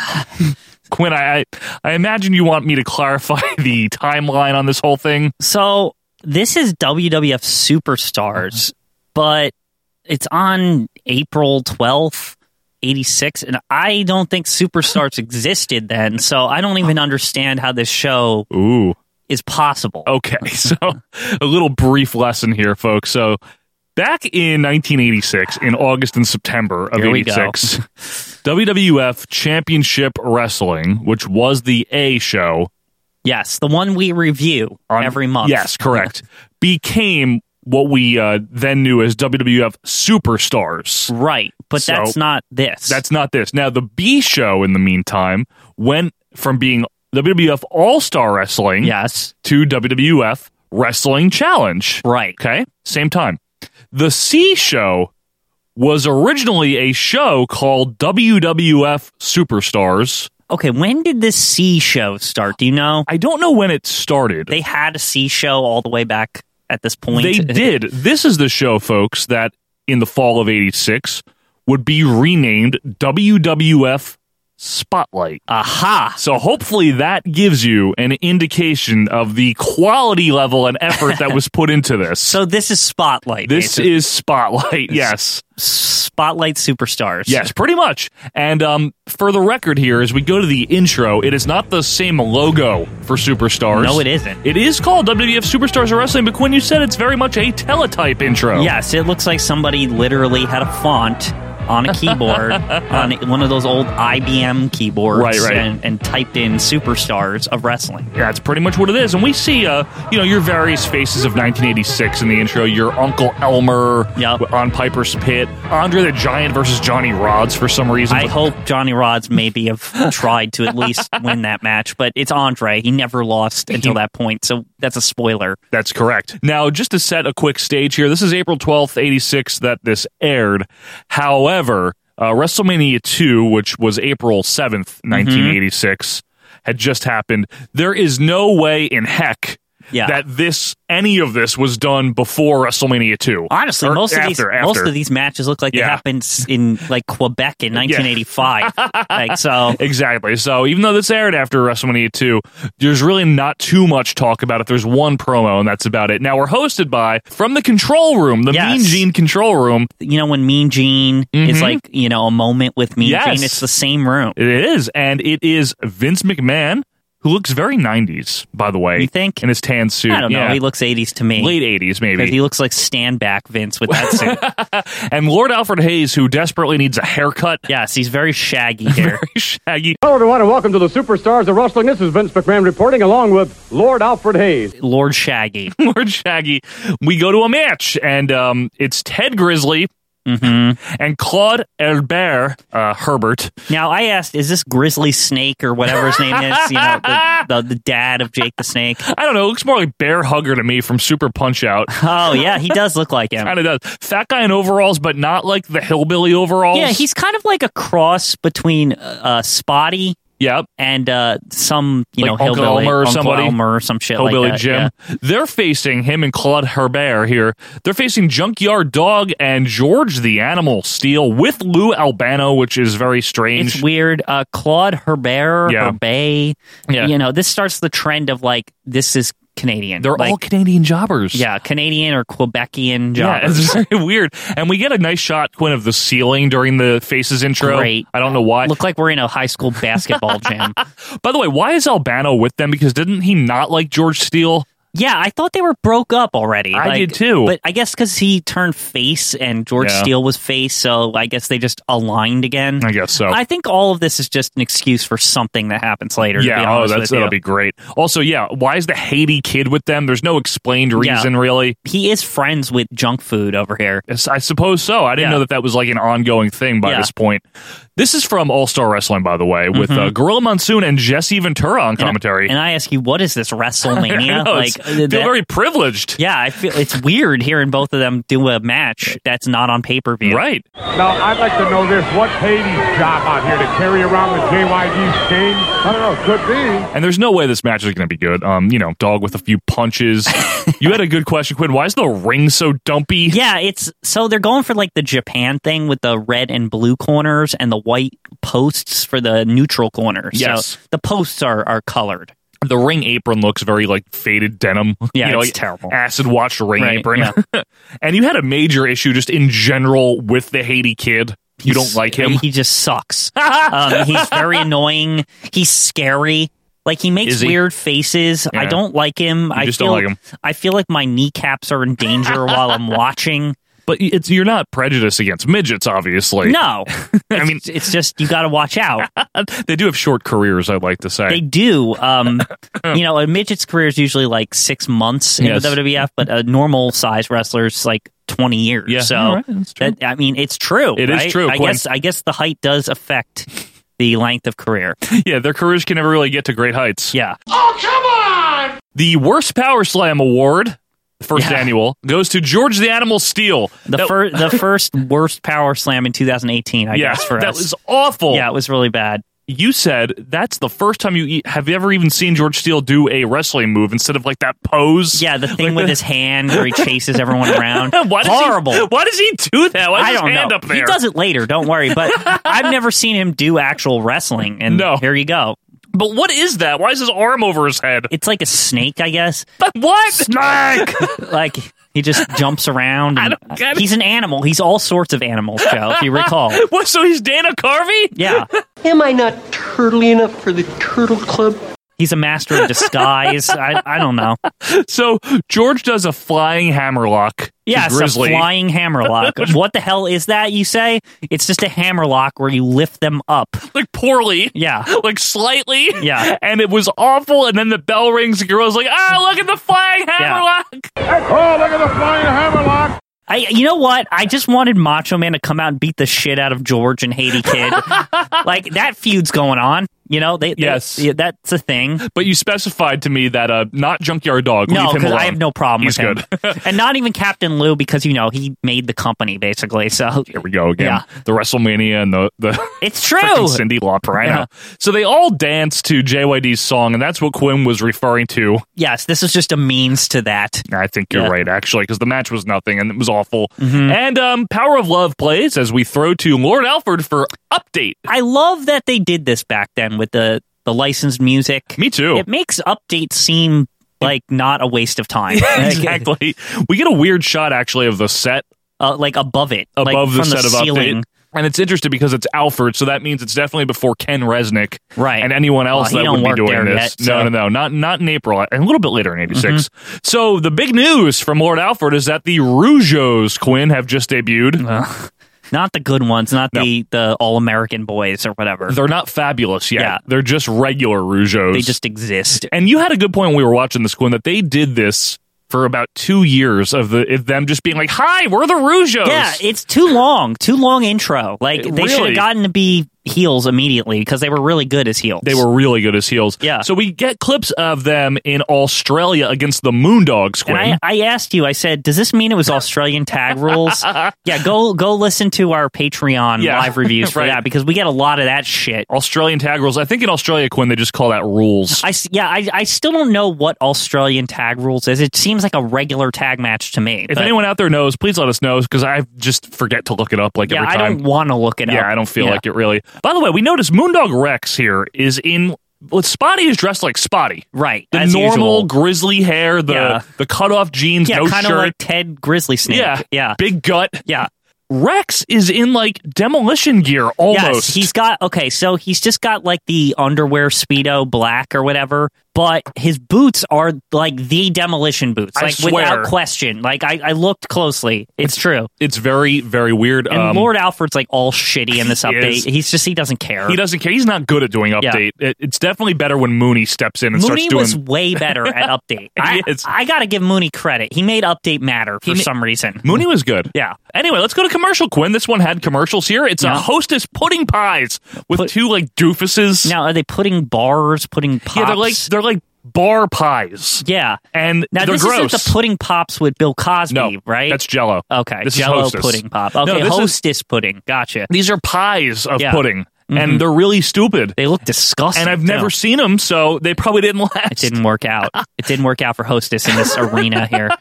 [SPEAKER 2] Quinn, I, I, I imagine you want me to clarify the timeline on this whole thing.
[SPEAKER 3] So this is WWF Superstars, but it's on April twelfth, eighty six, and I don't think Superstars existed then, so I don't even understand how this show
[SPEAKER 2] Ooh.
[SPEAKER 3] is possible.
[SPEAKER 2] Okay, so a little brief lesson here, folks. So back in 1986, in August and September of
[SPEAKER 3] Here we go.
[SPEAKER 2] '86, WWF Championship Wrestling, which was the A show,
[SPEAKER 3] Yes, the one we review every month.
[SPEAKER 2] yes, correct, became what we uh, then knew as WWF Superstars.
[SPEAKER 3] Right, but
[SPEAKER 2] So-
[SPEAKER 3] that's not this.
[SPEAKER 2] That's not this. Now, the B show, in the meantime, went from being WWF All Star Wrestling
[SPEAKER 3] yes
[SPEAKER 2] to WWF Wrestling Challenge.
[SPEAKER 3] Right.
[SPEAKER 2] Okay. Same time. The C show was originally a show called WWF Superstars.
[SPEAKER 3] Okay, when did this C show start? Do you know?
[SPEAKER 2] I don't know when it started.
[SPEAKER 3] They had a C show all the way back at this point.
[SPEAKER 2] They did. This is the show, folks, that in the fall of 86 would be renamed WWF Spotlight. Aha! So hopefully that gives you an indication of the quality level and effort that was put into this.
[SPEAKER 3] So this is Spotlight.
[SPEAKER 2] This
[SPEAKER 3] basically.
[SPEAKER 2] is Spotlight. Yes.
[SPEAKER 3] Spotlight Superstars.
[SPEAKER 2] Yes, pretty much. And um, for the record here, as we go to the intro, it is not the same logo for Superstars.
[SPEAKER 3] No, it isn't.
[SPEAKER 2] It is called WWF Superstars of Wrestling, but Quinn, you said it's very much a teletype intro.
[SPEAKER 3] Yes, it looks like somebody literally had a font on a keyboard, on one of those old IBM keyboards,
[SPEAKER 2] Right, right.
[SPEAKER 3] And, and typed in Superstars of Wrestling.
[SPEAKER 2] Yeah, that's pretty much what it is. And we see, uh, you know, your various faces of 1986 in the intro. Your Uncle Elmer on Piper's Pit. Andre the Giant versus Johnny Rods for some reason.
[SPEAKER 3] I hope Johnny Rods maybe have tried to at least win that match, but it's Andre. He never lost until that point, so that's a spoiler.
[SPEAKER 2] That's correct. Now, just to set a quick stage here, this is April 12th, 86, that this aired. However, uh, WrestleMania 2, which was April 7th,
[SPEAKER 3] Mm-hmm.
[SPEAKER 2] 1986, had just happened. There is no way in heck.
[SPEAKER 3] Yeah.
[SPEAKER 2] That this any of this was done before WrestleMania two.
[SPEAKER 3] Honestly,
[SPEAKER 2] Or
[SPEAKER 3] most of these
[SPEAKER 2] after,
[SPEAKER 3] most
[SPEAKER 2] after.
[SPEAKER 3] of these matches look like they
[SPEAKER 2] Yeah.
[SPEAKER 3] happened s- in like Quebec in 1985. like so,
[SPEAKER 2] exactly. So even though this aired after WrestleMania 2, there's really not too much talk about it. There's one promo, and that's about it. Now we're hosted by from the control room, the Mean Gene control room.
[SPEAKER 3] You know when Mean Gene
[SPEAKER 2] Mhm.
[SPEAKER 3] is like you know a moment with Mean
[SPEAKER 2] Yes.
[SPEAKER 3] Gene, it's the same room.
[SPEAKER 2] It is, and it is Vince McMahon who looks very 90s, by the way. You
[SPEAKER 3] think
[SPEAKER 2] in his tan suit?
[SPEAKER 3] I don't know.
[SPEAKER 2] Yeah.
[SPEAKER 3] He looks 80s to me.
[SPEAKER 2] late 80s, maybe.
[SPEAKER 3] Because he looks like stand back Vince with that suit.
[SPEAKER 2] and Lord Alfred Hayes, who desperately needs a haircut.
[SPEAKER 3] Yes, he's very shaggy here.
[SPEAKER 2] very shaggy.
[SPEAKER 4] Hello, everyone, and welcome to the Superstars of Wrestling. This is Vince McMahon reporting along with Lord Alfred Hayes.
[SPEAKER 3] Lord Shaggy.
[SPEAKER 2] Lord Shaggy. We go to a match, and um, it's Ted Grizzly
[SPEAKER 3] Mm-hmm.
[SPEAKER 2] and Claude Herbert, uh, Herbert.
[SPEAKER 3] Now I asked, is this Grizzly Snake or whatever his name is? You know, the, the, the dad of Jake the Snake.
[SPEAKER 2] I don't know. It looks more like Bear Hugger to me from Super Punch Out.
[SPEAKER 3] Oh yeah, he does look like him.
[SPEAKER 2] kind of does. Fat guy in overalls, but not like the hillbilly overalls.
[SPEAKER 3] Yeah, he's kind of like a cross between uh, Spotty.
[SPEAKER 2] Yep.
[SPEAKER 3] And uh, some you
[SPEAKER 2] like
[SPEAKER 3] know
[SPEAKER 2] Uncle
[SPEAKER 3] hillbilly
[SPEAKER 2] Elmer or
[SPEAKER 3] Uncle
[SPEAKER 2] somebody,
[SPEAKER 3] Elmer or some shit like
[SPEAKER 2] Hillbilly
[SPEAKER 3] that,
[SPEAKER 2] Jim.
[SPEAKER 3] yeah.
[SPEAKER 2] They're facing him and Claude Herbert here. They're facing Junkyard Dog and George the Animal Steel with Lou Albano, which is very strange.
[SPEAKER 3] It's weird. Uh, Claude Herbert,
[SPEAKER 2] Yeah.
[SPEAKER 3] Herbey.
[SPEAKER 2] Yeah.
[SPEAKER 3] You know, this starts the trend of like this is Canadian.
[SPEAKER 2] They're
[SPEAKER 3] Like,
[SPEAKER 2] all Canadian jobbers.
[SPEAKER 3] yeah, Canadian or Quebecian
[SPEAKER 2] Yeah,
[SPEAKER 3] jobbers.
[SPEAKER 2] it's very weird. And we get a nice shot, Quinn, of the ceiling during the Faces intro.
[SPEAKER 3] Great.
[SPEAKER 2] I don't know why.
[SPEAKER 3] Look like we're in a high school basketball gym.
[SPEAKER 2] By the way, why is Albano with them? Because didn't he not like George Steele?
[SPEAKER 3] Yeah, I thought they were broke up already.
[SPEAKER 2] I
[SPEAKER 3] Like,
[SPEAKER 2] did too.
[SPEAKER 3] But I guess because he turned face and George
[SPEAKER 2] Yeah.
[SPEAKER 3] Steele was face, so I guess they just aligned again.
[SPEAKER 2] I guess so.
[SPEAKER 3] I think all of this is just an excuse for something that happens later. to be
[SPEAKER 2] yeah, oh,
[SPEAKER 3] honest
[SPEAKER 2] that's
[SPEAKER 3] with you.
[SPEAKER 2] that'll be great. Also, yeah, why is the Haiti kid with them? There's no explained
[SPEAKER 3] Yeah.
[SPEAKER 2] reason, really.
[SPEAKER 3] He is friends with junk food over here.
[SPEAKER 2] Yes, I suppose so. I didn't
[SPEAKER 3] Yeah.
[SPEAKER 2] know that that was like an ongoing thing by
[SPEAKER 3] Yeah.
[SPEAKER 2] this point. This is from All Star Wrestling, by the way, with
[SPEAKER 3] Mhm.
[SPEAKER 2] uh, Gorilla Monsoon and Jesse Ventura on commentary.
[SPEAKER 3] And I ask you, what is this WrestleMania?
[SPEAKER 2] I know,
[SPEAKER 3] like,
[SPEAKER 2] it's-
[SPEAKER 3] uh,
[SPEAKER 2] feel
[SPEAKER 3] that-
[SPEAKER 2] very privileged,
[SPEAKER 3] yeah, I feel it's weird hearing both of them do a match that's not on pay per view.
[SPEAKER 2] right?
[SPEAKER 4] Now, I'd like to know this. What paid his job out here to carry around the JYD chain? I don't know. Could be.
[SPEAKER 2] And there's no way this match is going to be good. Um, you know, dog with a few punches. you had a good question, Quinn. Why is the ring so dumpy?
[SPEAKER 3] Yeah, it's so they're going for like the Japan thing with the red and blue corners and the white posts for the neutral corners.
[SPEAKER 2] Yes.
[SPEAKER 3] So the posts are are colored.
[SPEAKER 2] The ring apron looks very like faded denim.
[SPEAKER 3] Yeah,
[SPEAKER 2] you know,
[SPEAKER 3] it's
[SPEAKER 2] like
[SPEAKER 3] terrible.
[SPEAKER 2] Acid watch ring
[SPEAKER 3] Right,
[SPEAKER 2] apron. and you had a major issue just in general with the Haiti kid. You
[SPEAKER 3] He's-
[SPEAKER 2] don't like him.
[SPEAKER 3] He just sucks. um, he's very annoying. He's scary. Like he makes
[SPEAKER 2] Is he?
[SPEAKER 3] weird faces. I
[SPEAKER 2] Yeah.
[SPEAKER 3] don't like him. I
[SPEAKER 2] just
[SPEAKER 3] feel
[SPEAKER 2] don't like him.
[SPEAKER 3] I feel like my kneecaps are in danger while I'm watching.
[SPEAKER 2] but it's you're not prejudiced against midgets, obviously.
[SPEAKER 3] No,
[SPEAKER 2] I mean
[SPEAKER 3] it's just you got to watch out.
[SPEAKER 2] they do have short careers. I'd like to say.
[SPEAKER 3] They do. Um, you know, a midget's career is usually like six months in
[SPEAKER 2] Yes.
[SPEAKER 3] the WWF, but a normal size wrestler's like twenty years.
[SPEAKER 2] Yeah, all
[SPEAKER 3] so
[SPEAKER 2] right, that's true.
[SPEAKER 3] that- I mean, it's true.
[SPEAKER 2] It
[SPEAKER 3] It
[SPEAKER 2] is
[SPEAKER 3] is
[SPEAKER 2] true,
[SPEAKER 3] I
[SPEAKER 2] Quinn.
[SPEAKER 3] guess. I guess the height does affect the length of career.
[SPEAKER 2] yeah, their careers can never really get to great heights.
[SPEAKER 3] Yeah.
[SPEAKER 10] Oh, come on!
[SPEAKER 2] The worst Power Slam award, first
[SPEAKER 3] Yeah.
[SPEAKER 2] annual, goes to George the Animal Steel.
[SPEAKER 3] The
[SPEAKER 2] That-
[SPEAKER 3] first, the first worst power slam in 2018, I
[SPEAKER 2] yeah,
[SPEAKER 3] guess for
[SPEAKER 2] that
[SPEAKER 3] us.
[SPEAKER 2] was awful.
[SPEAKER 3] yeah, it was really bad.
[SPEAKER 2] you said that's the first time you e- have you ever even seen George Steele do a wrestling move instead of like that pose.
[SPEAKER 3] Yeah, the thing with his hand where he chases everyone around.
[SPEAKER 2] Why does he-
[SPEAKER 3] Horrible.
[SPEAKER 2] why does he do that? Why is his hand up
[SPEAKER 3] He
[SPEAKER 2] there?
[SPEAKER 3] does it later. Don't worry. But I've never seen him do actual wrestling. And here you go.
[SPEAKER 2] But what is that? Why is his arm over his head?
[SPEAKER 3] It's like a snake, I guess.
[SPEAKER 2] But what?
[SPEAKER 3] Snake. like he just jumps around. And He's an animal. He's all sorts of animals, Joe. If you recall.
[SPEAKER 2] what? So he's Dana Carvey?
[SPEAKER 3] Yeah.
[SPEAKER 1] Am I not turtly enough for the Turtle Club?
[SPEAKER 3] He's a master of disguise. I, I don't know.
[SPEAKER 2] So George does a flying hammerlock.
[SPEAKER 3] Yeah,
[SPEAKER 2] to
[SPEAKER 3] it's a
[SPEAKER 2] Grizzly.
[SPEAKER 3] flying hammerlock. what the hell is that? You say it's just a hammerlock where you lift them up.
[SPEAKER 2] like poorly.
[SPEAKER 3] Yeah.
[SPEAKER 2] Like slightly.
[SPEAKER 3] Yeah.
[SPEAKER 2] And it was awful. And then the bell rings. The girl's like, oh, look at the flying hammerlock.
[SPEAKER 4] Oh, look at the flying hammerlock.
[SPEAKER 3] I, you know what? I just wanted Macho Man to come out and beat the shit out of George and Haiti Kid. like that feud's going on. You know, they, they-
[SPEAKER 2] Yes.
[SPEAKER 3] yeah, that's a thing.
[SPEAKER 2] But you specified to me that uh, not junkyard dog.
[SPEAKER 3] No,
[SPEAKER 2] leave him
[SPEAKER 3] because
[SPEAKER 2] alone.
[SPEAKER 3] I have no problem
[SPEAKER 2] He's
[SPEAKER 3] with him,
[SPEAKER 2] good.
[SPEAKER 3] and not even Captain Lou because you know he made the company basically. So
[SPEAKER 2] Here we go again.
[SPEAKER 3] Yeah.
[SPEAKER 2] The WrestleMania and the the
[SPEAKER 3] it's
[SPEAKER 2] frickin'
[SPEAKER 3] true.
[SPEAKER 2] Cindy Lauper. I know.
[SPEAKER 3] Yeah.
[SPEAKER 2] So they all danced to JYD's song, and that's what Quinn was referring to.
[SPEAKER 3] Yes, this is just a means to that.
[SPEAKER 2] I think you're
[SPEAKER 3] Yeah.
[SPEAKER 2] right, actually, because the match was nothing and it was awful.
[SPEAKER 3] Mhm.
[SPEAKER 2] And um, Power of Love plays as we throw to Lord Alford for update.
[SPEAKER 3] I love that they did this back then with the the licensed music.
[SPEAKER 2] Me too.
[SPEAKER 3] It makes updates seem like not a waste of time.
[SPEAKER 2] exactly. We get a weird shot actually of the set
[SPEAKER 3] uh, like above it, like,
[SPEAKER 2] above the
[SPEAKER 3] from
[SPEAKER 2] set of
[SPEAKER 3] ceiling.
[SPEAKER 2] update. And it's interesting because it's Alfred, so that means it's definitely before Ken Resnick,
[SPEAKER 3] Right.
[SPEAKER 2] And anyone else
[SPEAKER 3] Well, he
[SPEAKER 2] that would
[SPEAKER 3] don't
[SPEAKER 2] be
[SPEAKER 3] work
[SPEAKER 2] doing
[SPEAKER 3] there
[SPEAKER 2] this. No,
[SPEAKER 3] yet, so- Mm-hmm.
[SPEAKER 2] no, no, not not in April, and a little bit later in '86. So the big news from Lord Alfred is that the Rougeos Quinn have just debuted.
[SPEAKER 3] Uh-huh. Not the good ones, not the the all American boys or whatever.
[SPEAKER 2] They're not fabulous yet;
[SPEAKER 3] Yeah.
[SPEAKER 2] they're just regular Rougeos.
[SPEAKER 3] They just exist.
[SPEAKER 2] And you had a good point when we were watching this, Quinn, that they did this for about two years of the of them just being like, "Hi, we're the Rougeos."
[SPEAKER 3] Yeah, it's too long, too long intro. Like they should
[SPEAKER 2] really-
[SPEAKER 3] have gotten to be heels immediately because they were really good as heels.
[SPEAKER 2] They were really good as heels.
[SPEAKER 3] Yeah.
[SPEAKER 2] So we get clips of them in Australia against the Moondogs, Quinn.
[SPEAKER 3] And I, I asked you, I said, does this mean it was Australian tag rules? yeah, go go listen to our Patreon
[SPEAKER 2] Yeah,
[SPEAKER 3] live reviews for
[SPEAKER 2] right.
[SPEAKER 3] that because we get a lot of that shit.
[SPEAKER 2] Australian tag rules. I think in Australia, Quinn, they just call that rules.
[SPEAKER 3] I s- yeah, I, I still don't know what Australian tag rules is. It seems like a regular tag match to me.
[SPEAKER 2] if
[SPEAKER 3] but-
[SPEAKER 2] anyone out there knows, please let us know because I just forget to look it up like
[SPEAKER 3] yeah,
[SPEAKER 2] every
[SPEAKER 3] I
[SPEAKER 2] time.
[SPEAKER 3] don't want to look it up.
[SPEAKER 2] yeah, I don't feel
[SPEAKER 3] Yeah.
[SPEAKER 2] like it really. By the way, we noticed Moondog Rex here is in. Well, Spotty is dressed like Spotty.
[SPEAKER 3] right.
[SPEAKER 2] The
[SPEAKER 3] as
[SPEAKER 2] normal
[SPEAKER 3] usual.
[SPEAKER 2] grizzly hair, the
[SPEAKER 3] Yeah.
[SPEAKER 2] the cut off jeans,
[SPEAKER 3] yeah,
[SPEAKER 2] no
[SPEAKER 3] kind
[SPEAKER 2] shirt,
[SPEAKER 3] of like Ted Grizzly Snake.
[SPEAKER 2] Yeah.
[SPEAKER 3] yeah,
[SPEAKER 2] big gut.
[SPEAKER 3] yeah.
[SPEAKER 2] Rex is in like demolition gear almost.
[SPEAKER 3] Yes, he's got okay. So he's just got like the underwear speedo black or whatever, but his boots are like the demolition boots,
[SPEAKER 2] I
[SPEAKER 3] like
[SPEAKER 2] swear.
[SPEAKER 3] without question. Like I, I looked closely. It's true.
[SPEAKER 2] it's very very weird.
[SPEAKER 3] And
[SPEAKER 2] um,
[SPEAKER 3] Lord Alfred's like all shitty in this
[SPEAKER 2] He
[SPEAKER 3] update.
[SPEAKER 2] is.
[SPEAKER 3] He's just he doesn't care.
[SPEAKER 2] He doesn't care. He's not good at doing
[SPEAKER 3] Yeah.
[SPEAKER 2] update. It, it's definitely better when Mooney steps in and
[SPEAKER 3] Mooney
[SPEAKER 2] starts
[SPEAKER 3] was
[SPEAKER 2] doing.
[SPEAKER 3] way better at update. I,
[SPEAKER 2] is.
[SPEAKER 3] I gotta give Mooney credit. He made update matter for
[SPEAKER 2] ma-
[SPEAKER 3] some reason.
[SPEAKER 2] Mooney was good.
[SPEAKER 3] Yeah.
[SPEAKER 2] Anyway, let's go to commercial. Quinn, this one had commercials here. It's a
[SPEAKER 3] Yeah.
[SPEAKER 2] Hostess pudding pies with two like doofuses.
[SPEAKER 3] Now are they putting bars, putting pops?
[SPEAKER 2] yeah, they're like they're like bar pies,
[SPEAKER 3] yeah.
[SPEAKER 2] and
[SPEAKER 3] Now
[SPEAKER 2] they're
[SPEAKER 3] this
[SPEAKER 2] gross.
[SPEAKER 3] isn't the pudding pops with Bill Cosby,
[SPEAKER 2] no,
[SPEAKER 3] right?
[SPEAKER 2] That's Jello.
[SPEAKER 3] Okay,
[SPEAKER 2] this
[SPEAKER 3] Jello
[SPEAKER 2] is Hostess.
[SPEAKER 3] pudding pop.
[SPEAKER 2] No,
[SPEAKER 3] Okay,
[SPEAKER 2] this is-
[SPEAKER 3] Hostess pudding. Gotcha.
[SPEAKER 2] these are pies of
[SPEAKER 3] Yeah.
[SPEAKER 2] pudding,
[SPEAKER 3] Mhm.
[SPEAKER 2] and they're really stupid.
[SPEAKER 3] They look disgusting.
[SPEAKER 2] and I've never
[SPEAKER 3] too.
[SPEAKER 2] seen them, so they probably didn't last.
[SPEAKER 3] It didn't work out. It didn't work out for Hostess in this arena here.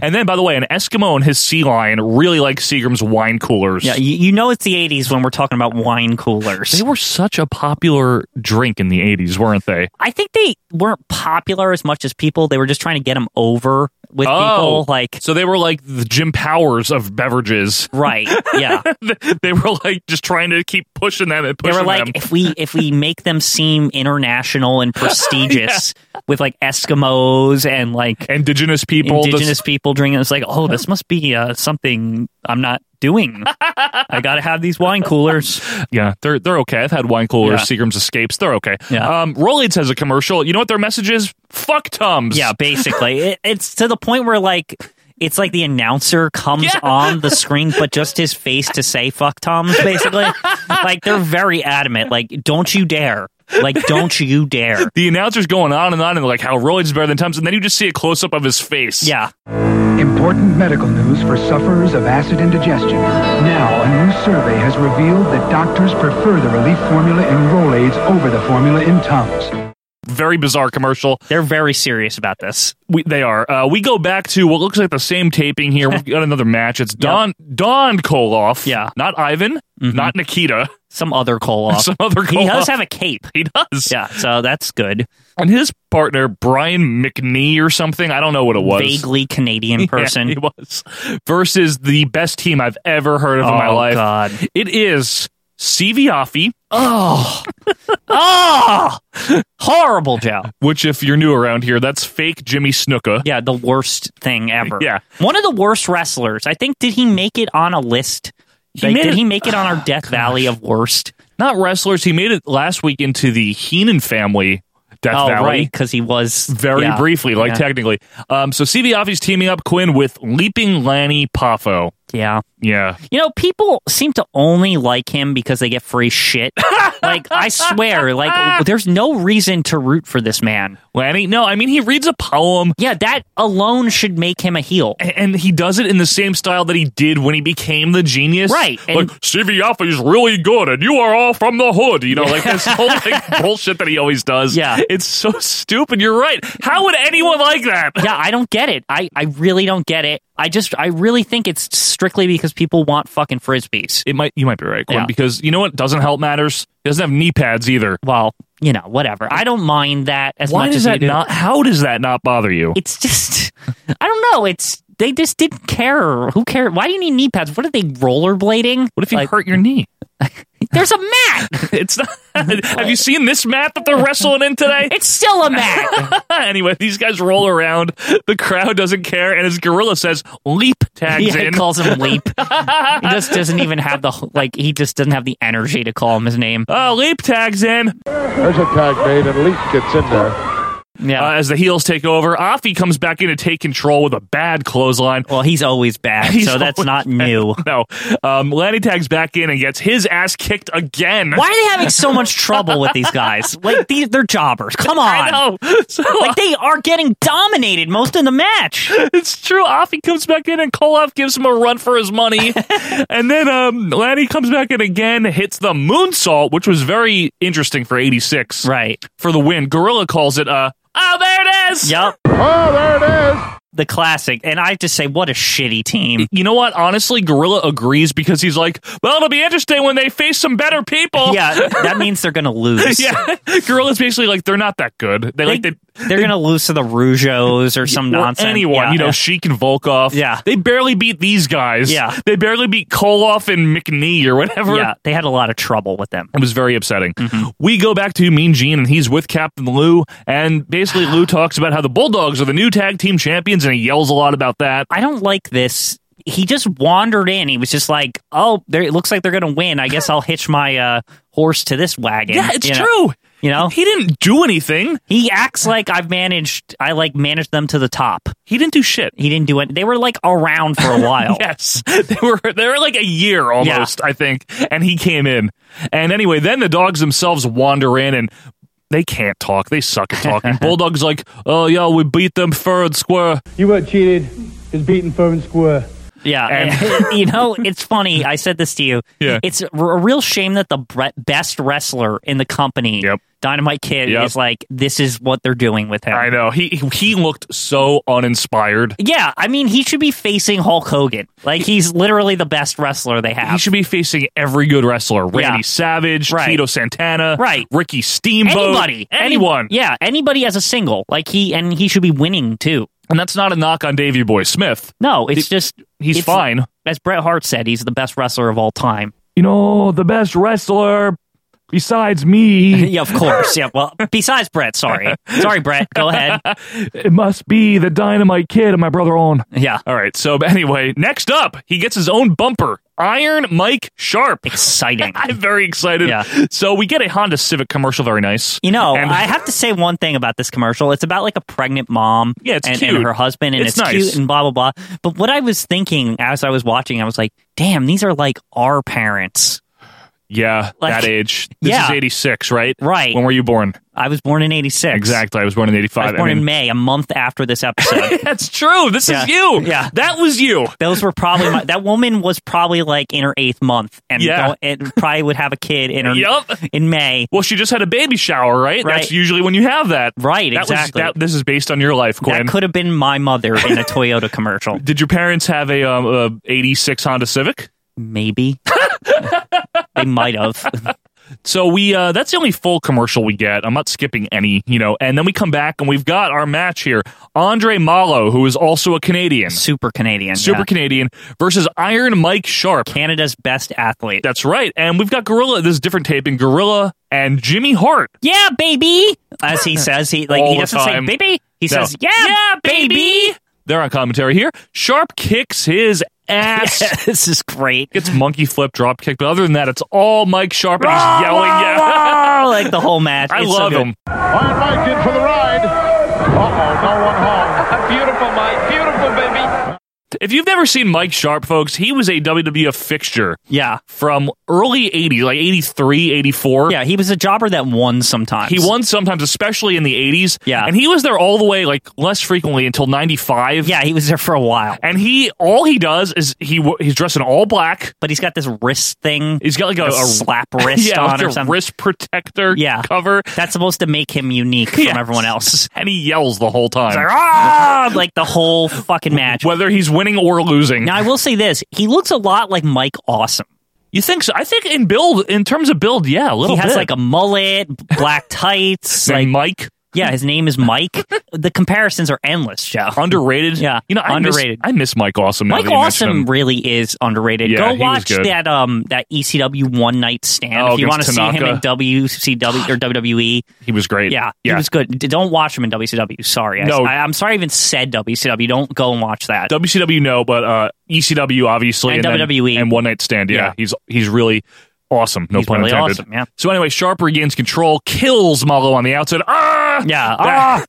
[SPEAKER 2] And then, by the way, an Eskimo and his sea lion really like Seagram's wine coolers.
[SPEAKER 3] Yeah, you, you know it's the '80s when we're talking about wine coolers.
[SPEAKER 2] They were such a popular drink in the 80s, weren't they?
[SPEAKER 3] I think they weren't popular as much as people. They were just trying to get them over with people. Like,
[SPEAKER 2] so they were like the Jim Powers of beverages.
[SPEAKER 3] right? Yeah.
[SPEAKER 2] they were like just trying to keep pushing them and
[SPEAKER 3] They
[SPEAKER 2] pushing
[SPEAKER 3] were like,
[SPEAKER 2] them.
[SPEAKER 3] if we if we make them seem international and prestigious with like Eskimos and like
[SPEAKER 2] Indigenous people. this-
[SPEAKER 3] indigenous people drinking. It's like, oh, this must be uh, something I'm not doing. I got to have these wine coolers.
[SPEAKER 2] yeah, they're they're okay. I've had wine coolers,
[SPEAKER 3] Yeah.
[SPEAKER 2] Seagram's escapes. They're okay.
[SPEAKER 3] Yeah.
[SPEAKER 2] Um, Rolaids has a commercial. You know what their message is? Fuck Tums.
[SPEAKER 3] Yeah, basically, it, it's to the point where like. It's like the announcer comes
[SPEAKER 2] Yeah.
[SPEAKER 3] on the screen, but just his face to say "fuck Tom's." Basically, like they're very adamant. Like, don't you dare! Like, don't you dare!
[SPEAKER 2] The announcer's going on and on and like how Rolaids is better than Tums, and then you just see a close up of his face.
[SPEAKER 3] Yeah,
[SPEAKER 7] Important medical news for sufferers of acid indigestion. Now, a new survey has revealed that doctors prefer the relief formula in Rolaids over the formula in Tums.
[SPEAKER 2] very bizarre commercial.
[SPEAKER 3] They're very serious about this.
[SPEAKER 2] We, they are. Uh, we go back to what looks like the same taping here. We've got another match. It's Don Don Koloff. Yeah, not Ivan,
[SPEAKER 3] Mm-hmm.
[SPEAKER 2] not Nikita.
[SPEAKER 3] Some other Koloff.
[SPEAKER 2] Some other. Koloff.
[SPEAKER 3] He does have a cape.
[SPEAKER 2] He does.
[SPEAKER 3] Yeah, so that's good.
[SPEAKER 2] And his partner Brian McNee or something. I don't know what it was.
[SPEAKER 3] Vaguely Canadian person.
[SPEAKER 2] Yeah, he was versus the best team I've ever heard of in my
[SPEAKER 3] Oh,
[SPEAKER 2] life.
[SPEAKER 3] God.
[SPEAKER 2] It is Siviafi.
[SPEAKER 3] Oh,
[SPEAKER 2] Ah!
[SPEAKER 3] oh, horrible, Joe.
[SPEAKER 2] Which, if you're new around here, that's fake Jimmy Snuka.
[SPEAKER 3] Yeah, the worst thing ever.
[SPEAKER 2] Yeah.
[SPEAKER 3] one of the worst wrestlers. I think. Did he make it on a list?
[SPEAKER 2] He
[SPEAKER 3] Like,
[SPEAKER 2] made
[SPEAKER 3] did
[SPEAKER 2] it-
[SPEAKER 3] he make it on our Death Valley of worst?
[SPEAKER 2] Not wrestlers. He made it last week into the Heenan family Death
[SPEAKER 3] oh,
[SPEAKER 2] Valley.
[SPEAKER 3] right, because he was
[SPEAKER 2] Very
[SPEAKER 3] yeah,
[SPEAKER 2] briefly, like
[SPEAKER 3] yeah.
[SPEAKER 2] technically. Um, so Siviafi's teaming up Quinn with Leaping Lanny Poffo.
[SPEAKER 3] Yeah.
[SPEAKER 2] Yeah.
[SPEAKER 3] You know, people seem to only like him because they get free shit. like, I swear, like, there's no reason to root for this man.
[SPEAKER 2] Lanny? No, I mean, he reads a poem
[SPEAKER 3] Yeah, that alone should make him a heel.
[SPEAKER 2] a- and he does it in the same style that he did when he became the genius.
[SPEAKER 3] Right,
[SPEAKER 2] Like,
[SPEAKER 3] and-
[SPEAKER 2] Siviafi's really good and you are all from the hood. You know, like this whole like, bullshit that he always does.
[SPEAKER 3] Yeah.
[SPEAKER 2] It's so stupid. You're right. How would anyone like that?
[SPEAKER 3] Yeah, I don't get it. I, I really don't get it. I just, I really think it's strictly because people want fucking frisbees.
[SPEAKER 2] It might you might be right, Quinn,
[SPEAKER 3] Yeah.
[SPEAKER 2] because you know what doesn't help matters. He doesn't have knee pads either.
[SPEAKER 3] Well, you know, whatever. I don't mind that as
[SPEAKER 2] Why
[SPEAKER 3] much
[SPEAKER 2] does
[SPEAKER 3] as you
[SPEAKER 2] that
[SPEAKER 3] do.
[SPEAKER 2] not? How does that not bother you?
[SPEAKER 3] It's just, I don't know. It's, they just didn't care. Who cared? Why do you need knee pads? What are they rollerblading?
[SPEAKER 2] what if you
[SPEAKER 3] Like,
[SPEAKER 2] hurt your knee?
[SPEAKER 3] There's a mat.
[SPEAKER 2] It's not. have you seen this mat that they're wrestling in today?
[SPEAKER 3] It's still a mat.
[SPEAKER 2] anyway, these guys roll around. The crowd doesn't care, and as Gorilla says, "Leap" tags
[SPEAKER 3] Yeah, he
[SPEAKER 2] in.
[SPEAKER 3] calls him Leap. he just doesn't even have the like. He just doesn't have the energy to call him his name.
[SPEAKER 2] Oh, leap tags in
[SPEAKER 4] There's a tag made, and Leap gets in there.
[SPEAKER 3] Yeah.
[SPEAKER 2] uh, as the heels take over. Afi comes back in to take control with a bad clothesline.
[SPEAKER 3] well, he's always bad,
[SPEAKER 2] He's
[SPEAKER 3] so that's
[SPEAKER 2] always
[SPEAKER 3] not
[SPEAKER 2] bad.
[SPEAKER 3] new.
[SPEAKER 2] No, um, Lanny tags back in and gets his ass kicked again.
[SPEAKER 3] Why are they having so much trouble with these guys? Like these, they're jobbers. Come
[SPEAKER 2] I
[SPEAKER 3] on.
[SPEAKER 2] know. So,
[SPEAKER 3] Like they are getting dominated most of the match.
[SPEAKER 2] It's true. Afi comes back in and Koloff gives him a run for his money. and then um, Lanny comes back in again, hits the moonsault, which was very interesting for 86
[SPEAKER 3] Right.
[SPEAKER 2] for the win. Gorilla calls it, uh, oh, there it is.
[SPEAKER 3] Yup.
[SPEAKER 4] Oh, there it is.
[SPEAKER 3] The classic. And I have to say, what a shitty team.
[SPEAKER 2] You know what? Honestly, Gorilla agrees because he's like, well, it'll be interesting when they face some better people.
[SPEAKER 3] Yeah, that means they're gonna lose.
[SPEAKER 2] yeah. Gorilla's basically like, they're not that good. They, like, they.
[SPEAKER 3] They're gonna lose to the Rougeos or some
[SPEAKER 2] or
[SPEAKER 3] nonsense.
[SPEAKER 2] Anyone,
[SPEAKER 3] Yeah.
[SPEAKER 2] you know, Sheik and Volkov.
[SPEAKER 3] Yeah.
[SPEAKER 2] They barely beat these guys.
[SPEAKER 3] Yeah.
[SPEAKER 2] They barely beat Koloff and McNee or whatever.
[SPEAKER 3] yeah, they had a lot of trouble with them.
[SPEAKER 2] It was very upsetting. We go back to Mean Gene, and he's with Captain Lou, and basically Lou talks about how the Bulldogs are the new tag team champions, and he yells a lot about that.
[SPEAKER 3] I don't like this. He just wandered in. He was just like, "Oh, there, it looks like they're going to win. I guess I'll hitch my uh, horse to this wagon."
[SPEAKER 2] yeah, it's
[SPEAKER 3] You know?
[SPEAKER 2] true.
[SPEAKER 3] You know,
[SPEAKER 2] He didn't do anything.
[SPEAKER 3] he acts like I've managed. I like managed them to the top.
[SPEAKER 2] He didn't do shit.
[SPEAKER 3] He didn't do it. They were like around for a while.
[SPEAKER 2] Yes, they were they were like a year almost, I think, and he came in. And anyway, then the dogs themselves wander in and. They can't talk. They suck at talking. Bulldog's like, oh, yeah, we beat them fair and square.
[SPEAKER 22] You were cheated. Is beaten fair and square.
[SPEAKER 3] Yeah, and you know, it's funny. I said this to you.
[SPEAKER 2] Yeah.
[SPEAKER 3] it's a r- a real shame that the bre- best wrestler in the company,
[SPEAKER 2] Yep.
[SPEAKER 3] Dynamite Kid,
[SPEAKER 2] Yep.
[SPEAKER 3] is like this is what they're doing with him.
[SPEAKER 2] I know. He, he looked so uninspired.
[SPEAKER 3] Yeah, I mean, he should be facing Hulk Hogan. Like, he's literally the best wrestler they have.
[SPEAKER 2] He should be facing every good wrestler: Randy
[SPEAKER 3] Yeah.
[SPEAKER 2] Savage,
[SPEAKER 3] Right.
[SPEAKER 2] Tito Santana,
[SPEAKER 3] Right.
[SPEAKER 2] Ricky Steamboat,
[SPEAKER 3] anybody, any-
[SPEAKER 2] anyone.
[SPEAKER 3] yeah, anybody as a single. Like he and he should be winning too.
[SPEAKER 2] And that's not a knock on Davey Boy Smith.
[SPEAKER 3] No, it's
[SPEAKER 2] The-
[SPEAKER 3] just
[SPEAKER 2] he's
[SPEAKER 3] it's-
[SPEAKER 2] fine.
[SPEAKER 3] As Bret Hart said, he's the best wrestler of all time.
[SPEAKER 2] You know, the best wrestler besides me.
[SPEAKER 3] yeah, of course. Yeah, well, besides Bret, sorry, sorry, Bret. Go ahead.
[SPEAKER 2] It must be the Dynamite Kid and my brother on.
[SPEAKER 3] Yeah,
[SPEAKER 2] All right. So but anyway, next up, he gets his own bumper. Iron Mike Sharp.
[SPEAKER 3] exciting.
[SPEAKER 2] I'm very excited.
[SPEAKER 3] Yeah.
[SPEAKER 2] So we get a Honda Civic commercial. Very nice.
[SPEAKER 3] You know,
[SPEAKER 2] And-
[SPEAKER 3] I have to say one thing about this commercial. It's about like a pregnant mom
[SPEAKER 2] Yeah, it's
[SPEAKER 3] and,
[SPEAKER 2] cute.
[SPEAKER 3] and her husband, and
[SPEAKER 2] It's
[SPEAKER 3] it's,
[SPEAKER 2] nice.
[SPEAKER 3] cute and blah, blah, blah. But what I was thinking as I was watching, I was like, damn, these are like our parents.
[SPEAKER 2] Yeah,
[SPEAKER 3] Like-
[SPEAKER 2] that age. This
[SPEAKER 3] Yeah.
[SPEAKER 2] is 86, right?
[SPEAKER 3] Right.
[SPEAKER 2] When were you born?
[SPEAKER 3] I was born in 86.
[SPEAKER 2] Exactly. I was born in 85.
[SPEAKER 3] I was born
[SPEAKER 2] mean-
[SPEAKER 3] in May, a month after this episode.
[SPEAKER 2] That's true. This
[SPEAKER 3] Yeah.
[SPEAKER 2] is you.
[SPEAKER 3] Yeah.
[SPEAKER 2] That was you.
[SPEAKER 3] Those were probably my, that woman was probably like in her eighth month, and
[SPEAKER 2] Yeah.
[SPEAKER 3] go- and probably would have a kid in her
[SPEAKER 2] Yup.
[SPEAKER 3] in May.
[SPEAKER 2] Well, she just had a baby shower, right?
[SPEAKER 3] Right.
[SPEAKER 2] That's usually when you have that.
[SPEAKER 3] Right,
[SPEAKER 2] That was-
[SPEAKER 3] exactly.
[SPEAKER 2] that- this is based on your life, Quinn.
[SPEAKER 3] That could have been my mother in a Toyota commercial.
[SPEAKER 2] Did your parents have a, um, a 86 Honda Civic?
[SPEAKER 3] Maybe they might have.
[SPEAKER 2] So we uh, that's the only full commercial we get. I'm not skipping any, you know. And then we come back and we've got our match here. Andre Malo, who is also a Canadian,
[SPEAKER 3] Super Canadian.
[SPEAKER 2] super
[SPEAKER 3] yeah.
[SPEAKER 2] Canadian versus Iron Mike Sharp.
[SPEAKER 3] Canada's best athlete.
[SPEAKER 2] That's right. And we've got Gorilla, this is different taping, Gorilla and Jimmy Hart.
[SPEAKER 3] yeah, baby. As he says, he like
[SPEAKER 2] All
[SPEAKER 3] he
[SPEAKER 2] the
[SPEAKER 3] doesn't
[SPEAKER 2] time.
[SPEAKER 3] say baby. He
[SPEAKER 2] No.
[SPEAKER 3] says yeah, yeah, baby.
[SPEAKER 2] They're on commentary here. Sharp kicks his ass.
[SPEAKER 3] this is great.
[SPEAKER 2] It's monkey flip, drop kick. But other than that, it's all Mike Sharp and
[SPEAKER 3] Rah,
[SPEAKER 2] he's yelling.
[SPEAKER 3] rah,
[SPEAKER 2] Yeah.
[SPEAKER 3] rah, like the whole match.
[SPEAKER 2] I
[SPEAKER 3] It's so
[SPEAKER 2] love
[SPEAKER 3] good.
[SPEAKER 2] him.
[SPEAKER 4] Iron Mike in for the ride. Uh-oh, no one home. Beautiful, Mike. Beautiful, baby.
[SPEAKER 2] If you've never seen Mike Sharp, folks, he was a WWF fixture
[SPEAKER 3] Yeah.
[SPEAKER 2] from early 80s, like 83, 84.
[SPEAKER 3] Yeah, he was a jobber that won sometimes.
[SPEAKER 2] He won sometimes, especially in the 80s.
[SPEAKER 3] Yeah.
[SPEAKER 2] And he was there all the way, like less frequently until 95.
[SPEAKER 3] Yeah, he was there for a while.
[SPEAKER 2] And he, all he does is he w- he's dressed in all black.
[SPEAKER 3] But he's got this wrist thing.
[SPEAKER 2] He's got like a,
[SPEAKER 3] a
[SPEAKER 2] a-
[SPEAKER 3] slap wrist
[SPEAKER 2] yeah,
[SPEAKER 3] on
[SPEAKER 2] like
[SPEAKER 3] or
[SPEAKER 2] a
[SPEAKER 3] something.
[SPEAKER 2] wrist protector
[SPEAKER 3] Yeah.
[SPEAKER 2] cover.
[SPEAKER 3] That's supposed to make him unique from
[SPEAKER 2] Yes.
[SPEAKER 3] everyone else.
[SPEAKER 2] And he yells the whole time.
[SPEAKER 3] He's like, "Ah!" like the whole fucking match.
[SPEAKER 2] Whether he's winning or losing.
[SPEAKER 3] Now I will say this: he looks a lot like Mike Awesome.
[SPEAKER 2] you think so? I think in build, in terms of build, yeah, a little
[SPEAKER 3] He has
[SPEAKER 2] bit.
[SPEAKER 3] like a mullet, black tights.
[SPEAKER 2] And
[SPEAKER 3] like
[SPEAKER 2] Mike.
[SPEAKER 3] yeah, his name is Mike. the comparisons are endless, Joe.
[SPEAKER 2] Underrated.
[SPEAKER 3] Yeah,
[SPEAKER 2] You know, I
[SPEAKER 3] underrated.
[SPEAKER 2] Miss, I miss Mike Awesome. now
[SPEAKER 3] Mike
[SPEAKER 2] that you mention
[SPEAKER 3] Awesome
[SPEAKER 2] him.
[SPEAKER 3] really is underrated.
[SPEAKER 2] Yeah, he
[SPEAKER 3] Go
[SPEAKER 2] was
[SPEAKER 3] watch
[SPEAKER 2] good.
[SPEAKER 3] that um that ECW one night stand
[SPEAKER 2] Oh,
[SPEAKER 3] if you want to
[SPEAKER 2] against
[SPEAKER 3] see him in
[SPEAKER 2] Tanaka.
[SPEAKER 3] WCW or WWE.
[SPEAKER 2] He was great.
[SPEAKER 3] Yeah,
[SPEAKER 2] Yeah.
[SPEAKER 3] he was good. D- Don't watch him in WCW. Sorry, I,
[SPEAKER 2] No.
[SPEAKER 3] I, am sorry I even said WCW. Don't go and watch that.
[SPEAKER 2] WCW, no, but uh, ECW, obviously,
[SPEAKER 3] And
[SPEAKER 2] then-
[SPEAKER 3] WWE.
[SPEAKER 2] and One Night Stand. Yeah,
[SPEAKER 3] E. Yeah.
[SPEAKER 2] he's he's really awesome. No
[SPEAKER 3] He's
[SPEAKER 2] pun
[SPEAKER 3] really
[SPEAKER 2] intended.
[SPEAKER 3] awesome, yeah.
[SPEAKER 2] So anyway, Sharp regains control, kills Malo on the outside. Ah,
[SPEAKER 3] Yeah,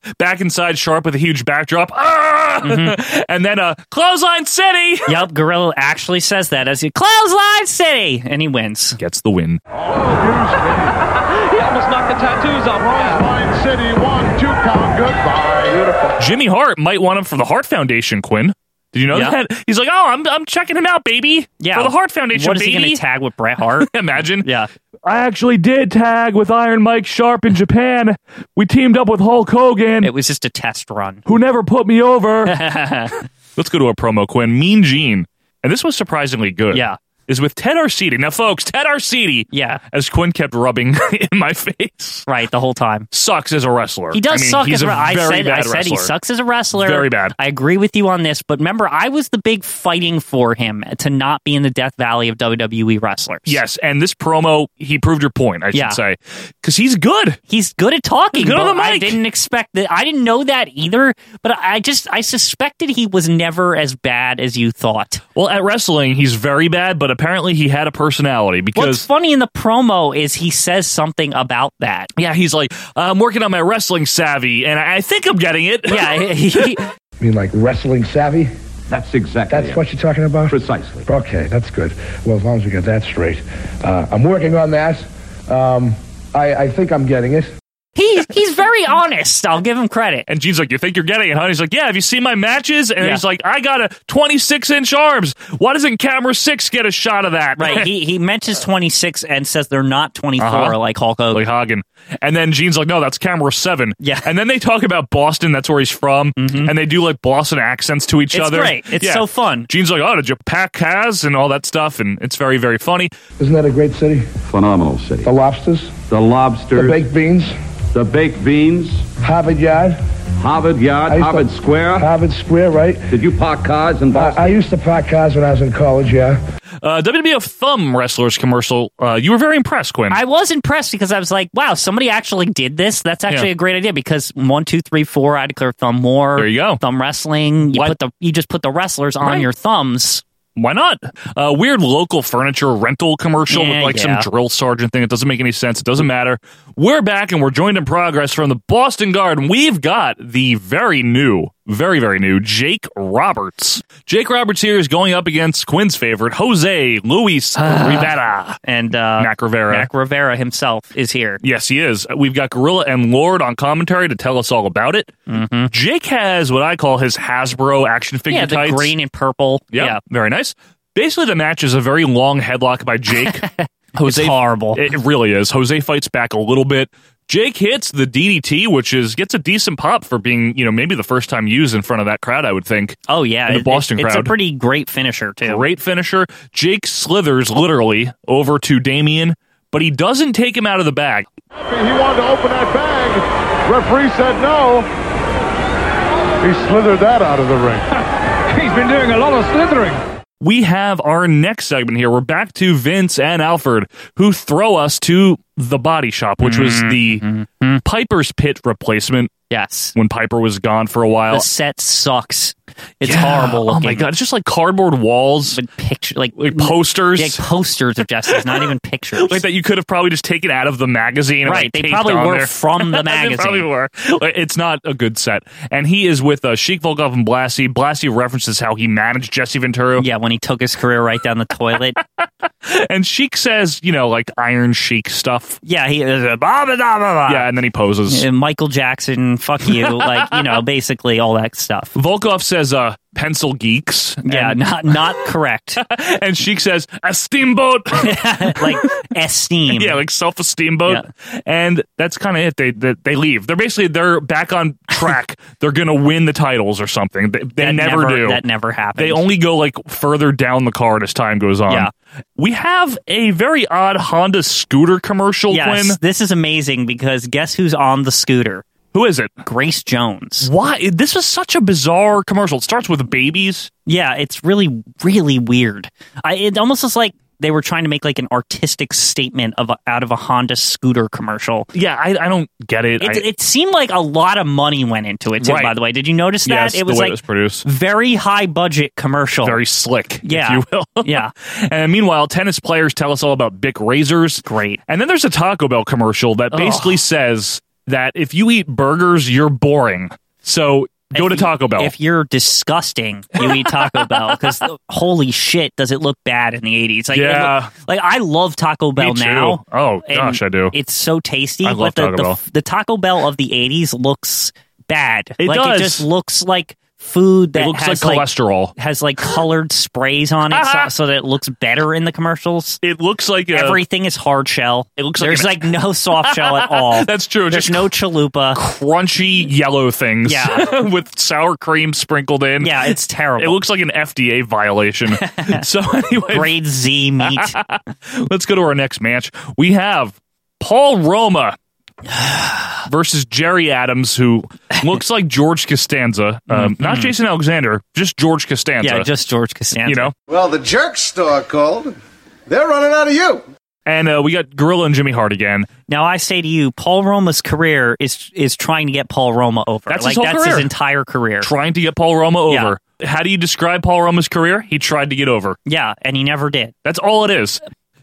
[SPEAKER 2] Back, back inside, Sharp with a huge backdrop. Ah,
[SPEAKER 3] Mm-hmm.
[SPEAKER 2] and then uh, clothesline city
[SPEAKER 3] yep, Gorilla actually says that as he clothesline city, and he wins.
[SPEAKER 2] gets the win.
[SPEAKER 4] he almost knocked the tattoos off. Roseline City, one, two count. Goodbye. Beautiful.
[SPEAKER 2] Jimmy Hart might want him for the Hart Foundation. Quinn, did you know
[SPEAKER 3] Yeah.
[SPEAKER 2] that? He's like, oh, I'm I'm checking him out, baby.
[SPEAKER 3] Yeah,
[SPEAKER 2] for the Hart Foundation,
[SPEAKER 3] What is he
[SPEAKER 2] baby.
[SPEAKER 3] going to tag with Bret Hart?
[SPEAKER 2] Imagine.
[SPEAKER 3] yeah,
[SPEAKER 2] I actually did tag with Iron Mike Sharp in Japan. We teamed up with Hulk Hogan,
[SPEAKER 3] it was just a test run.
[SPEAKER 2] who never put me over. Let's go to a promo, Quinn. Mean Gene. And this was surprisingly good.
[SPEAKER 3] Yeah.
[SPEAKER 2] Is with Ted Arcidi. Now, folks, Ted Arcidi,
[SPEAKER 3] Yeah,
[SPEAKER 2] as Quinn kept rubbing in my face,
[SPEAKER 3] right. The whole time.
[SPEAKER 2] sucks as a wrestler.
[SPEAKER 3] He does
[SPEAKER 2] I mean,
[SPEAKER 3] suck
[SPEAKER 2] he's
[SPEAKER 3] as
[SPEAKER 2] a
[SPEAKER 3] a wrestler. I
[SPEAKER 2] very
[SPEAKER 3] said,
[SPEAKER 2] bad
[SPEAKER 3] I said he
[SPEAKER 2] wrestler.
[SPEAKER 3] sucks as a wrestler.
[SPEAKER 2] Very bad.
[SPEAKER 3] I agree with you on this, but remember, I was the big fighting for him to not be in the death valley of WWE wrestlers.
[SPEAKER 2] Yes, and this promo, he proved your point, I should
[SPEAKER 3] Yeah.
[SPEAKER 2] say. Because he's good.
[SPEAKER 3] He's good at talking.
[SPEAKER 2] Good on
[SPEAKER 3] but
[SPEAKER 2] the
[SPEAKER 3] I
[SPEAKER 2] mic.
[SPEAKER 3] didn't expect that. I didn't know that either. But I I just I suspected he was never as bad as you thought.
[SPEAKER 2] Well, at wrestling, he's very bad, but apparently he had a personality because
[SPEAKER 3] What's funny in the promo is he says something about that.
[SPEAKER 2] Yeah, he's like, I'm working on my wrestling savvy, and I I think I'm getting it.
[SPEAKER 3] Yeah, he, he-
[SPEAKER 8] You mean like wrestling savvy?
[SPEAKER 15] That's exactly
[SPEAKER 8] That's
[SPEAKER 15] it.
[SPEAKER 8] what you're talking about?
[SPEAKER 15] Precisely.
[SPEAKER 8] Okay, that's good. Well, as long as we get that straight. Uh, I'm working on that. Um, I, I think I'm getting it.
[SPEAKER 3] he he's very honest. I'll give him credit.
[SPEAKER 2] and Gene's like, You think you're getting it, huh? He's like, Yeah, have you seen my matches? And
[SPEAKER 3] Yeah.
[SPEAKER 2] he's like, I got a 26 inch arms. Why doesn't camera six get a shot of that?
[SPEAKER 3] Right. He he mentions 26 and says they're not 24
[SPEAKER 2] Uh-huh.
[SPEAKER 3] like Hulk Hogan.
[SPEAKER 2] like Hagen. And then Gene's like, No, that's camera seven.
[SPEAKER 3] Yeah. Mm-hmm.
[SPEAKER 2] And then they talk about Boston. That's where he's from. And they do like Boston accents to each
[SPEAKER 3] It's
[SPEAKER 2] other.
[SPEAKER 3] great. It's so fun.
[SPEAKER 2] Gene's like, Oh, did you pack Kaz and all that stuff? And it's very, very funny.
[SPEAKER 8] Isn't that a great city?
[SPEAKER 15] Phenomenal city.
[SPEAKER 8] The lobsters,
[SPEAKER 15] The lobsters,
[SPEAKER 8] the baked beans,
[SPEAKER 15] the baked beans,
[SPEAKER 8] Harvard Yard,
[SPEAKER 15] Harvard Yard,
[SPEAKER 8] I used to-
[SPEAKER 15] Harvard Square.
[SPEAKER 8] Harvard Square, right?
[SPEAKER 15] Did you park cars in Boston?
[SPEAKER 8] I, I used to park cars when I was in college, yeah.
[SPEAKER 2] Uh, WWF Thumb Wrestlers commercial. Uh, you were very impressed, Quinn.
[SPEAKER 3] I was impressed because I was like, wow, somebody actually did this. That's actually
[SPEAKER 2] Yeah.
[SPEAKER 3] a great idea because one, two, three, four, I declare thumb war.
[SPEAKER 2] There you go.
[SPEAKER 3] Thumb wrestling. You
[SPEAKER 2] What?
[SPEAKER 3] put the you just put the wrestlers on
[SPEAKER 2] Right.
[SPEAKER 3] your thumbs.
[SPEAKER 2] Why not? Uh, weird local furniture rental commercial
[SPEAKER 3] Yeah,
[SPEAKER 2] with like
[SPEAKER 3] yeah.
[SPEAKER 2] some drill sergeant thing. It doesn't make any sense. It doesn't matter. We're back and we're joined in progress from the Boston Garden. We've got the very new very, very new, Jake Roberts. Jake Roberts here is going up against Quinn's favorite, Jose Luis Rivera.
[SPEAKER 3] And uh,
[SPEAKER 2] Mac Rivera.
[SPEAKER 3] Mac Rivera himself is here.
[SPEAKER 2] Yes, he is. We've got Gorilla and Lord on commentary to tell us all about it. Jake has what I call his Hasbro action figure
[SPEAKER 3] Mm-hmm. Yeah, the
[SPEAKER 2] tights.
[SPEAKER 3] green and purple.
[SPEAKER 2] Yeah,
[SPEAKER 3] Yeah.
[SPEAKER 2] very nice. Basically, the match is a very long headlock by Jake. Jose,
[SPEAKER 3] It's horrible.
[SPEAKER 2] It it really is. Jose fights back a little bit. Jake hits the DDT, which is gets a decent pop for being, you know, maybe the first time used in front of that crowd. I would think.
[SPEAKER 3] Oh yeah,
[SPEAKER 2] And the
[SPEAKER 3] it-
[SPEAKER 2] Boston
[SPEAKER 3] it's
[SPEAKER 2] crowd.
[SPEAKER 3] a pretty great finisher too.
[SPEAKER 2] Great finisher. Jake slithers literally over to Damien, but he doesn't take him out of the bag.
[SPEAKER 4] He wanted to open that bag. Referee said no. He slithered that out of the ring. He's been doing a lot of slithering.
[SPEAKER 2] We have our next segment here. We're back to Vince and Alfred, who throw us to the body shop, which was the Mm-hmm. Piper's Pit replacement.
[SPEAKER 3] Yes.
[SPEAKER 2] When Piper was gone for a while.
[SPEAKER 3] The set sucks. It's
[SPEAKER 2] Yeah.
[SPEAKER 3] horrible.
[SPEAKER 2] Oh my
[SPEAKER 3] looking.
[SPEAKER 2] God. It's just like cardboard walls.
[SPEAKER 3] With picture, like,
[SPEAKER 2] Like posters.
[SPEAKER 3] Yeah, posters of Justice, not even pictures.
[SPEAKER 2] Like that you could have probably just taken out of the magazine. and,
[SPEAKER 3] Right,
[SPEAKER 2] like,
[SPEAKER 3] they
[SPEAKER 2] taped
[SPEAKER 3] probably
[SPEAKER 2] on
[SPEAKER 3] were
[SPEAKER 2] there.
[SPEAKER 3] from the
[SPEAKER 2] they probably
[SPEAKER 3] magazine.
[SPEAKER 2] were. It's not a good set. And he is with uh, Sheik Volkov and Blassie. Blassie references how he managed Jesse Ventura.
[SPEAKER 3] Yeah, when he took his career right down the toilet.
[SPEAKER 2] And Sheik says, you know, like Iron Sheik stuff.
[SPEAKER 3] yeah, he is a blah blah blah blah. blah.
[SPEAKER 2] Yeah, and then he poses.
[SPEAKER 3] And Michael Jackson, fuck you, like you know, basically all that stuff.
[SPEAKER 2] Volkov says, uh, pencil geeks.
[SPEAKER 3] Yeah,
[SPEAKER 2] and,
[SPEAKER 3] not not correct.
[SPEAKER 2] and Sheik says, a steamboat.
[SPEAKER 3] like esteem.
[SPEAKER 2] yeah, like self esteem boat. And that's kind of it. They, they they leave. They're basically they're back on track. they're gonna win the titles or something. They, they
[SPEAKER 3] That
[SPEAKER 2] never, do.
[SPEAKER 3] That never happened.
[SPEAKER 2] They only go like further down the card as time goes on.
[SPEAKER 3] Yeah.
[SPEAKER 2] We have a very odd Honda scooter commercial,
[SPEAKER 3] Yes,
[SPEAKER 2] Quinn.
[SPEAKER 3] this is amazing because guess who's on the scooter?
[SPEAKER 2] Who is it?
[SPEAKER 3] Grace Jones.
[SPEAKER 2] Why? This is such a bizarre commercial. It starts with babies.
[SPEAKER 3] Yeah, it's really, really weird. I, it almost is like they were trying to make like an artistic statement of a, out of a Honda scooter commercial.
[SPEAKER 2] Yeah, I, I don't get it.
[SPEAKER 3] It,
[SPEAKER 2] I-
[SPEAKER 3] it seemed like a lot of money went into it too.
[SPEAKER 2] Right.
[SPEAKER 3] By the way, did you notice that
[SPEAKER 2] yes,
[SPEAKER 3] it was
[SPEAKER 2] the way
[SPEAKER 3] like
[SPEAKER 2] it was produced.
[SPEAKER 3] very high budget commercial?
[SPEAKER 2] Very slick,
[SPEAKER 3] Yeah.
[SPEAKER 2] if you will.
[SPEAKER 3] yeah,
[SPEAKER 2] And meanwhile, tennis players tell us all about Bic razors.
[SPEAKER 3] Great.
[SPEAKER 2] And then there's a Taco Bell commercial that basically says that if you eat burgers, you're boring. So go to Taco Bell.
[SPEAKER 3] If you're disgusting, you eat Taco Bell because holy shit, does it look bad in the eighties? Like, it
[SPEAKER 2] Yeah.
[SPEAKER 3] look- like I love Taco Bell
[SPEAKER 2] too.
[SPEAKER 3] now.
[SPEAKER 2] Oh,
[SPEAKER 3] and
[SPEAKER 2] gosh, I do.
[SPEAKER 3] It's so tasty.
[SPEAKER 2] I love
[SPEAKER 3] but the,
[SPEAKER 2] Taco
[SPEAKER 3] the,
[SPEAKER 2] Bell.
[SPEAKER 3] the Taco Bell of the eighties looks bad.
[SPEAKER 2] It
[SPEAKER 3] like,
[SPEAKER 2] does.
[SPEAKER 3] It just looks like food that
[SPEAKER 2] it looks like
[SPEAKER 3] has
[SPEAKER 2] cholesterol.
[SPEAKER 3] has like colored sprays on it so, so that it looks better in the commercials.
[SPEAKER 2] it looks like a,
[SPEAKER 3] Everything is hard shell. It
[SPEAKER 2] Uh, looks like
[SPEAKER 3] there's
[SPEAKER 2] an-
[SPEAKER 3] like, no soft shell at all.
[SPEAKER 2] That's true.
[SPEAKER 3] There's
[SPEAKER 2] Just
[SPEAKER 3] no chalupa.
[SPEAKER 2] crunchy yellow things
[SPEAKER 3] Yeah.
[SPEAKER 2] with sour cream sprinkled in.
[SPEAKER 3] Yeah, it's terrible.
[SPEAKER 2] It looks like an FDA violation. so anyway,
[SPEAKER 3] grade Z meat.
[SPEAKER 2] let's go to our next match. We have Paul Roma versus Jerry Adams, who looks like George Costanza, um, not Jason Alexander, just George Costanza.
[SPEAKER 3] Mm-hmm. yeah, just George Costanza.
[SPEAKER 2] you know.
[SPEAKER 9] Well, the jerk store called. They're running out of you.
[SPEAKER 2] And uh, we got Gorilla and Jimmy Hart again.
[SPEAKER 3] Now I say to you, Paul Roma's career is is trying to get Paul Roma over.
[SPEAKER 2] That's
[SPEAKER 3] like
[SPEAKER 2] his whole
[SPEAKER 3] that's
[SPEAKER 2] career.
[SPEAKER 3] his entire career.
[SPEAKER 2] trying to get Paul Roma
[SPEAKER 3] Yeah.
[SPEAKER 2] over. How do you describe Paul Roma's career? He tried to get over.
[SPEAKER 3] yeah, and he never did.
[SPEAKER 2] That's all it is.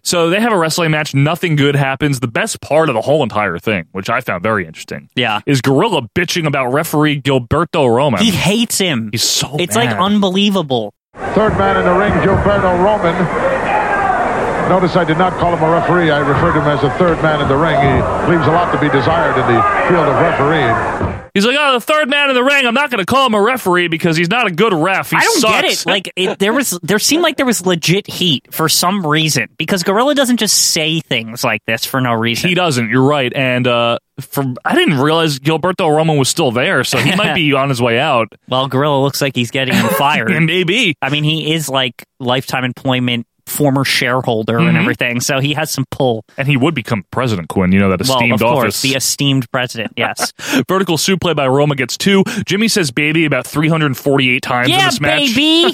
[SPEAKER 2] So they have a wrestling match. Nothing good happens. The best part of the whole entire thing, which I found very interesting,
[SPEAKER 3] Yeah.
[SPEAKER 2] is Gorilla bitching about referee Gilberto Roma.
[SPEAKER 3] He hates him.
[SPEAKER 2] He's so
[SPEAKER 3] it's
[SPEAKER 2] mad.
[SPEAKER 3] like unbelievable.
[SPEAKER 4] Third man in the ring, Gilberto Roman. Notice I did not call him a referee. I referred to him as the third man in the ring. He leaves a lot to be desired in the field of refereeing.
[SPEAKER 2] He's like, oh, the third man in the ring. I'm not going to call him a referee because he's not a good ref. He
[SPEAKER 3] I don't
[SPEAKER 2] sucks.
[SPEAKER 3] get it. Like it, there was there seemed like there was legit heat for some reason because Gorilla doesn't just say things like this for no reason.
[SPEAKER 2] he doesn't. You're right. And uh, from I didn't realize Gilberto Roma was still there, so he might be on his way out.
[SPEAKER 3] well, Gorilla looks like he's getting him fired.
[SPEAKER 2] And maybe
[SPEAKER 3] I mean, he is like lifetime employment, former shareholder, and
[SPEAKER 2] Mhm.
[SPEAKER 3] everything, so he has some pull.
[SPEAKER 2] and he would become president, Quinn. You know that
[SPEAKER 3] Well,
[SPEAKER 2] esteemed
[SPEAKER 3] of
[SPEAKER 2] office.
[SPEAKER 3] course, the esteemed president. Yes.
[SPEAKER 2] Vertical suplex by Roma gets two. Jimmy says baby about 348 times in
[SPEAKER 3] yeah,
[SPEAKER 2] this match.
[SPEAKER 3] baby,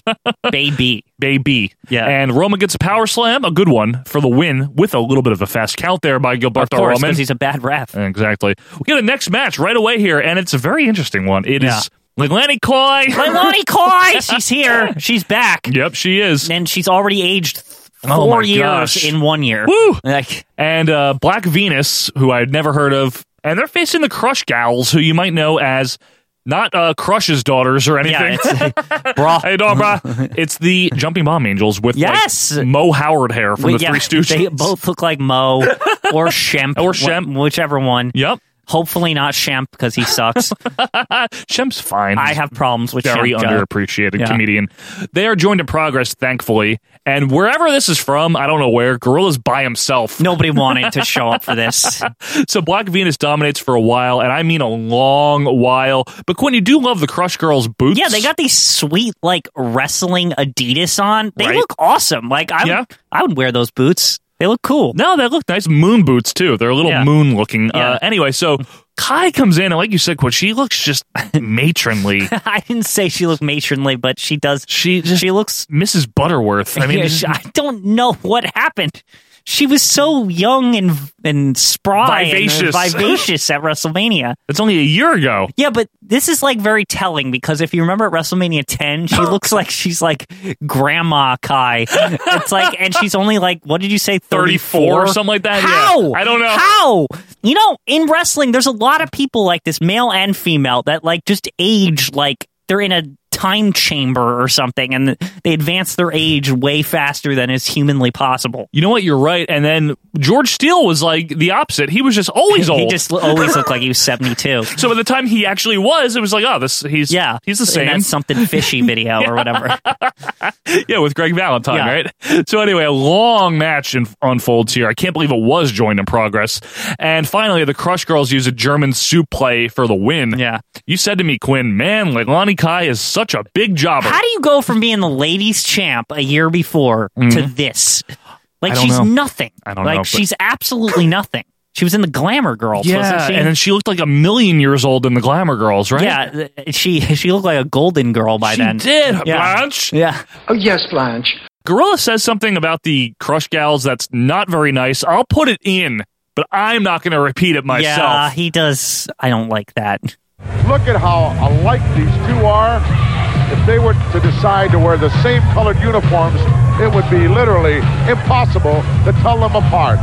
[SPEAKER 3] baby.
[SPEAKER 2] Baby.
[SPEAKER 3] Yeah.
[SPEAKER 2] And Roma gets a power slam, a good one, for the win with a little bit of a fast count there by
[SPEAKER 3] Of
[SPEAKER 2] Gilberto
[SPEAKER 3] course,
[SPEAKER 2] Roman.
[SPEAKER 3] because he's a bad ref.
[SPEAKER 2] exactly. We get a next match right away here, and it's a very interesting one. It is
[SPEAKER 3] Yeah.
[SPEAKER 2] Lenny Coy.
[SPEAKER 3] Leilani Koi, she's here. She's back,
[SPEAKER 2] yep, she is.
[SPEAKER 3] and she's already aged four
[SPEAKER 2] Oh my
[SPEAKER 3] years
[SPEAKER 2] gosh.
[SPEAKER 3] in one year.
[SPEAKER 2] Woo!
[SPEAKER 3] Like,
[SPEAKER 2] And uh, Black Venus, who I had never heard of, and they're facing the Crush Gals, who you might know as Not uh, Crush's daughters or anything.
[SPEAKER 3] Yeah,
[SPEAKER 2] it's, hey, no, brah. It's the Jumping Bomb Angels with
[SPEAKER 3] Yes!
[SPEAKER 2] like, Mo Howard hair from
[SPEAKER 3] Well,
[SPEAKER 2] the
[SPEAKER 3] yeah,
[SPEAKER 2] Three Stooges.
[SPEAKER 3] They both look like Mo or Shemp.
[SPEAKER 2] Or Shemp.
[SPEAKER 3] wh- whichever one.
[SPEAKER 2] Yep.
[SPEAKER 3] Hopefully not Shemp because he sucks.
[SPEAKER 2] Shemp's fine.
[SPEAKER 3] I have problems with
[SPEAKER 2] very
[SPEAKER 3] Shemp. Joe.
[SPEAKER 2] underappreciated
[SPEAKER 3] Yeah.
[SPEAKER 2] comedian. They are joined to progress, thankfully, and wherever this is from, I don't know where. Gorilla's by himself.
[SPEAKER 3] Nobody wanted to show up for this.
[SPEAKER 2] so Black Venus dominates for a while, and I mean a long while. But Quinn, you do love the Crush Girls boots.
[SPEAKER 3] Yeah, they got these sweet like wrestling Adidas on. They
[SPEAKER 2] Right.
[SPEAKER 3] look awesome. Like I,
[SPEAKER 2] Yeah.
[SPEAKER 3] would, I would wear those boots. They look cool.
[SPEAKER 2] No, they look nice. Moon boots too. They're a little
[SPEAKER 3] Yeah.
[SPEAKER 2] moon looking.
[SPEAKER 3] Yeah.
[SPEAKER 2] Uh, anyway, so Kai comes in, and like you said, Quinn, she looks just matronly.
[SPEAKER 3] I didn't say she looked matronly, but she does.
[SPEAKER 2] She just
[SPEAKER 3] she looks.
[SPEAKER 2] Mrs. Butterworth. I mean, this is
[SPEAKER 3] I don't know what happened. She was so young and and spry, and, uh,
[SPEAKER 2] Vivacious.
[SPEAKER 3] vivacious at WrestleMania.
[SPEAKER 2] it's only a year ago.
[SPEAKER 3] Yeah, but this is like very telling because if you remember at WrestleMania 10,
[SPEAKER 2] Oh.
[SPEAKER 3] she looks like she's like Grandma Kai. It's like, and she's only like, what did you say,
[SPEAKER 2] 34
[SPEAKER 3] 34?
[SPEAKER 2] or something like that? Yeah.
[SPEAKER 3] How?
[SPEAKER 2] I don't know.
[SPEAKER 3] How? You know, in wrestling, there's a lot of people like this, male and female, that like just age like they're in a time chamber or something and they advance their age way faster than is humanly possible.
[SPEAKER 2] You know what? You're right. And then George Steele was like the opposite. He was just always old.
[SPEAKER 3] He just l- always looked like he was 72.
[SPEAKER 2] so by the time he actually was, it was like, oh, this he's
[SPEAKER 3] Yeah.
[SPEAKER 2] he's the
[SPEAKER 3] And
[SPEAKER 2] same.
[SPEAKER 3] that's something fishy video or whatever.
[SPEAKER 2] yeah, with Greg Valentine,
[SPEAKER 3] Yeah.
[SPEAKER 2] right? So anyway, a long match in, unfolds here. I can't believe it was joined in progress. And finally, the Crush Girls use a German suplex for the win.
[SPEAKER 3] Yeah.
[SPEAKER 2] You said to me, Quinn, man, Leilani Kai is such a big jobber.
[SPEAKER 3] How do you go from being the ladies champ a year before to this?
[SPEAKER 2] Mm-hmm.
[SPEAKER 3] Like
[SPEAKER 2] I don't
[SPEAKER 3] she's
[SPEAKER 2] know.
[SPEAKER 3] nothing.
[SPEAKER 2] I don't
[SPEAKER 3] like,
[SPEAKER 2] know, but-
[SPEAKER 3] she's absolutely nothing. She was in the Glamour Girls, wasn't
[SPEAKER 2] yeah,
[SPEAKER 3] she?
[SPEAKER 2] and then she looked like a million years old in the Glamour Girls, right?
[SPEAKER 3] Yeah, th- she she looked like a golden girl by
[SPEAKER 2] she
[SPEAKER 3] then.
[SPEAKER 2] did,
[SPEAKER 3] Yeah.
[SPEAKER 2] Blanche.
[SPEAKER 3] Yeah.
[SPEAKER 5] Oh, yes, Blanche.
[SPEAKER 2] Gorilla says something about the Crush Gals that's not very nice. I'll put it in, but I'm not going to repeat it myself.
[SPEAKER 3] Yeah, he does. I don't like that.
[SPEAKER 4] Look at how alike these two are. If they were to decide to wear the same colored uniforms, it would be literally impossible to tell them apart.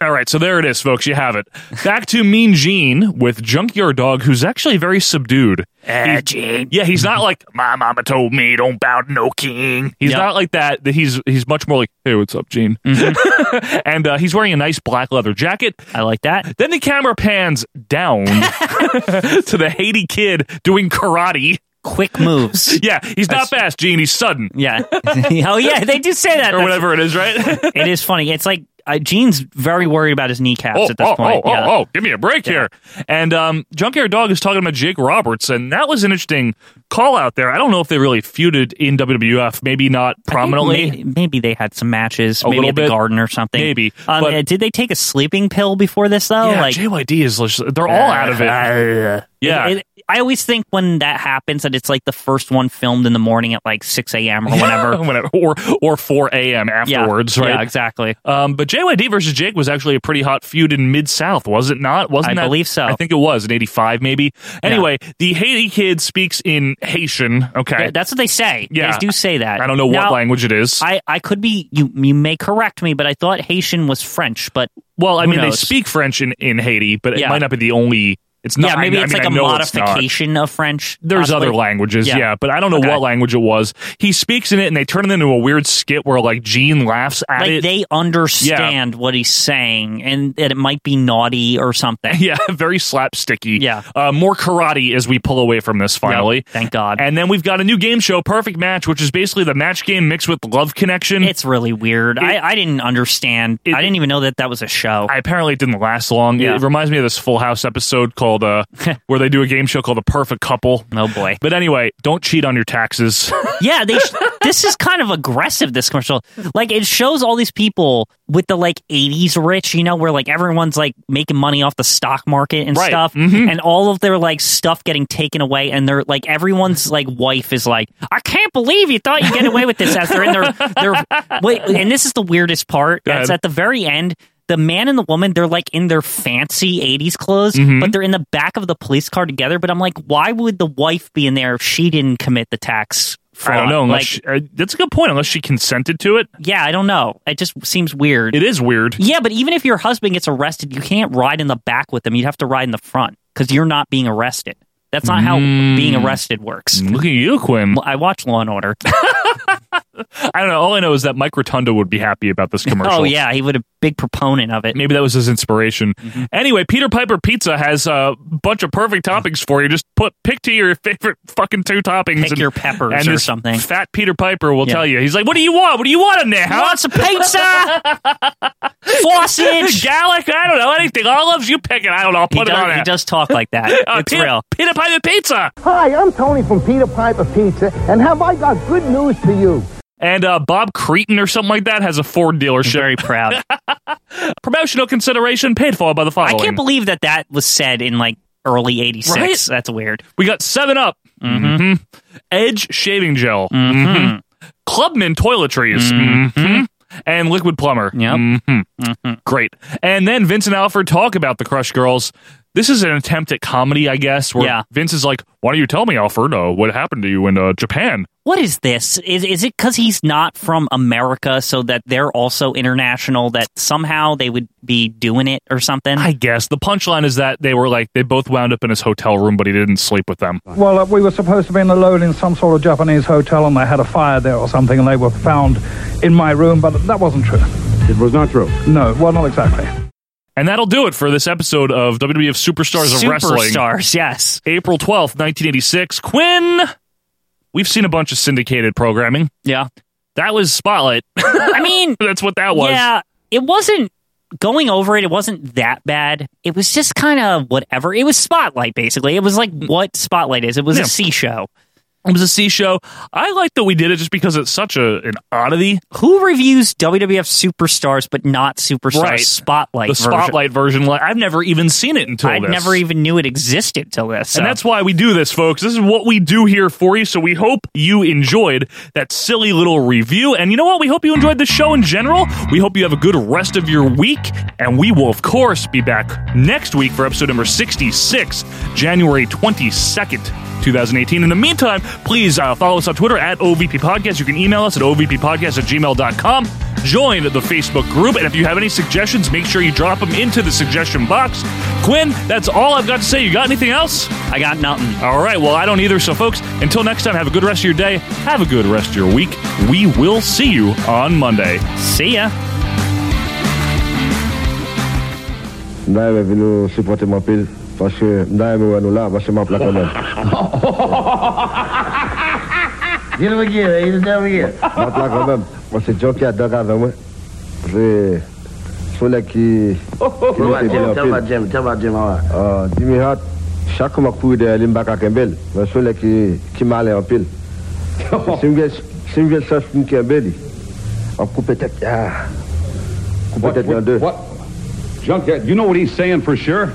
[SPEAKER 2] All right, so there it is, folks. You have it. Back to Mean Gene with Junkyard Dog, who's actually very subdued. He's-
[SPEAKER 3] Gene.
[SPEAKER 2] Yeah, he's not like Eh, my mama told me don't bow to no king. He's
[SPEAKER 3] Yep.
[SPEAKER 2] not like that. He's he's much more like, hey, what's up, Gene?
[SPEAKER 3] Mm-hmm.
[SPEAKER 2] and uh, he's wearing a nice black leather jacket.
[SPEAKER 3] I like that.
[SPEAKER 2] Then the camera pans down to the Haiti kid doing karate.
[SPEAKER 3] Quick moves.
[SPEAKER 2] Yeah, he's not fast, Gene. He's sudden
[SPEAKER 3] yeah. oh yeah, they do say that.
[SPEAKER 2] or
[SPEAKER 3] That's-
[SPEAKER 2] whatever it is, right?
[SPEAKER 3] It is funny. It's like uh, Gene's very worried about his kneecaps
[SPEAKER 2] Oh,
[SPEAKER 3] at this
[SPEAKER 2] oh,
[SPEAKER 3] point.
[SPEAKER 2] oh,
[SPEAKER 3] yeah.
[SPEAKER 2] oh, oh, give me a break here. And um, Junkyard Dog is talking about Jake Roberts, and that was an interesting call out there. I don't know if they really feuded in WWF, maybe not prominently.
[SPEAKER 3] May- Maybe they had some matches,
[SPEAKER 2] A
[SPEAKER 3] maybe
[SPEAKER 2] little
[SPEAKER 3] at the
[SPEAKER 2] bit.
[SPEAKER 3] garden or something.
[SPEAKER 2] Maybe,
[SPEAKER 3] Um,
[SPEAKER 2] but-
[SPEAKER 3] uh, did they take a sleeping pill before this though?
[SPEAKER 2] yeah,
[SPEAKER 3] like
[SPEAKER 2] JYD is, just- they're all out of it. yeah.
[SPEAKER 3] It- it- I always think when that happens that it's like the first one filmed in the morning at like six a.m. or whatever.
[SPEAKER 2] Whenever- or, or 4 a.m.
[SPEAKER 3] yeah.
[SPEAKER 2] afterwards, right?
[SPEAKER 3] Yeah, exactly.
[SPEAKER 2] Um, but JYD versus Jake was actually a pretty hot feud in Mid South, was it not? Wasn't
[SPEAKER 3] I
[SPEAKER 2] that,
[SPEAKER 3] believe so.
[SPEAKER 2] I think it was in '85, maybe. Anyway, the Haiti kid speaks in Haitian. Okay,
[SPEAKER 3] Yeah, That's what they say.
[SPEAKER 2] Yeah.
[SPEAKER 3] They do say that.
[SPEAKER 2] I don't know what
[SPEAKER 3] Now,
[SPEAKER 2] language it is.
[SPEAKER 3] I, I could be you you may correct me, but I thought Haitian was French, but
[SPEAKER 2] Well, I
[SPEAKER 3] who
[SPEAKER 2] mean, they
[SPEAKER 3] knows?
[SPEAKER 2] speak French in, in Haiti, but it
[SPEAKER 3] Yeah.
[SPEAKER 2] might not be the only. It's not.
[SPEAKER 3] yeah, maybe
[SPEAKER 2] I,
[SPEAKER 3] it's
[SPEAKER 2] I mean,
[SPEAKER 3] like
[SPEAKER 2] I
[SPEAKER 3] a
[SPEAKER 2] know it's not.
[SPEAKER 3] modification of French.
[SPEAKER 2] There's
[SPEAKER 3] possibly.
[SPEAKER 2] other languages, yeah.
[SPEAKER 3] Yeah.
[SPEAKER 2] but I don't know
[SPEAKER 3] Okay.
[SPEAKER 2] what language it was. He speaks in it, and they turn it into a weird skit where like Gene laughs at
[SPEAKER 3] like
[SPEAKER 2] it.
[SPEAKER 3] they understand what he's saying and that it might be naughty or something.
[SPEAKER 2] yeah, very slapsticky.
[SPEAKER 3] Yeah.
[SPEAKER 2] uh, more karate as we pull away from this finally.
[SPEAKER 3] Yep, thank God.
[SPEAKER 2] And then we've got a new game show, Perfect Match, which is basically the match game mixed with Love Connection.
[SPEAKER 3] it's really weird.
[SPEAKER 2] It-
[SPEAKER 3] I, I didn't understand.
[SPEAKER 2] It-
[SPEAKER 3] I didn't even know that that was a show.
[SPEAKER 2] I apparently it didn't last long.
[SPEAKER 3] Yeah.
[SPEAKER 2] It reminds me of this Full House episode called uh, where they do a game show called The Perfect Couple.
[SPEAKER 3] oh boy.
[SPEAKER 2] But anyway, don't cheat on your taxes.
[SPEAKER 3] yeah, they. Sh- this is kind of aggressive. This commercial, like, it shows all these people with the like '80s rich, you know, where like everyone's like making money off the stock market and
[SPEAKER 2] Right,
[SPEAKER 3] stuff,
[SPEAKER 2] mhm.
[SPEAKER 3] and all of their like stuff getting taken away, and they're like everyone's like wife is like, I can't believe you thought you get away with this as they're in their their. Wait, and this is the weirdest part.
[SPEAKER 2] Go
[SPEAKER 3] That's
[SPEAKER 2] ahead.
[SPEAKER 3] at the very end. The man and the woman, they're like in their fancy 80s clothes,
[SPEAKER 2] Mhm.
[SPEAKER 3] but they're in the back of the police car together. But I'm like, why would the wife be in there if she didn't commit the tax
[SPEAKER 2] I
[SPEAKER 3] fraud.
[SPEAKER 2] don't know. Unless she-
[SPEAKER 3] Like,
[SPEAKER 2] uh, that's a good point. Unless she consented to it,
[SPEAKER 3] yeah, I don't know. It just seems weird.
[SPEAKER 2] it is weird.
[SPEAKER 3] yeah, but even if your husband gets arrested, you can't ride in the back with them. You'd have to ride in the front because you're not being arrested. That's not how being
[SPEAKER 2] Mm.
[SPEAKER 3] arrested works.
[SPEAKER 2] Look at you, Quinn.
[SPEAKER 3] I watch Law and Order. Oh,
[SPEAKER 2] I don't know. All I know is that Mike Rotundo would be happy about this commercial.
[SPEAKER 3] Oh yeah, he would a big proponent of it.
[SPEAKER 2] Maybe that was his inspiration.
[SPEAKER 3] Mm-hmm.
[SPEAKER 2] Anyway, Peter Piper Pizza has a bunch of perfect toppings for you. Just put pick to your favorite fucking two toppings.
[SPEAKER 3] Pick your peppers
[SPEAKER 2] and
[SPEAKER 3] or
[SPEAKER 2] this
[SPEAKER 3] something.
[SPEAKER 2] Fat Peter Piper will
[SPEAKER 3] Yeah.
[SPEAKER 2] tell you. He's like, "What do you want? What do you want in there? Huh?
[SPEAKER 3] Want some pizza? Sausage?
[SPEAKER 2] garlic? I don't know anything. Olives? You pick it. I don't know. I'll
[SPEAKER 3] He
[SPEAKER 2] put it on
[SPEAKER 3] does, he
[SPEAKER 2] there.
[SPEAKER 3] does talk like that.
[SPEAKER 2] Uh,
[SPEAKER 3] It's
[SPEAKER 2] Peter-
[SPEAKER 3] real.
[SPEAKER 2] Peter Piper Pizza.
[SPEAKER 5] Hi, I'm Tony from Peter Piper Pizza, and have I got good news for you?
[SPEAKER 2] And uh, Bob Creighton or something like that has a Ford dealership. Very
[SPEAKER 3] proud.
[SPEAKER 2] Promotional consideration paid for by the
[SPEAKER 3] I
[SPEAKER 2] following.
[SPEAKER 3] can't believe that that was said in like early '86.
[SPEAKER 2] Right?
[SPEAKER 3] That's weird.
[SPEAKER 2] We got Seven Up, hmm Edge shaving gel, Mhm. Clubman toiletries, Mhm. and Liquid Plumber. Mhm. Great. And then Vince and Alfred talk about the Crush Girls. This is an attempt at comedy, I guess. Where
[SPEAKER 3] Yeah.
[SPEAKER 2] Vince is like, "Why don't you tell me, Alfred, uh, what happened to you in uh, Japan?"
[SPEAKER 3] What is this? Is is it because he's not from America, so that they're also international? That somehow they would be doing it or something?
[SPEAKER 2] I guess the punchline is that they were like they both wound up in his hotel room, but he didn't sleep with them.
[SPEAKER 22] Well, uh, we were supposed to be in the load in some sort of Japanese hotel, and they had a fire there or something, and they were found in my room, but that wasn't true.
[SPEAKER 15] It was not true.
[SPEAKER 22] No, well, not exactly.
[SPEAKER 2] And that'll do it for this episode of WWF Superstars of Wrestling.
[SPEAKER 3] Superstars, yes.
[SPEAKER 2] April 12th, 1986. Quinn, we've seen a bunch of syndicated programming.
[SPEAKER 3] Yeah.
[SPEAKER 2] That was Spotlight.
[SPEAKER 3] I mean,
[SPEAKER 2] that's what that was.
[SPEAKER 3] Yeah, it wasn't going over it. It wasn't that bad. It was just kind of whatever. It was Spotlight, basically. It was like what Spotlight is. It was
[SPEAKER 2] Yeah.
[SPEAKER 3] a C show.
[SPEAKER 2] It was a C show. I like that we did it just because it's such a an oddity.
[SPEAKER 3] Who reviews WWF Superstars but not Superstars
[SPEAKER 2] Right.
[SPEAKER 3] Spotlight?
[SPEAKER 2] the
[SPEAKER 3] version?
[SPEAKER 2] Spotlight version. like, I've never even seen it until
[SPEAKER 3] I
[SPEAKER 2] this.
[SPEAKER 3] never even knew it existed till this. so.
[SPEAKER 2] And that's why we do this, folks. This is what we do here for you. So we hope you enjoyed that silly little review. And you know what? We hope you enjoyed the show in general. We hope you have a good rest of your week. And we will, of course, be back next week for episode number 66, January 22nd. 2018. In the meantime, please uh, follow us on Twitter at OVP Podcast. You can email us at OVPPodcast at gmail.com. Join the Facebook group. And if you have any suggestions, make sure you drop them into the suggestion box. Quinn, that's all I've got to say. You got anything else?
[SPEAKER 3] I got nothing.
[SPEAKER 2] All right. Well, I don't either. So, folks, until next time, have a good rest of your day. Have a good rest of your week. We will see you on Monday.
[SPEAKER 3] See ya.
[SPEAKER 6] Ndaj me vinu si poti ma pil, pa še ndaj me venu la, pa še ma plaka men.
[SPEAKER 8] Get him again, eh? He's down again.
[SPEAKER 6] Ma plaka men, pa se džoki a doka vemu, se sole ki... ki
[SPEAKER 8] Tell
[SPEAKER 6] mi te bila pil.
[SPEAKER 8] about Jim, tell about Jim, all right.
[SPEAKER 6] Ah, Di mi hat, chakou ma kou de lim baka kembel, men sole ki, ki male an pil. Si mge sas mwen kembeli, an koupe tek, ah, koupe tek yon de.
[SPEAKER 15] What? Junkyard, you know what he's saying for sure?